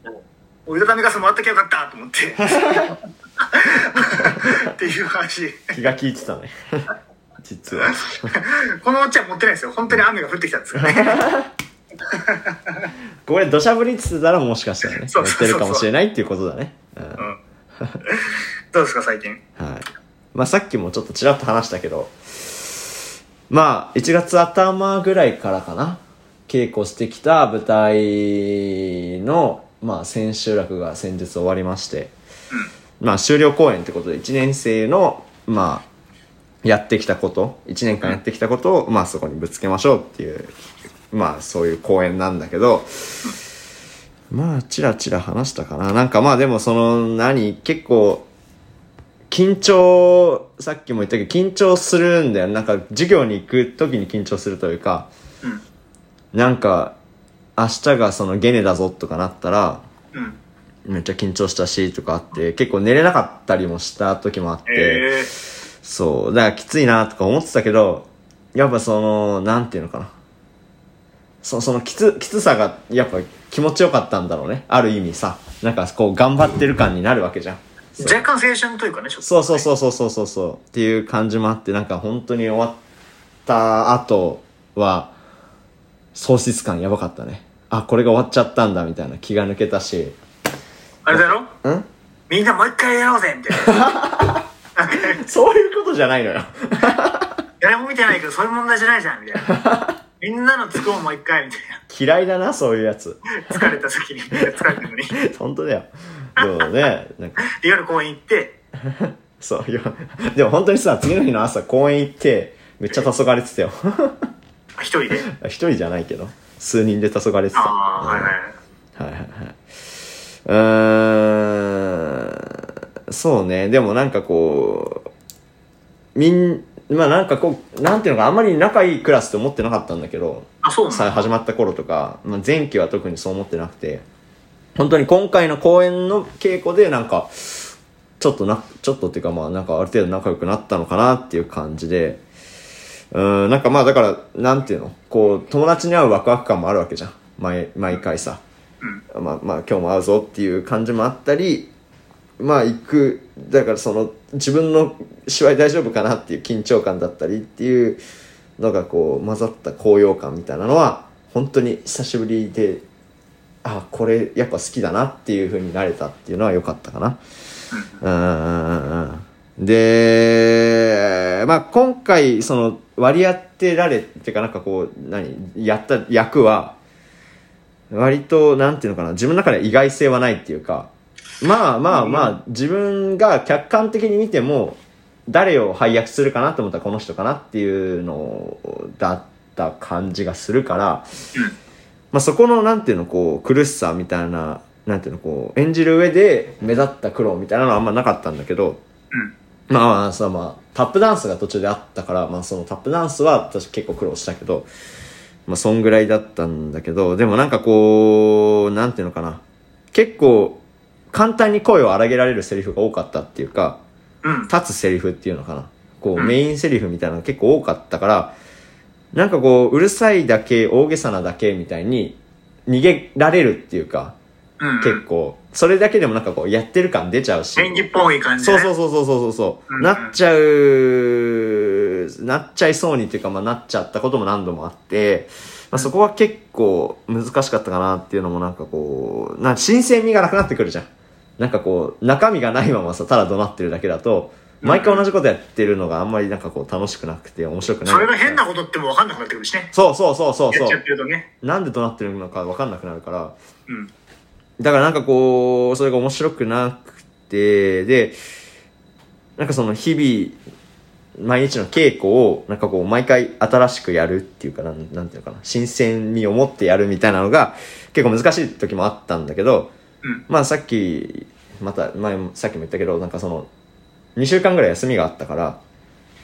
折りたたみ傘もらったきゃよかったと 思って。っていう話。気が利いてたね実はこのお茶持ってないですよ。本当に雨が降ってきたんですよね。これ土砂降りっつってたらもしかしたらねそうやそっうそうそうてるかもしれないっていうことだねうんうん。どうですか、最近。はい。まあさっきもちょっとちらっと話したけど、まあ1月頭ぐらいからかな、稽古してきた舞台の、まあ千秋楽が先日終わりまして、まあ終了公演ってことで1年生の、まあ、やってきたこと、1年間やってきたことを、まあそこにぶつけましょうっていう、まあそういう公演なんだけど、まあ、ちらちら話したかな。なんかまあでもその、何、結構、緊張、さっきも言ったけど、緊張するんだよ。なんか、授業に行く時に緊張するというか、うんなんか、明日がそのゲネだぞとかなったら、うん。めっちゃ緊張したし、とかあって、結構寝れなかったりもした時もあって、ええそう、だからきついなとか思ってたけど、やっぱその、なんていうのかな。そそのきつ、きつさが、やっぱ気持ちよかったんだろうね。ある意味さ。なんかこう、頑張ってる感になるわけじゃん。若干青春というかね、ちょっとそうそうそうそうそうそうそうっていう感じもあってなんか本当に終わった後は喪失感やばかったねあこれが終わっちゃったんだみたいな気が抜けたしあれだろんみんなもう一回やろうぜみたいな。そういうことじゃないのよ 誰も見てないけど、そういう問題じゃないじゃん、みたい な。みんなのつくをもう一回、みたい嫌いだなそういうやつな。 疲れた時に、疲れたのに。本当だよでもねなんかで夜公園行って、そうよでも本当にさ次の日の朝公園行ってめっちゃ黄昏てたよ 一人で。一人じゃないけど数人で黄昏てたああ、はいはい。はいはいはい。うーん、そうね。でもなんかこう、みん、まあなんかこう、なんていうのか、あんまり仲いいクラスって思ってなかったんだけど、あ、そうなんさ始まった頃とか、まあ、前期は特にそう思ってなくて、本当に今回の公演の稽古でなんか、ちょっとな、ちょっとっていうかまあなんかある程度仲良くなったのかなっていう感じで、うん、なんかまあだから、なんていうのこう、友達に会うワクワク感もあるわけじゃん。毎、毎回さ。まあまあ今日も会うぞっていう感じもあったり、まあ行く、だからその自分の芝居大丈夫かなっていう緊張感だったりっていうのがこう混ざった高揚感みたいなのは、本当に久しぶりで、あ、これやっぱ好きだなっていう風になれたっていうのは良かったかな。で、まあ、今回、その、割り当てられ、っていうかなんかこう、何、やった役は、割と、なんていうのかな、自分の中で意外性はないっていうか、まあまあまあ、自分が客観的に見ても、誰を配役するかなと思ったらこの人かなっていうのだった感じがするから、まあ、そこの、なんていうの、こう、苦しさみたいな、なんていうの、こう、演じる上で目立った苦労みたいなのはあんまなかったんだけど、まあまあ、そのまあ、タップダンスが途中であったから、まあそのタップダンスは私結構苦労したけど、まあそんぐらいだったんだけど、でもなんかこう、なんていうのかな。結構、簡単に声を荒げられるセリフが多かったっていうか、うん。うん。立つセリフっていうのかな。こう、うんメインセリフみたいなのが結構多かったから、なんかこう、うるさいだけ、大げさなだけみたいに、逃げられるっていうか、うん。結構、それだけでもなんかこう、やってる感出ちゃうし。演技っぽい感じでそうね。そうう。そうそうそうそう、うんうんなっちゃうなっちゃいそうにっていうか、まあ、なっちゃったことも何度もあって、まあ、そこは結構難しかったかなっていうのもなんかこうなんか新鮮味がなくなってくるじゃんなんかこう中身がないままさただ怒鳴ってるだけだと毎回同じことやってるのがあんまりなんかこう楽しくなくて面白くないそれが変なことっても分かんなくなってくるしね。そうそうそうそうやそっちゃっうてるとね。なんで怒鳴ってるのか分かんなくなるからうん。だからなんかこう、それが面白くなくて、で、なんかその日々、毎日の稽古を、なんかこう、毎回新しくやるっていうかなん、なんていうのかな、新鮮味を持ってやるみたいなのが、結構難しい時もあったんだけど、うんまあさっき、また、前も、さっきも言ったけど、なんかその、2週間ぐらい休みがあったから、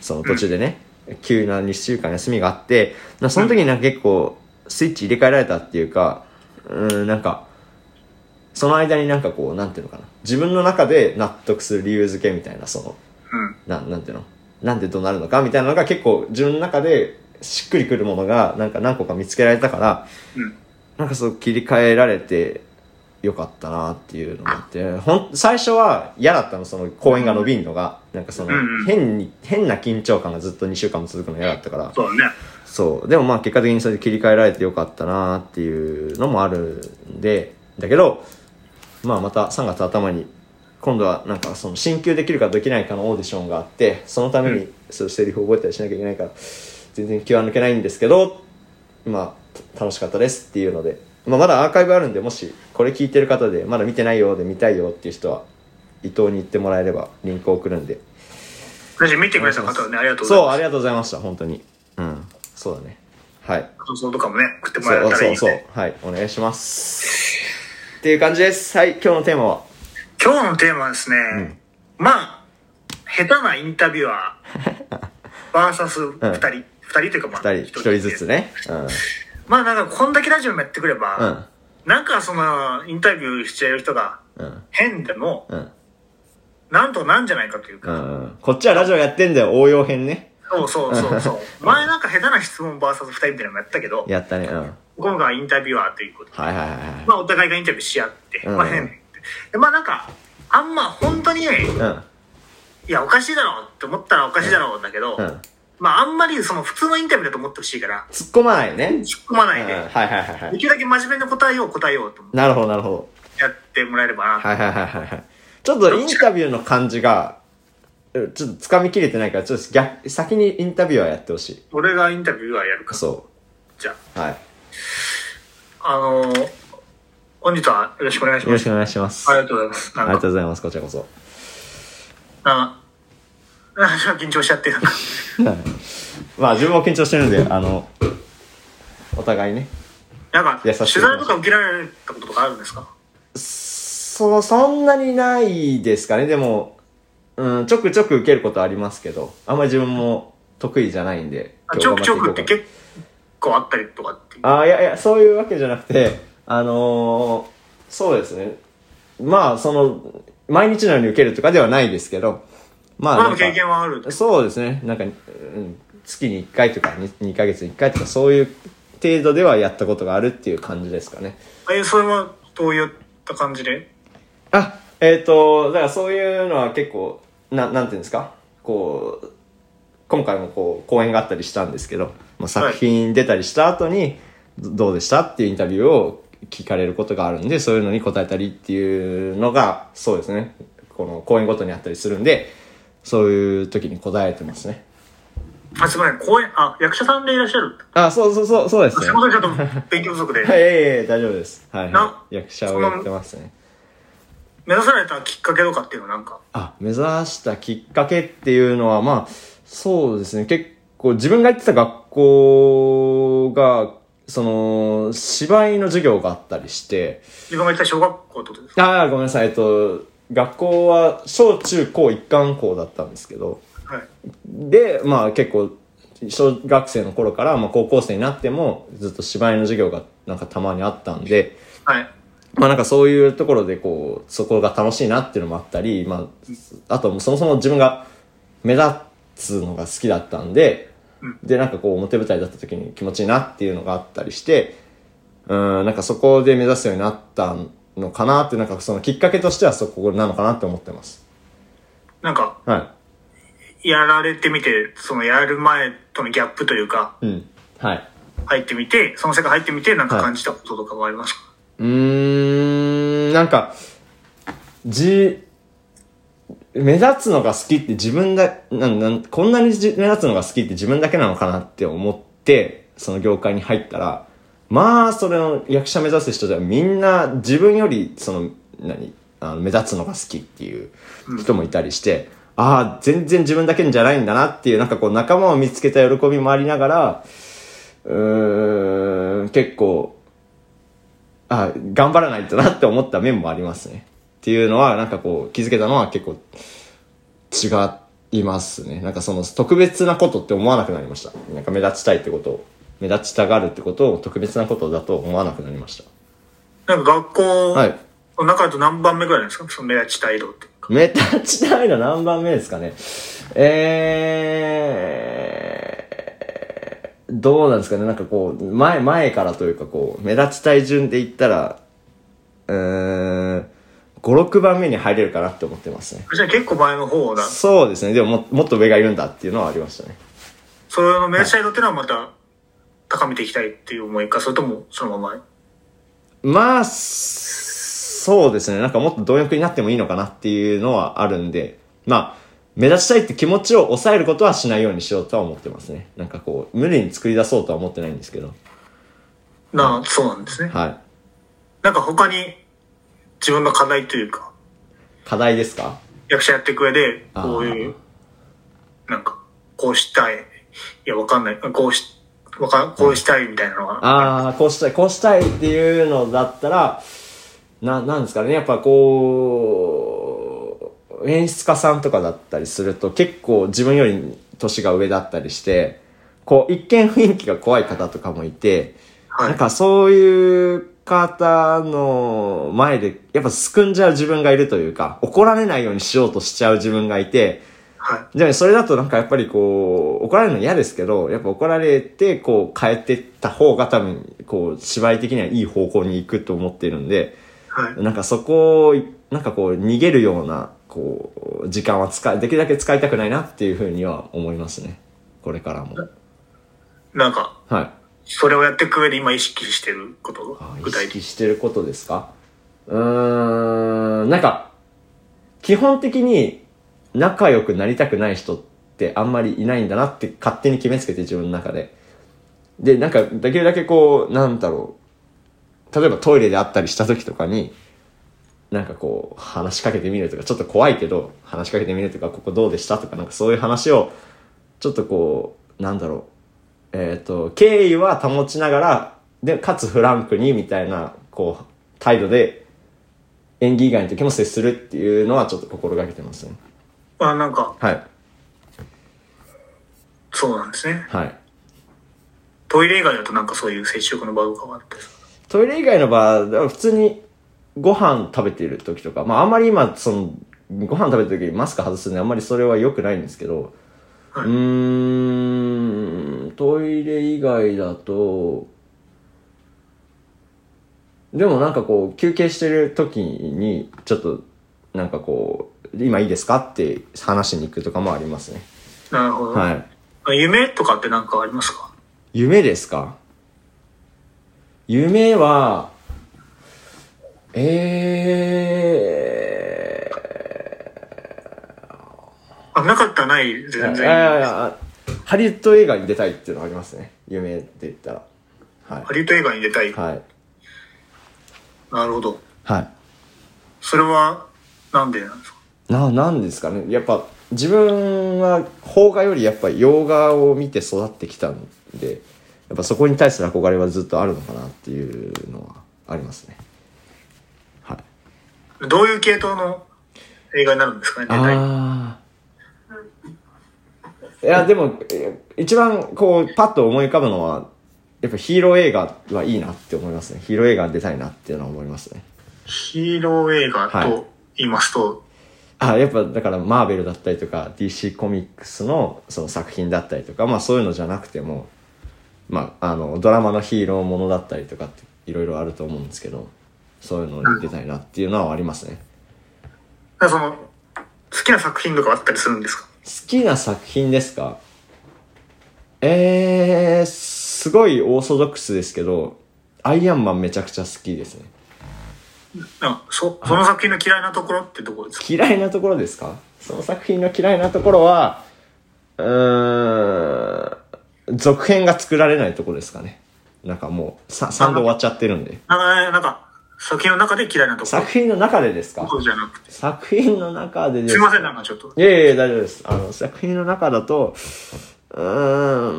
その途中でね、急な2週間休みがあって、なその時になんか結構、スイッチ入れ替えられたっていうか、うん、なんか、その間になんかこう、なんていうのかな。自分の中で納得する理由付けみたいな、その、うん。ななんていうのなんで怒鳴るのかみたいなのが結構自分の中でしっくりくるものがなんか何個か見つけられたから、うんなんかそう切り替えられてよかったなっていうのがあってほん最初は嫌だったのその公演が伸びんのが、なんかそのうんうん変に変な緊張感がずっと2週間も続くの嫌だったからそうだね。そう。でもまあ結果的にそれで切り替えられてよかったなっていうのもあるんで、だけど、まあまた3月頭に、今度はなんかその進級できるかできないかのオーディションがあって、そのためうにそういうセリフを覚えたりしなきゃいけないから、全然気は抜けないんですけど、まあ楽しかったですっていうので、まあまだアーカイブあるんで、もしこれ聞いてる方で、まだ見てないようで見たいよっていう人は、伊藤に言ってもらえればリンクを送るんで、私見てくれた方はね、ありがとうございそう、まありがとうございました、本当に。うん。そうだね。はい。す。感想とかもね、送ってもらえそうたらいいそねうそう。はい、お願いし ます。っていう感じです。はい、今日のテーマは。今日のテーマはですね、まあ、下手なインタビュア ー、バーサス二人、二、人というかまあ、二人、一人ずつ。ね。まあなんか、こんだけラジオもやってくれば、うん。うん。なんかその、インタビューしちゃう人がうん。変でも、うん。なんとなんじゃないかといううか、んうん。こっちはラジオやってんだよ、応用編ね。そうそうそうそう。前なんか下手な質問バーサス二人みたいなのもやったけど、やったね。うん。はい今回はインタビュアーということで、はいはいはい。まあお互いがインタビューし合って、うんまあ変で。でまあなんか、あんま本当に、いうんや、おかしいだろうって思ったらおかしいだろうだけど、うんまああんまりその普通のインタビューだと思ってほしいから、突っ込まないよね突っ込まうなんいはいで、はいはいはでいきるだけ真面目に答えよう答えようと思ってなるほどなるほどやってもらえればな。はいはいはいはいはいちょっとインタビューの感じがうんちょっと掴みきれてないからちょっと逆先にインタビューはやってほしい俺がインタビューはやるか。そじゃうはいあ、あのー本日はよろしくお願いしよまろすし。くお願いしますありあがとうございます。りながんかとうございますこちらこそあなんか緊張しちゃって、なんか。まあ自分も緊張してるんであのお互いねなんか、優取しい材とか受けられたこととかあるんですかそそんなにないですかねでも、うん、ちょくちょく受けることありますけどあんまり自分も得意じゃないんであチョークチョークって結結構あったりとかっていう。構あいやいやそういうわけじゃなくてあのーそうですねまあその毎日のように受けるとかではないですけどまあまあでなもんか経験はある。そうですねなんか、うん、月に1回とか 2, ヶ月に1回とかそういう程度ではやったことがあるっていう感じですかねえ、それはどういった感じであ、えっ、と、だからそういうのは結構、ななんていうんですかこう、今回もこう、講演があったりしたんですけど、まあ、作品出たりした後に、どどうでしたっていうインタビューを聞かれることがあるんで、そういうのに答えたりっていうのが、そうですね。この講演ごとにあったりするんで、そういう時に答えてますね。あ、すみません。公演、あ、役者さんでいらっしゃる。あ、そうそうそう、そうですあね。仕事ちょっと勉強不足で。はい、いえいえ、大丈夫です。はい、なはい。役者をやってますね。目指されたきっかけとかっていうのはなんか。あ、目指したきっかけっていうのは、まあ、そうですね、結構自分が行ってた学校が、その、芝居の授業があったりして、自分が行った小学校ってことですかああ、ごめんなさい、えっと、学校は小中高一貫校だったんですけど、はい。で、まあ結構、小学生の頃から、まあ高校生になっても、ずっと芝居の授業がなんかたまにあったんで、はい。まあなんかそういうところでこう、そこが楽しいなっていうのもあったり、まあ、あともうそもそも自分が目立つのが好きだったんで、でなんかこう表舞台だった時に気持ちいいなっていうのがあったりして、うん、なんかそこで目指すようになったのかなって、なんかそのきっかけとしてはそこなのかなって思ってます。なんか、はやられてみて、そのやる前とのギャップというか、い。うん。はい。入ってみて、その世界入ってみて、なんか感じたこととかはありますか、うーん、なんか、じ、目立つのが好きって自分だ、なん、なん、こんなにじ目立つのが好きって自分だけなのかなって思って、その業界に入ったら、まあ、それの役者目指す人ではみんな自分より、その、何、あの目立つのが好きっていう人もいたりして、ああ、全然自分だけじゃないんだなっていう、なんかこう仲間を見つけた喜びもありながら、うーん、結構、あ、頑張らないとなって思った面もありますね。っていうのは、なんかこう、気づけたのは結構違いますね。なんかその特別なことって思わなくなりました。なんか目立ちたいってことを、目立ちたがるってことを特別なことだと思わなくなりましなんか学た。は校い。の中だと何番目ぐらいなんですかその目立ちたい色っていうか。目立ちたいの何番目ですかね。えー、どうなんですかね。なんかこう、前、前からというかこう、目立ちたい順で言ったら、うーん、5、6番目に入れるかなって思ってますね。じゃあ結構前の方だ。そうですね。でもも、もっと上がいるんだっていうのはありましたね。それの目立ちたい色っていうのはまた高めていきたいっていう思いか、それともそのまま。まあ、そうですね。なんかもっと貪欲になってもいいのかなっていうのはあるんで、まあ、目立ちたいって気持ちを抑えることはしないようにしようとは思ってますね。なんかこう、無理に作り出そうとは思ってないんですけど。なあ、そうなんですね。はい。なんか他に自分の課題というか、課題ですか役者やっていく上で、あーこういう、なんか、こうしたい、いや、わかんない、こうし、わかん、こうしたいみたいなのは、ああ、こうしたい、こうしたいっていうのだったら、な、なんですかね。やっぱこう、演出家さんとかだったりすると結構自分より年が上だったりして、こう一見雰囲気が怖い方とかもいて、はいなんかそういう方の前でやっぱすくんじゃう自分がいるというか、怒られないようにしようとしちゃう自分がいて、はでもそれだとなんかやっぱりこう、怒られるの嫌ですけど、やっぱ怒られて、こう変えてった方が多分、こう、芝居的にはいい方向に行くと思ってるんで、い、はい。なんかそこを、なんかこう、逃げるような、こう、時間は使い、できるだけ使いたくないなっていうふうには思いますね。これからも。なんか、はい。それをやっていく上で今意識してることあがー具意体的識してることですかうーん、なんか、基本的に仲良くなりたくない人ってあんまりいないんだなって勝手に決めつけて自分の中で。で、なんか、できるだけこう、なんだろう。例えばトイレで会ったりした時とかに、なんかこう、話しかけてみるとか、ちょっと怖いけど、話しかけてみるとか、ここどうでしたとか、なんかそういう話を、ちょっとこう、なんだろう。えっ、と、敬意は保ちながら、で、かつフランクに、みたいな、こう、態度で、演技以外の時も接するっていうのはちょっと心がけてますね。あ、なんか、はい。そうなんですね。はい。トイレ以外だとなんかそういう接触の場とかがあってさ。トイレ以外の場合は普通にご飯食べてる時とか、まああんまり今、その、ご飯食べてる時にマスク外すんであんまりそれは良くないんですけど、はいうーん、トイレ以外だと、でもなんかこう、休憩してる時に、ちょっと、なんかこう、今いいですかって話しに行くとかもありますね。なるほど。はい。あ夢とかってなんかありますか夢ですか夢は、えあ、なかったらないでー、全ああ然。あハリウッド映画に出たいっていうのはありますね。夢って言ったら。はいハ。リウッド映画に出たい。はい。なるほど。はい。それは、なんでなんですかな、なんですかね。やっぱ、自分は邦画よりやっぱ洋画を見て育ってきたんで、やっぱそこに対する憧れはずっとあるのかなっていうのはありますね。はい。どういう系統の映画になるんですかね出たい。はああ。いや、でも、え一番こう、パッと思い浮かぶのは、やっぱヒーロー映画はいいなって思いますね。ヒーロー映画に出たいなっていうのは思いますね。いヒーロー映画はいと言いますと、あ、やっぱだからマーベルだったりとか DC コミックスのその作品だったりとか、まあそういうのじゃなくても、まああの、ドラマのヒーローものだったりとかっていろいろあると思うんですけど、そういうのに出たいなっていうのはありますね。なんかその、好きな作品とかあったりするんですか好きな作品ですかえー、すごいオーソドックスですけど、アイアンマンめちゃくちゃ好きですね。なんかそその作品の嫌いなところってどこですか嫌いなところですかその作品の嫌いなところは、うーん、続編が作られないところですかね。なんかもう、さ3度終わっちゃってるんで。なんか、なんか、作品の中で嫌いなところ。作品の中でですかそうじゃなくて。作品の中でですいません、なんかちょっと。いやいや、大丈夫です。あの、作品の中だと、うー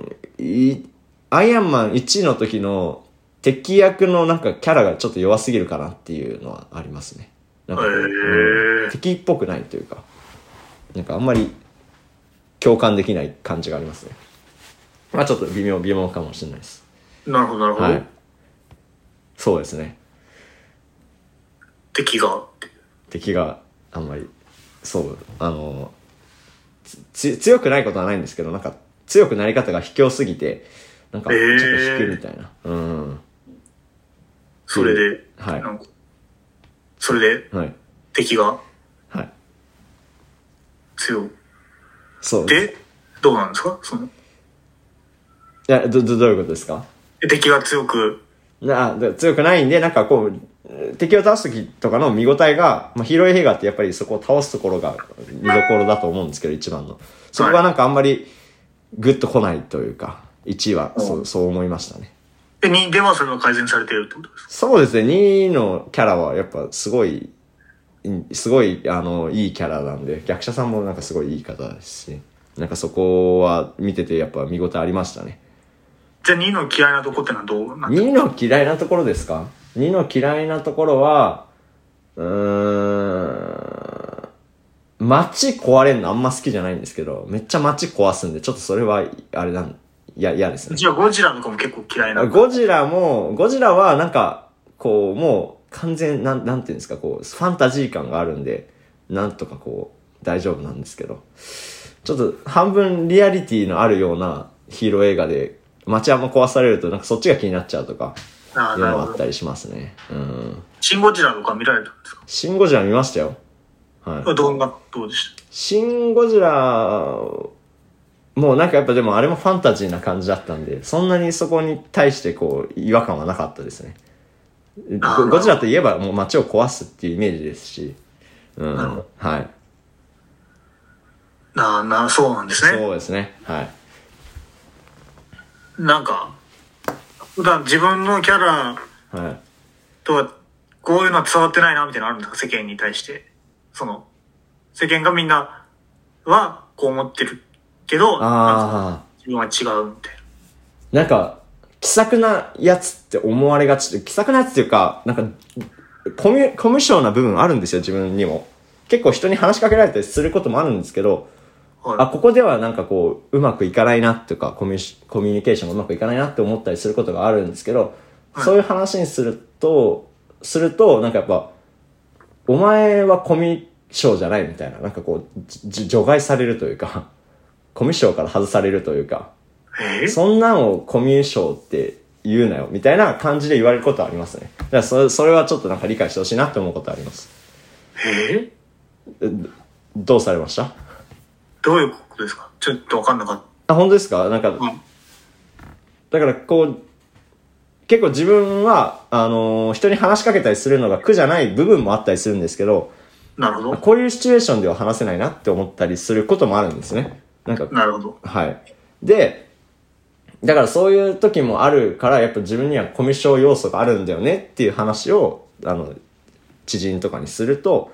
ん、いアイアンマン1の時の敵役のなんかキャラがちょっと弱すぎるかなっていうのはありますね。なんかこうへーうん敵っぽくないというか、なんかあんまり共感できない感じがありますね。まあちょっと微妙、微妙かもしれないです。なるほど、なるほど。はい。そうですね。敵があって。敵があんまりそうあのつつ強くないことはないんですけどなんか強くなり方が卑怯すぎてなんかちえょーっと引くみたいな、うんそれで、はいなんかそれではい敵がはい強くそういて、どうなんですかその、やどどどういうことですか敵が強く、なで強くないんでなんかこうえー敵を倒す時とかの見応えが、まあ、ヒーロー映画ってやっぱりそこを倒すところが見どころだと思うんですけど一番のそこがなんかあんまりグッと来ないというか1位はそう,、そう思いましたねで、2ではそれが改善されてるってことですかそうですね、2のキャラはやっぱすごい、うんすごい、あの、いいキャラなんで、逆者さんもなんかすごいいい方ですし、なんかそこは見ててやっぱ見応えありましたね。じゃあ2の嫌いなとこってのはどうなんですか2の嫌いなところですか ?2 の嫌いなところは、うーん、街壊れんのあんま好きじゃないんですけど、めっちゃ街壊すんで、ちょっとそれは、あれなん、いや、嫌ですね。じゃあゴジラとかも結構嫌いな。ゴジラも、ゴジラはなんか、こう、もう完全、なん、なんていうんですか、こう、ファンタジー感があるんで、なんとかこう、大丈夫なんですけど、ちょっと半分リアリティのあるようなヒーロー映画で、街山壊されるとなんかそっちが気になっちゃうとか、ああ、いうのなるがあほっど。たりしますね。うん。シン・ゴジラとか見られたんですかシン・ゴジラ見ましたよ。はい。動画どうでしたシン・ゴジラ、もうなんかやっぱでもあれもファンタジーな感じだったんで、そんなにそこに対してこう、違和感はなかったですね。あーゴゴジラといえばもう街を壊すっていうイメージですし、うなるほんど。はい。なあなあ、そうなんですね。そうですね。はい。なんか、普段自分のキャラはい。とは、こういうのは伝わってないな、みたいなのあるんですか世間に対して。その、世間がみんなは、こう思ってるけど、なんかああ。自分は違うみたいなんか、気さくなやつって思われがちで、気さくなやつっていうか、なんか、コミュ、コミュ障な部分あるんですよ、自分にも。結構人に話しかけられたりすることもあるんですけど、な。はいあ、ここではなんかこう、うまくいかないなっていうか、コミュシコミュニケーションがうまくいかないなって思ったりすることがあるんですけど、はいそういう話にすると、すると、なんかやっぱ、お前はコミュ障じゃないみたいな、なんかこう、じじ除外されるというか、 コミュ障から外されるというか、えーそんなんをコミュ障って言うなよ、みたいな感じで言われることはありますね。だからそれ、それはちょっとなんか理解してほしいなって思うことはあります。えーどうされましたどういうことですかちょっとわかんなかっあ、本当ですかなんか、た。うん。だからこう、結構自分は、あのー人に話しかけたりするのが苦じゃない部分もあったりするんですけど、なるほど。こういうシチュエーションでは話せないなって思ったりすることもあるんですね。なんか、なるほど。はい。で、だからそういう時もあるから、やっぱ自分にはコミュ障要素があるんだよねっていう話を、あの、知人とかにすると、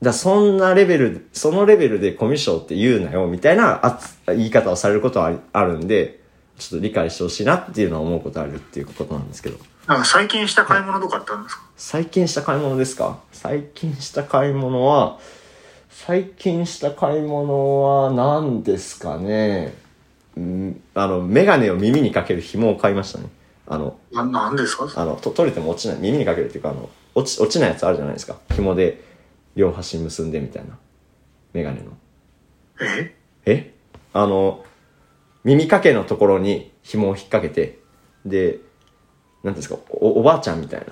だからそんなレベル、そのレベルでコミュ障って言うなよ、みたいなあつ言い方をされることはありあるんで、ちょっと理解してほしいなっていうのは思うことあるっていうことなんですけど。なんか最近した買い物とかってあるんですか最近した買い物ですか最近した買い物は、最近した買い物は何ですかねうん、あの、メガネを耳にかける紐を買いましたね。あの、ななんですかあの、と取れても落ちない、耳にかけるっていうか、あの、落ち、落ちないやつあるじゃないですか。紐で両端結んでみたいな。メガネの。ええあの、耳掛けのところに紐を引っ掛けて、で、なんていうんですか、お、おばあちゃんみたいな。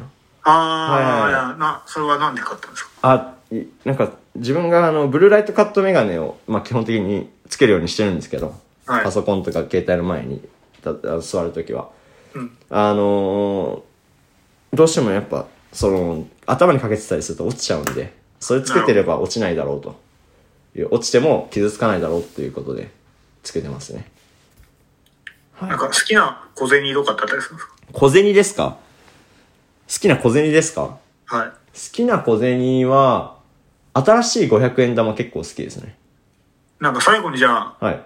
ああ、はいいはいや、な、それはなんで買ったんですかあ、いなんか自分があの、ブルーライトカットメガネを、まあ、基本的につけるようにしてるんですけど、はいパソコンとか携帯の前にたあ座るときは。うん。あのーどうしてもやっぱ、その、頭にかけてたりすると落ちちゃうんで、それつけてれば落ちないだろうと。いう落ちても傷つかないだろうということで、つけてますね。はいなんか好きな小銭とかってあったりするんです小銭ですか好きな小銭ですかかはい。好きな小銭は、新しい500円玉結構好きですね。なんか最後にじゃあ、はい。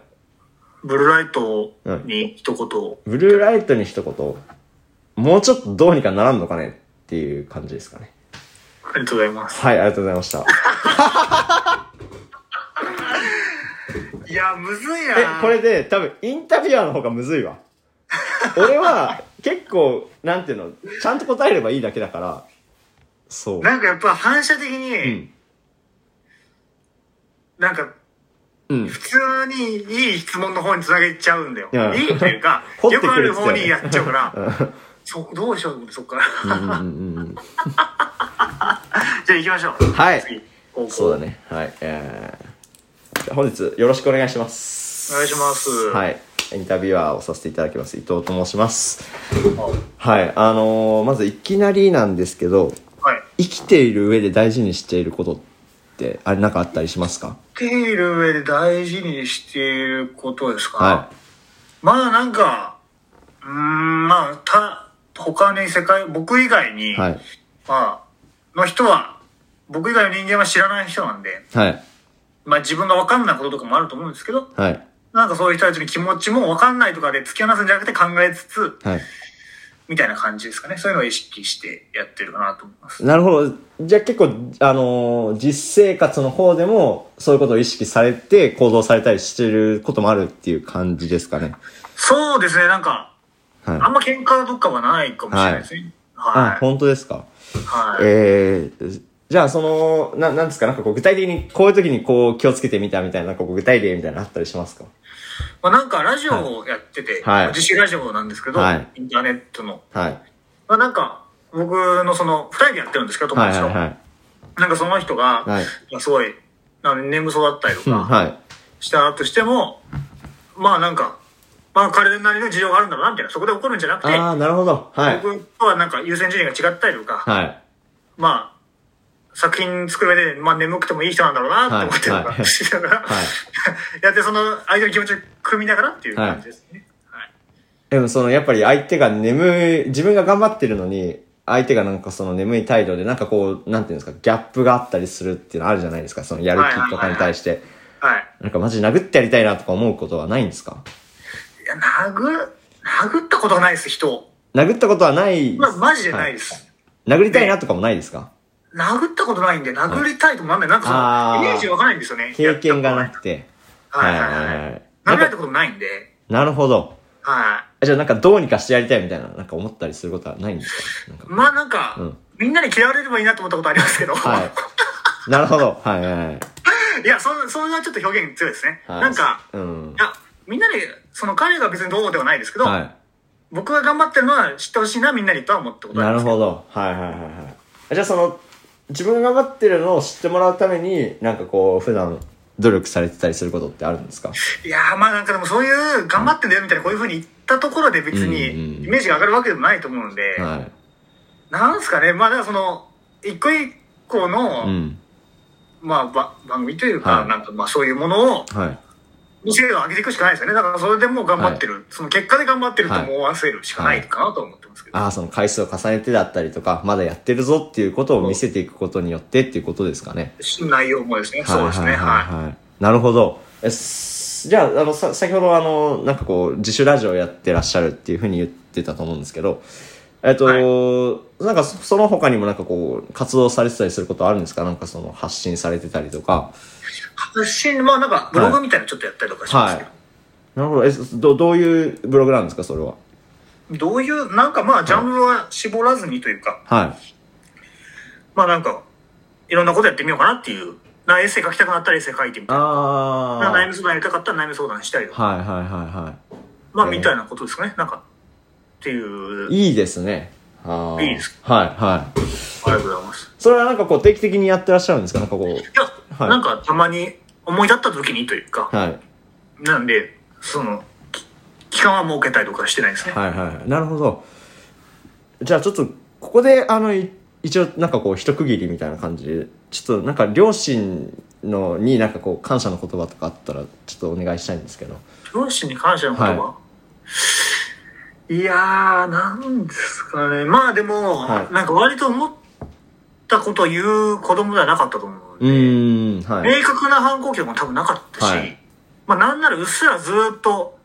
ブルーライトに一言を、ブルーライトに一言、もうちょっとどうにかならんのかねっていう感じですかね。ありがとうございます。はい、ありがとうございました。いや、むずいなえ、これで多分インタビュアーの方がむずいわ。俺は結構、なんていうの、ちゃんと答えればいいだけだから、そう。なんかやっぱ反射的に、うん。なんかうん。普通にいい質問の方につなげちゃうんだよ。うんいいというか、 掘っよてくあくれるてた方よねにやっちゃうから、うんそ、どうしよう、そっから。うんうんうん じゃあ行きましょう。はい次、高校。そうだね。はい。えーじゃあ本日よろしくお願いします。お願いしますはい。インタビュアーをさせていただきます。伊藤と申します。はい。あのーまずいきなりなんですけど、はい。生きている上で大事にしていることって、あれなんかあったりしますか生きている上で大事にしていることですか、はまだなんか、うーん、まあ、た、他に世界、僕以外に、い。はい。まあ、の人は、僕以外の人間は知らない人なんで、はい。まあ自分が分かんないこととかもあると思うんですけど、はい。なんかそういう人たちの気持ちも分かんないとかで突き放すんじゃなくて考えつつ、はい。みたいな感じですかね。そういうのを意識してやってるかなと思います。なるほど。じゃあ結構、あのー実生活の方でも、そういうことを意識されて、行動されたりしてることもあるっていう感じですかね。そうですね、なんか、はい。あんま喧嘩とかはないかもしれないですね。あは、い。本当ですか。はい。えー、じゃあその、な、なんですか、なんかこう具体的に、こういう時にこう気をつけてみたみたいな、なんかこう具体例みたいなのあったりしますかまあなんかラジオをやってて、はい自主ラジオなんですけど、はいインターネットのはい。まあなんか、僕のその、二人でやってるんですけど、友はいは達いの。はい。なんかその人が、はいまあすごい、あの眠そうだったりとうん、かはい。したとしても、まあなんか、まあ彼なりの事情があるんだろうな、みたいな。そこで怒るんじゃなくて、ああ、なるほど。はい。僕とはなんか優先順位が違ったりとか、はい。まあ、作品作る上で、まあ眠くてもいい人なんだろうなって思ってるのはいかはいしながら、はい やってその相手の気持ちを組みながらっていう感じですね。はい。でもその、やっぱり相手が眠い、自分が頑張ってるのに、相手がなんかその眠い態度で、なんかこう、なんていうんですか、ギャップがあったりするっていうのあるじゃないですか、そのやる気とかに対して。はい。いなんかマジ殴ってやりたいなとか思うことはないんですかや、殴、殴ったことがないです、人を。殴ったことはない。まあ、マジでないです。はい殴りたいなとかもないですか殴ったことないんで、殴りたいともなんない。なんかあそーの、イメージわかんないんですよね。経験がやなったこくて。とない。はいはいはい。い。な殴んられたか、ことないんで、なるほど。はじゃあなんかどうにかしてやりたいみたいな、なんか思ったりすることはないんですかなんい。かまあなんか、うんみんなに嫌われればいいなと思ったことありますけど、 はい。なるほど。はいはいはい。い、や、そ、それはちょっと表現強いですね。はいなんか、うんい。や、みんなで、その彼が別にどうではないですけど、は僕が頑張ってるのは知ってほしいな、みんなにとは思ったこい。とあなりまるすけど。ほど。はいはいはいはい。じゃあその、自分が頑張ってるのを知ってもらうために、なんかこう、普段努力されてたりすることってあるんですかいやー、まあなんかでもそういう、頑張ってんだよみたいな、こういうふうに言ったところで別うんうんに、イメージが上がるわけでもないと思うんで、はい。なんすかね、まあだからその、一個一個の、うん。まあ、ば番組というか、はいなんかまあそういうものを、はい。店を上げていくしかないですよね。だからそれでもう頑張ってる、その結果で頑張ってるとはい思わせるしかないかなと思ってますけど。ああ、その回数を重ねてだったりとか、まだやってるぞっていうことを見せていくことによってっていうことですかね。。内容もですね、そうですね、はいなるほど。えすじゃあ、あの、さ、先ほどあの、なんかこう、自主ラジオやってらっしゃるっていうふうに言ってたと思うんですけど、えっと、なんかそその他にもなんかこう、活動されてたりすることあるんですかなんかその発信されてたりとか。い。発信、まあなんかブログみたいなのちょっとやったりとかしますけど。い。なるほど。え、そど、どういうブログなんですかそれは。どういう、なんかまあ、ジャンルは絞らずにというか、はまあなんか、いろんなことやってみようかなっていう。なエッセイ書きたくなったらエッセイ書いてみい。たり。ああ。なはい悩み相談やりたかったら悩み相談したりとか。はいはいはい。まあねみたいなことですかね。なんか、っていう。いいですね。あーいいですはいはい。ありがとうございます。それはなんかこう定期的にやってらっしゃるんですかなんかこう。いや、はいなんかたまに思い立った時にというか、はい。なんで、その、き期間は設けたりとかしてないですね。はいはい。なるほど。じゃあちょっと、ここであの、い一応なんかこう一区切りみたいな感じで、ちょっとなんか両親のになんかこう感謝の言葉とかあったらちょっとお願いしたいんですけど。両親に感謝の言葉、、はいやー、なんですかね。まあでも、はいなんか割と思ったことを言う子供ではなかったと思うんうで、ーん、はい。明確な反抗期も多分なかったし、はいまあなんならうっすらずーっと、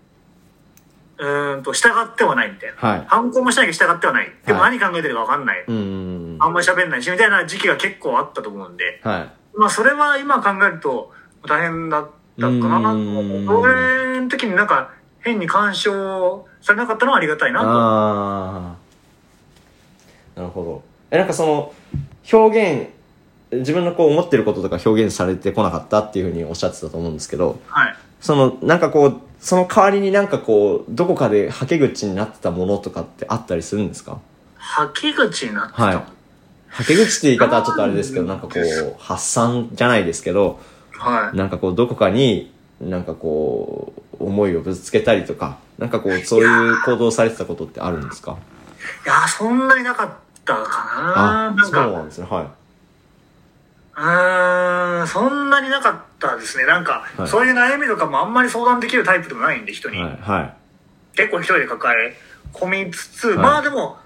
うーんと従ってはないみたいな。はい。反抗もしなきゃ従ってはない。でもは何考えてるかわかんない。うーん。あんまり喋んないし、みたいな時期が結構あったと思うんで、はい。まあそれは今考えると大変だったかなと思うう。んこれの時になんか変に干渉されなかったのはありがたいなと。ああなるほどえなんかその表現自分のこう思ってることとか表現されてこなかったっていうふうにおっしゃってたと思うんですけどはい。そのなんかこうその代わりになんかこうどこかではけ口になってたものとかってあったりするんですか吐き口になってた。はいはけ口って言い方はちょっとあれですけどななんんでかこう発散じゃないですけどはい。なんかこうどこかになんかこう思いをぶつけたりとかなんかこうそういう行動されてたことってあるんですかいやー、そんなになかったかな。あなんそうか、なんですねはいうーん、そんなになかったですね。なんか、はいそういう悩みとかもあんまり相談できるタイプでもないんで、人に。はい、は結構一人で抱え込みつつ、いまあでも、うん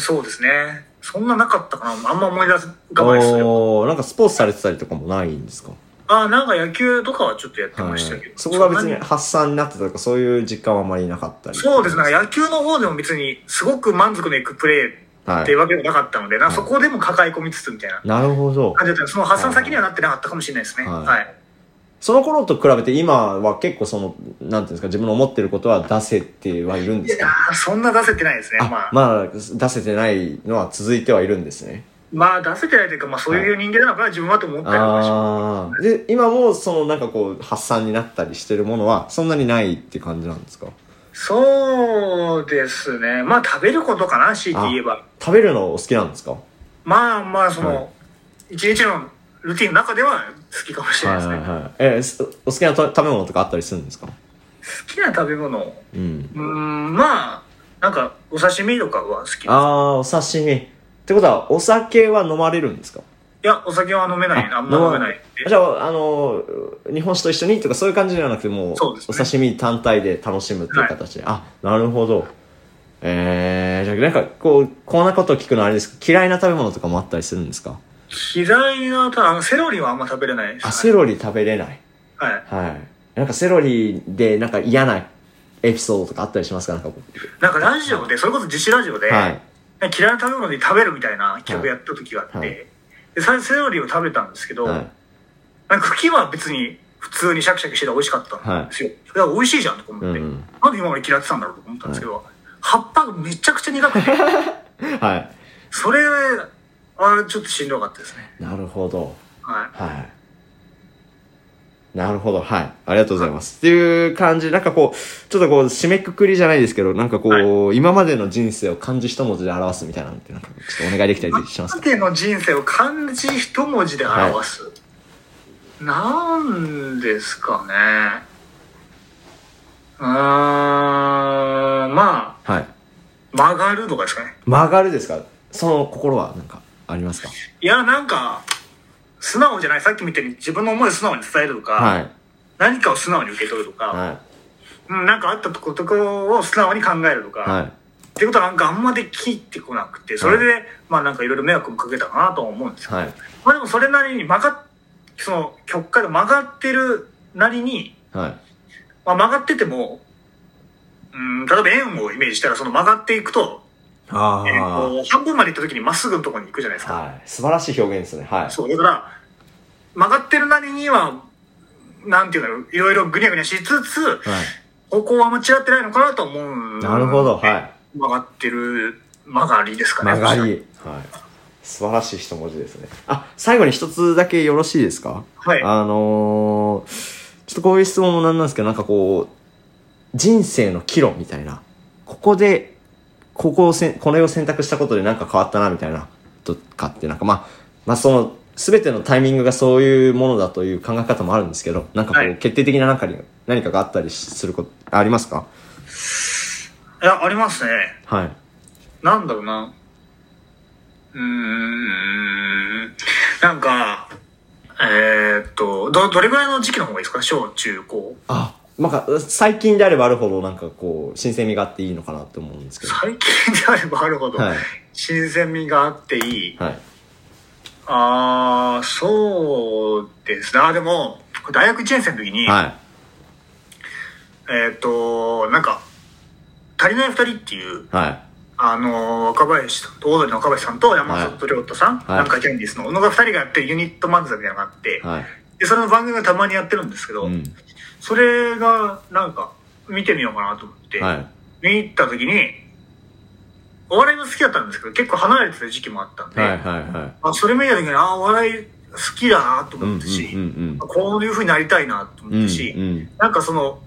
そうですね。そんななかったかな。あんま思い出すい。がないですよ。おーなんかスポーツされてたりとかもないんですかああ、なんか野球とかはちょっとやってまいしたけど。。そこが別んにな発散になってたとか、そういう実感はあまりなかったり。そうですね。なんか野球の方でも別に、すごく満足のいくプレーはっていうい。わけでもなかったので、なんかそこでも抱え込みつつみたいななるほど。感じだったのでその発散先にはなってなかったかもしれないですね。はいはい。その頃と比べて今は結構その、なんていうんですか、自分の思ってることは出せてはいるんいですやかーそんな出せてないですね。まああ、、まだ出せてないのは続いてはいるんですね。まあ出せてないというか、まあそういう人間なのかな、自分はと思ったりとかしああ。で、今もそのなんかこう、発散になったりしてるものはそんなにないって感じなんですかそうですね。まあ食べることかな、強いて言えば。食べるのお好きなんですかまあまあ、そはの、一日のルーティンの中では好きかもしれないはでいすはね。いはいえすお好きなと食べ物とかあったりするんですか好きな食べ物、ううんーん、まあ、なんか、お刺身とかは好きです。ああお刺身ってことはお酒は飲まれるんですかいや、お酒は飲めない。あんま飲めないんあで。じゃああの日本酒と一緒にとかそういう感じじゃなくてもうそうですねお刺身単体で楽しむっていう形で、あなるほどえー、じゃあなんかこうこんなこと聞くのあれですけど嫌いな食べ物とかもあったりするんですか嫌いな、ただ、セロリはあんま食べれないです、あセロリ食べれないはい。はいなんかセロリでなんか嫌なエピソードとかあったりしますかなんかこうなんかラジオで、それこそ自主ラジオで、はい嫌いな食べ物で食べるみたいな企画やった時があって、はいで最初セロリを食べたんですけど、はいなんか茎は別に普通にシャキシャキしてて美味しかったんですよ。だから美味しいじゃんとか思うんって、うんなんで今まで嫌ってたんだろうと思ったんですけど、葉っぱがめちゃくちゃ苦く て、はそれ、あれちょっとしんどかったですね。いなるほどははい。なるほど。はい。ありがとうございます。っていう感じ、なんかこう、ちょっとこう、締めくくりじゃないですけど、なんかこう、今までの人生を漢字一文字で表すみたいなのって、なんかちょっとお願いできたりい。しますさかての人生を漢字一文字で表す。なんですかね。うーん、まあ、はい。曲がるとかですかね。曲がるですかその心は、なんか、ありますかいや、なんか、素直じゃない。さっきみたいに自分の思いを素直に伝えるとか、はい。何かを素直に受け取るとか、はうん、なんかあったことを素直に考えるとか、い。はい。ってことはなんかあんまで聞いてこなくて、それで、まあなんかいろいろ迷惑もかけたかなとは思うんですよ。はい。まあでもそれなりに曲がっ、その曲から曲がってるなりに、はい。まあ曲がってても、うん、例えば円をイメージしたらその曲がっていくと、あえーこう半分まで行った時にまっすぐのところに行くじゃないですか。はい。素晴らしい表現ですね。はい。そう、だから、曲がってるなりには、なんていうんだろう、いろいろぐにゃぐにゃしつつ、はい。方向は間違ってないのかなと思うんで。なるほど。はい。曲がってる曲がりですかね。曲がり。はい。素晴らしい一文字ですね。あ、最後に一つだけよろしいですかはい。あのーちょっとこういう質問もなんなんですけど、なんかこう、人生の岐路みたいな、ここで、ここをせん、これを選択したことでなんか変わったなみたいな、とかって、なんかまあ、まあその、すべてのタイミングがそういうものだという考え方もあるんですけど、なんかこはう、い決定的な中に何かがあったりすること、ありますかいや、ありますね。はい。なんだろうな。うーん。なんか、えーっと、ど、どれぐらいの時期の方がいいですか小、中、高。あ、なんか、最近であればあるほど、なんかこう、新鮮味があっていいのかなって思うんですけど。最近であればあるほど、はい新鮮味があっていい。はい。あー、そうですね。あ、でも、大学1年生の時に、はい。えーっと、なんか、足りない二人っていう、はい。あの若林さんと、オードリーの若林さんと山里亮太さん、はいなんかキャンディーズの、のが二人がやってるユニット漫才みたいなのがあって、はい。で、それの番組がたまにやってるんですけど、うん。それが、なんか、見てみようかなと思って、はい。見に行った時に、お笑いも好きだったんですけど、結構離れてた時期もあったんで、はいはいはい。あそれ見た時に、あお笑い好きだなとうんう思んったし、うんこういう風になりたいなとうん。う思っんたし、うんなんかその、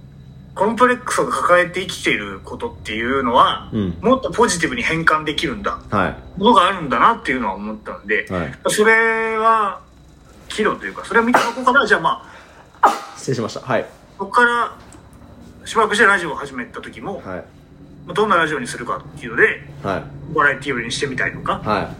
コンプレックスを抱えて生きていることっていうのは、うんもっとポジティブに変換できるんだはものがあるんだなっていうのは思ったんでい。、はい。それは、岐路というか、それは見たとこから、じゃあまあ、失礼しました。はい。そこから、しばらくしてラジオを始めた時も、はい。まあどんなラジオにするかっていうので、はバラエティ寄りにしてみたりとかい。、は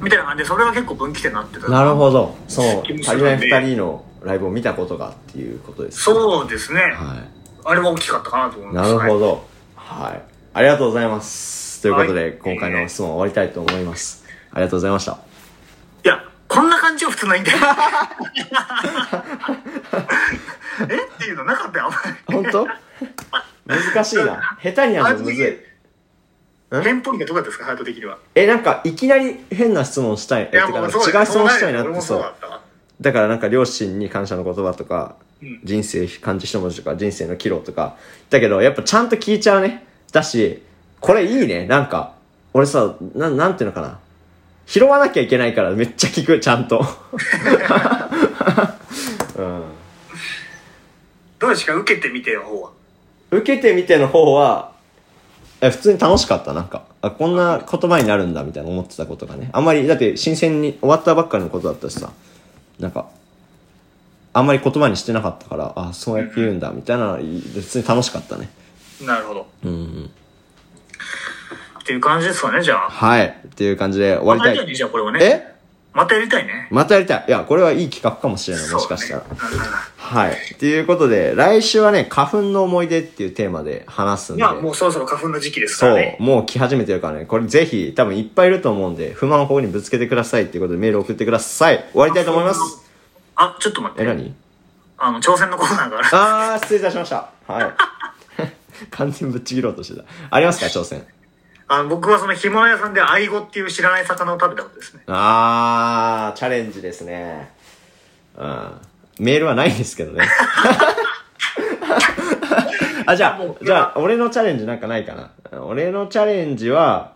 い。みたいな感じで、それが結構分岐点になってた。なるほど。そう。出勤す足るりなんでい二人のライブを見たことがっていうことです。う。そうですね。はあれは大きかったかなと思いい。まなす。るほど。ど。はい。ありがとうございます。ということはで、い今回の質問終わりたいと思います。ありがとうございました。いや、こんな感じは普通ない んだよ。えっていうのなかったよ、あんま本当難しいな。下手にやり。るのむずい。あテンポリがどうだったですか、ハート的には。え、なんか、いきなり変な質問したい。え、てか、なんかそう違う質問したいなっ俺て、もそそううだ。ったわ。だからなんか両親に感謝の言葉とか、うん人生漢字一文字とか人生の岐路とかだけどやっぱちゃんと聞いちゃうねだしこれいいねなんか俺さななんていうのかな拾わなきゃいけないからめっちゃ聞くちゃ んとうんどうですか受けてみてよ、方は。受けてみての方はえ普通に楽しかったなんかあこんな言葉になるんだみたいな思ってたことがねあんまりだって新鮮に終わったばっかりのことだったしさなんかあんまり言葉にしてなかったからあそうやって言うんだみたいなの別に楽しかったねなるほど。うんうんっていう感じですかね、じゃあ。はいっていう感じで終わまりたたやいりたいね、じゃあこれをね。えまたやりたいね。またやりたいいやこれはいい企画かもしれないもしかしたら、はいっていうことで来週はね花粉の思い出っていうテーマで話すんでまあ、もうそろそろ花粉の時期ですそからうね。もう来始めてるからねこれぜひ多分いっぱいいると思うんで不満をここにぶつけてくださいっていうことでメール送ってください終わりたいと思いますあ、ちょっと待っえて。何あの、挑戦のコーナーがある。あー失礼いたしましたはい 完全にぶっちぎろうとしてたありますか挑戦あの僕はその干物屋さんでアイゴっていう知らない魚を食べたことですね。あーチャレンジですねうんメールはないですけどね あじゃあじゃあ俺のチャレンジなんかないかな俺のチャレンジは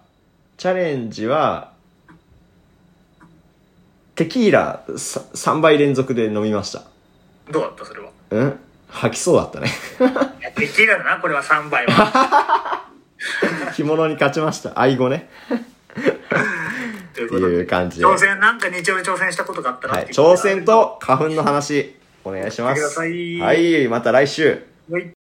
チャレンジはテキーラさ3杯連続で飲みましたどうだったそれは。うん吐きそうだったね いや、できるな、これは3倍は。着物に勝ちました愛語ねと いうってこといで。う感じで、は挑戦、なんか日曜に挑戦したことがあったら、い、挑戦と花粉の話お願いしますやってくださいはいまた来週はい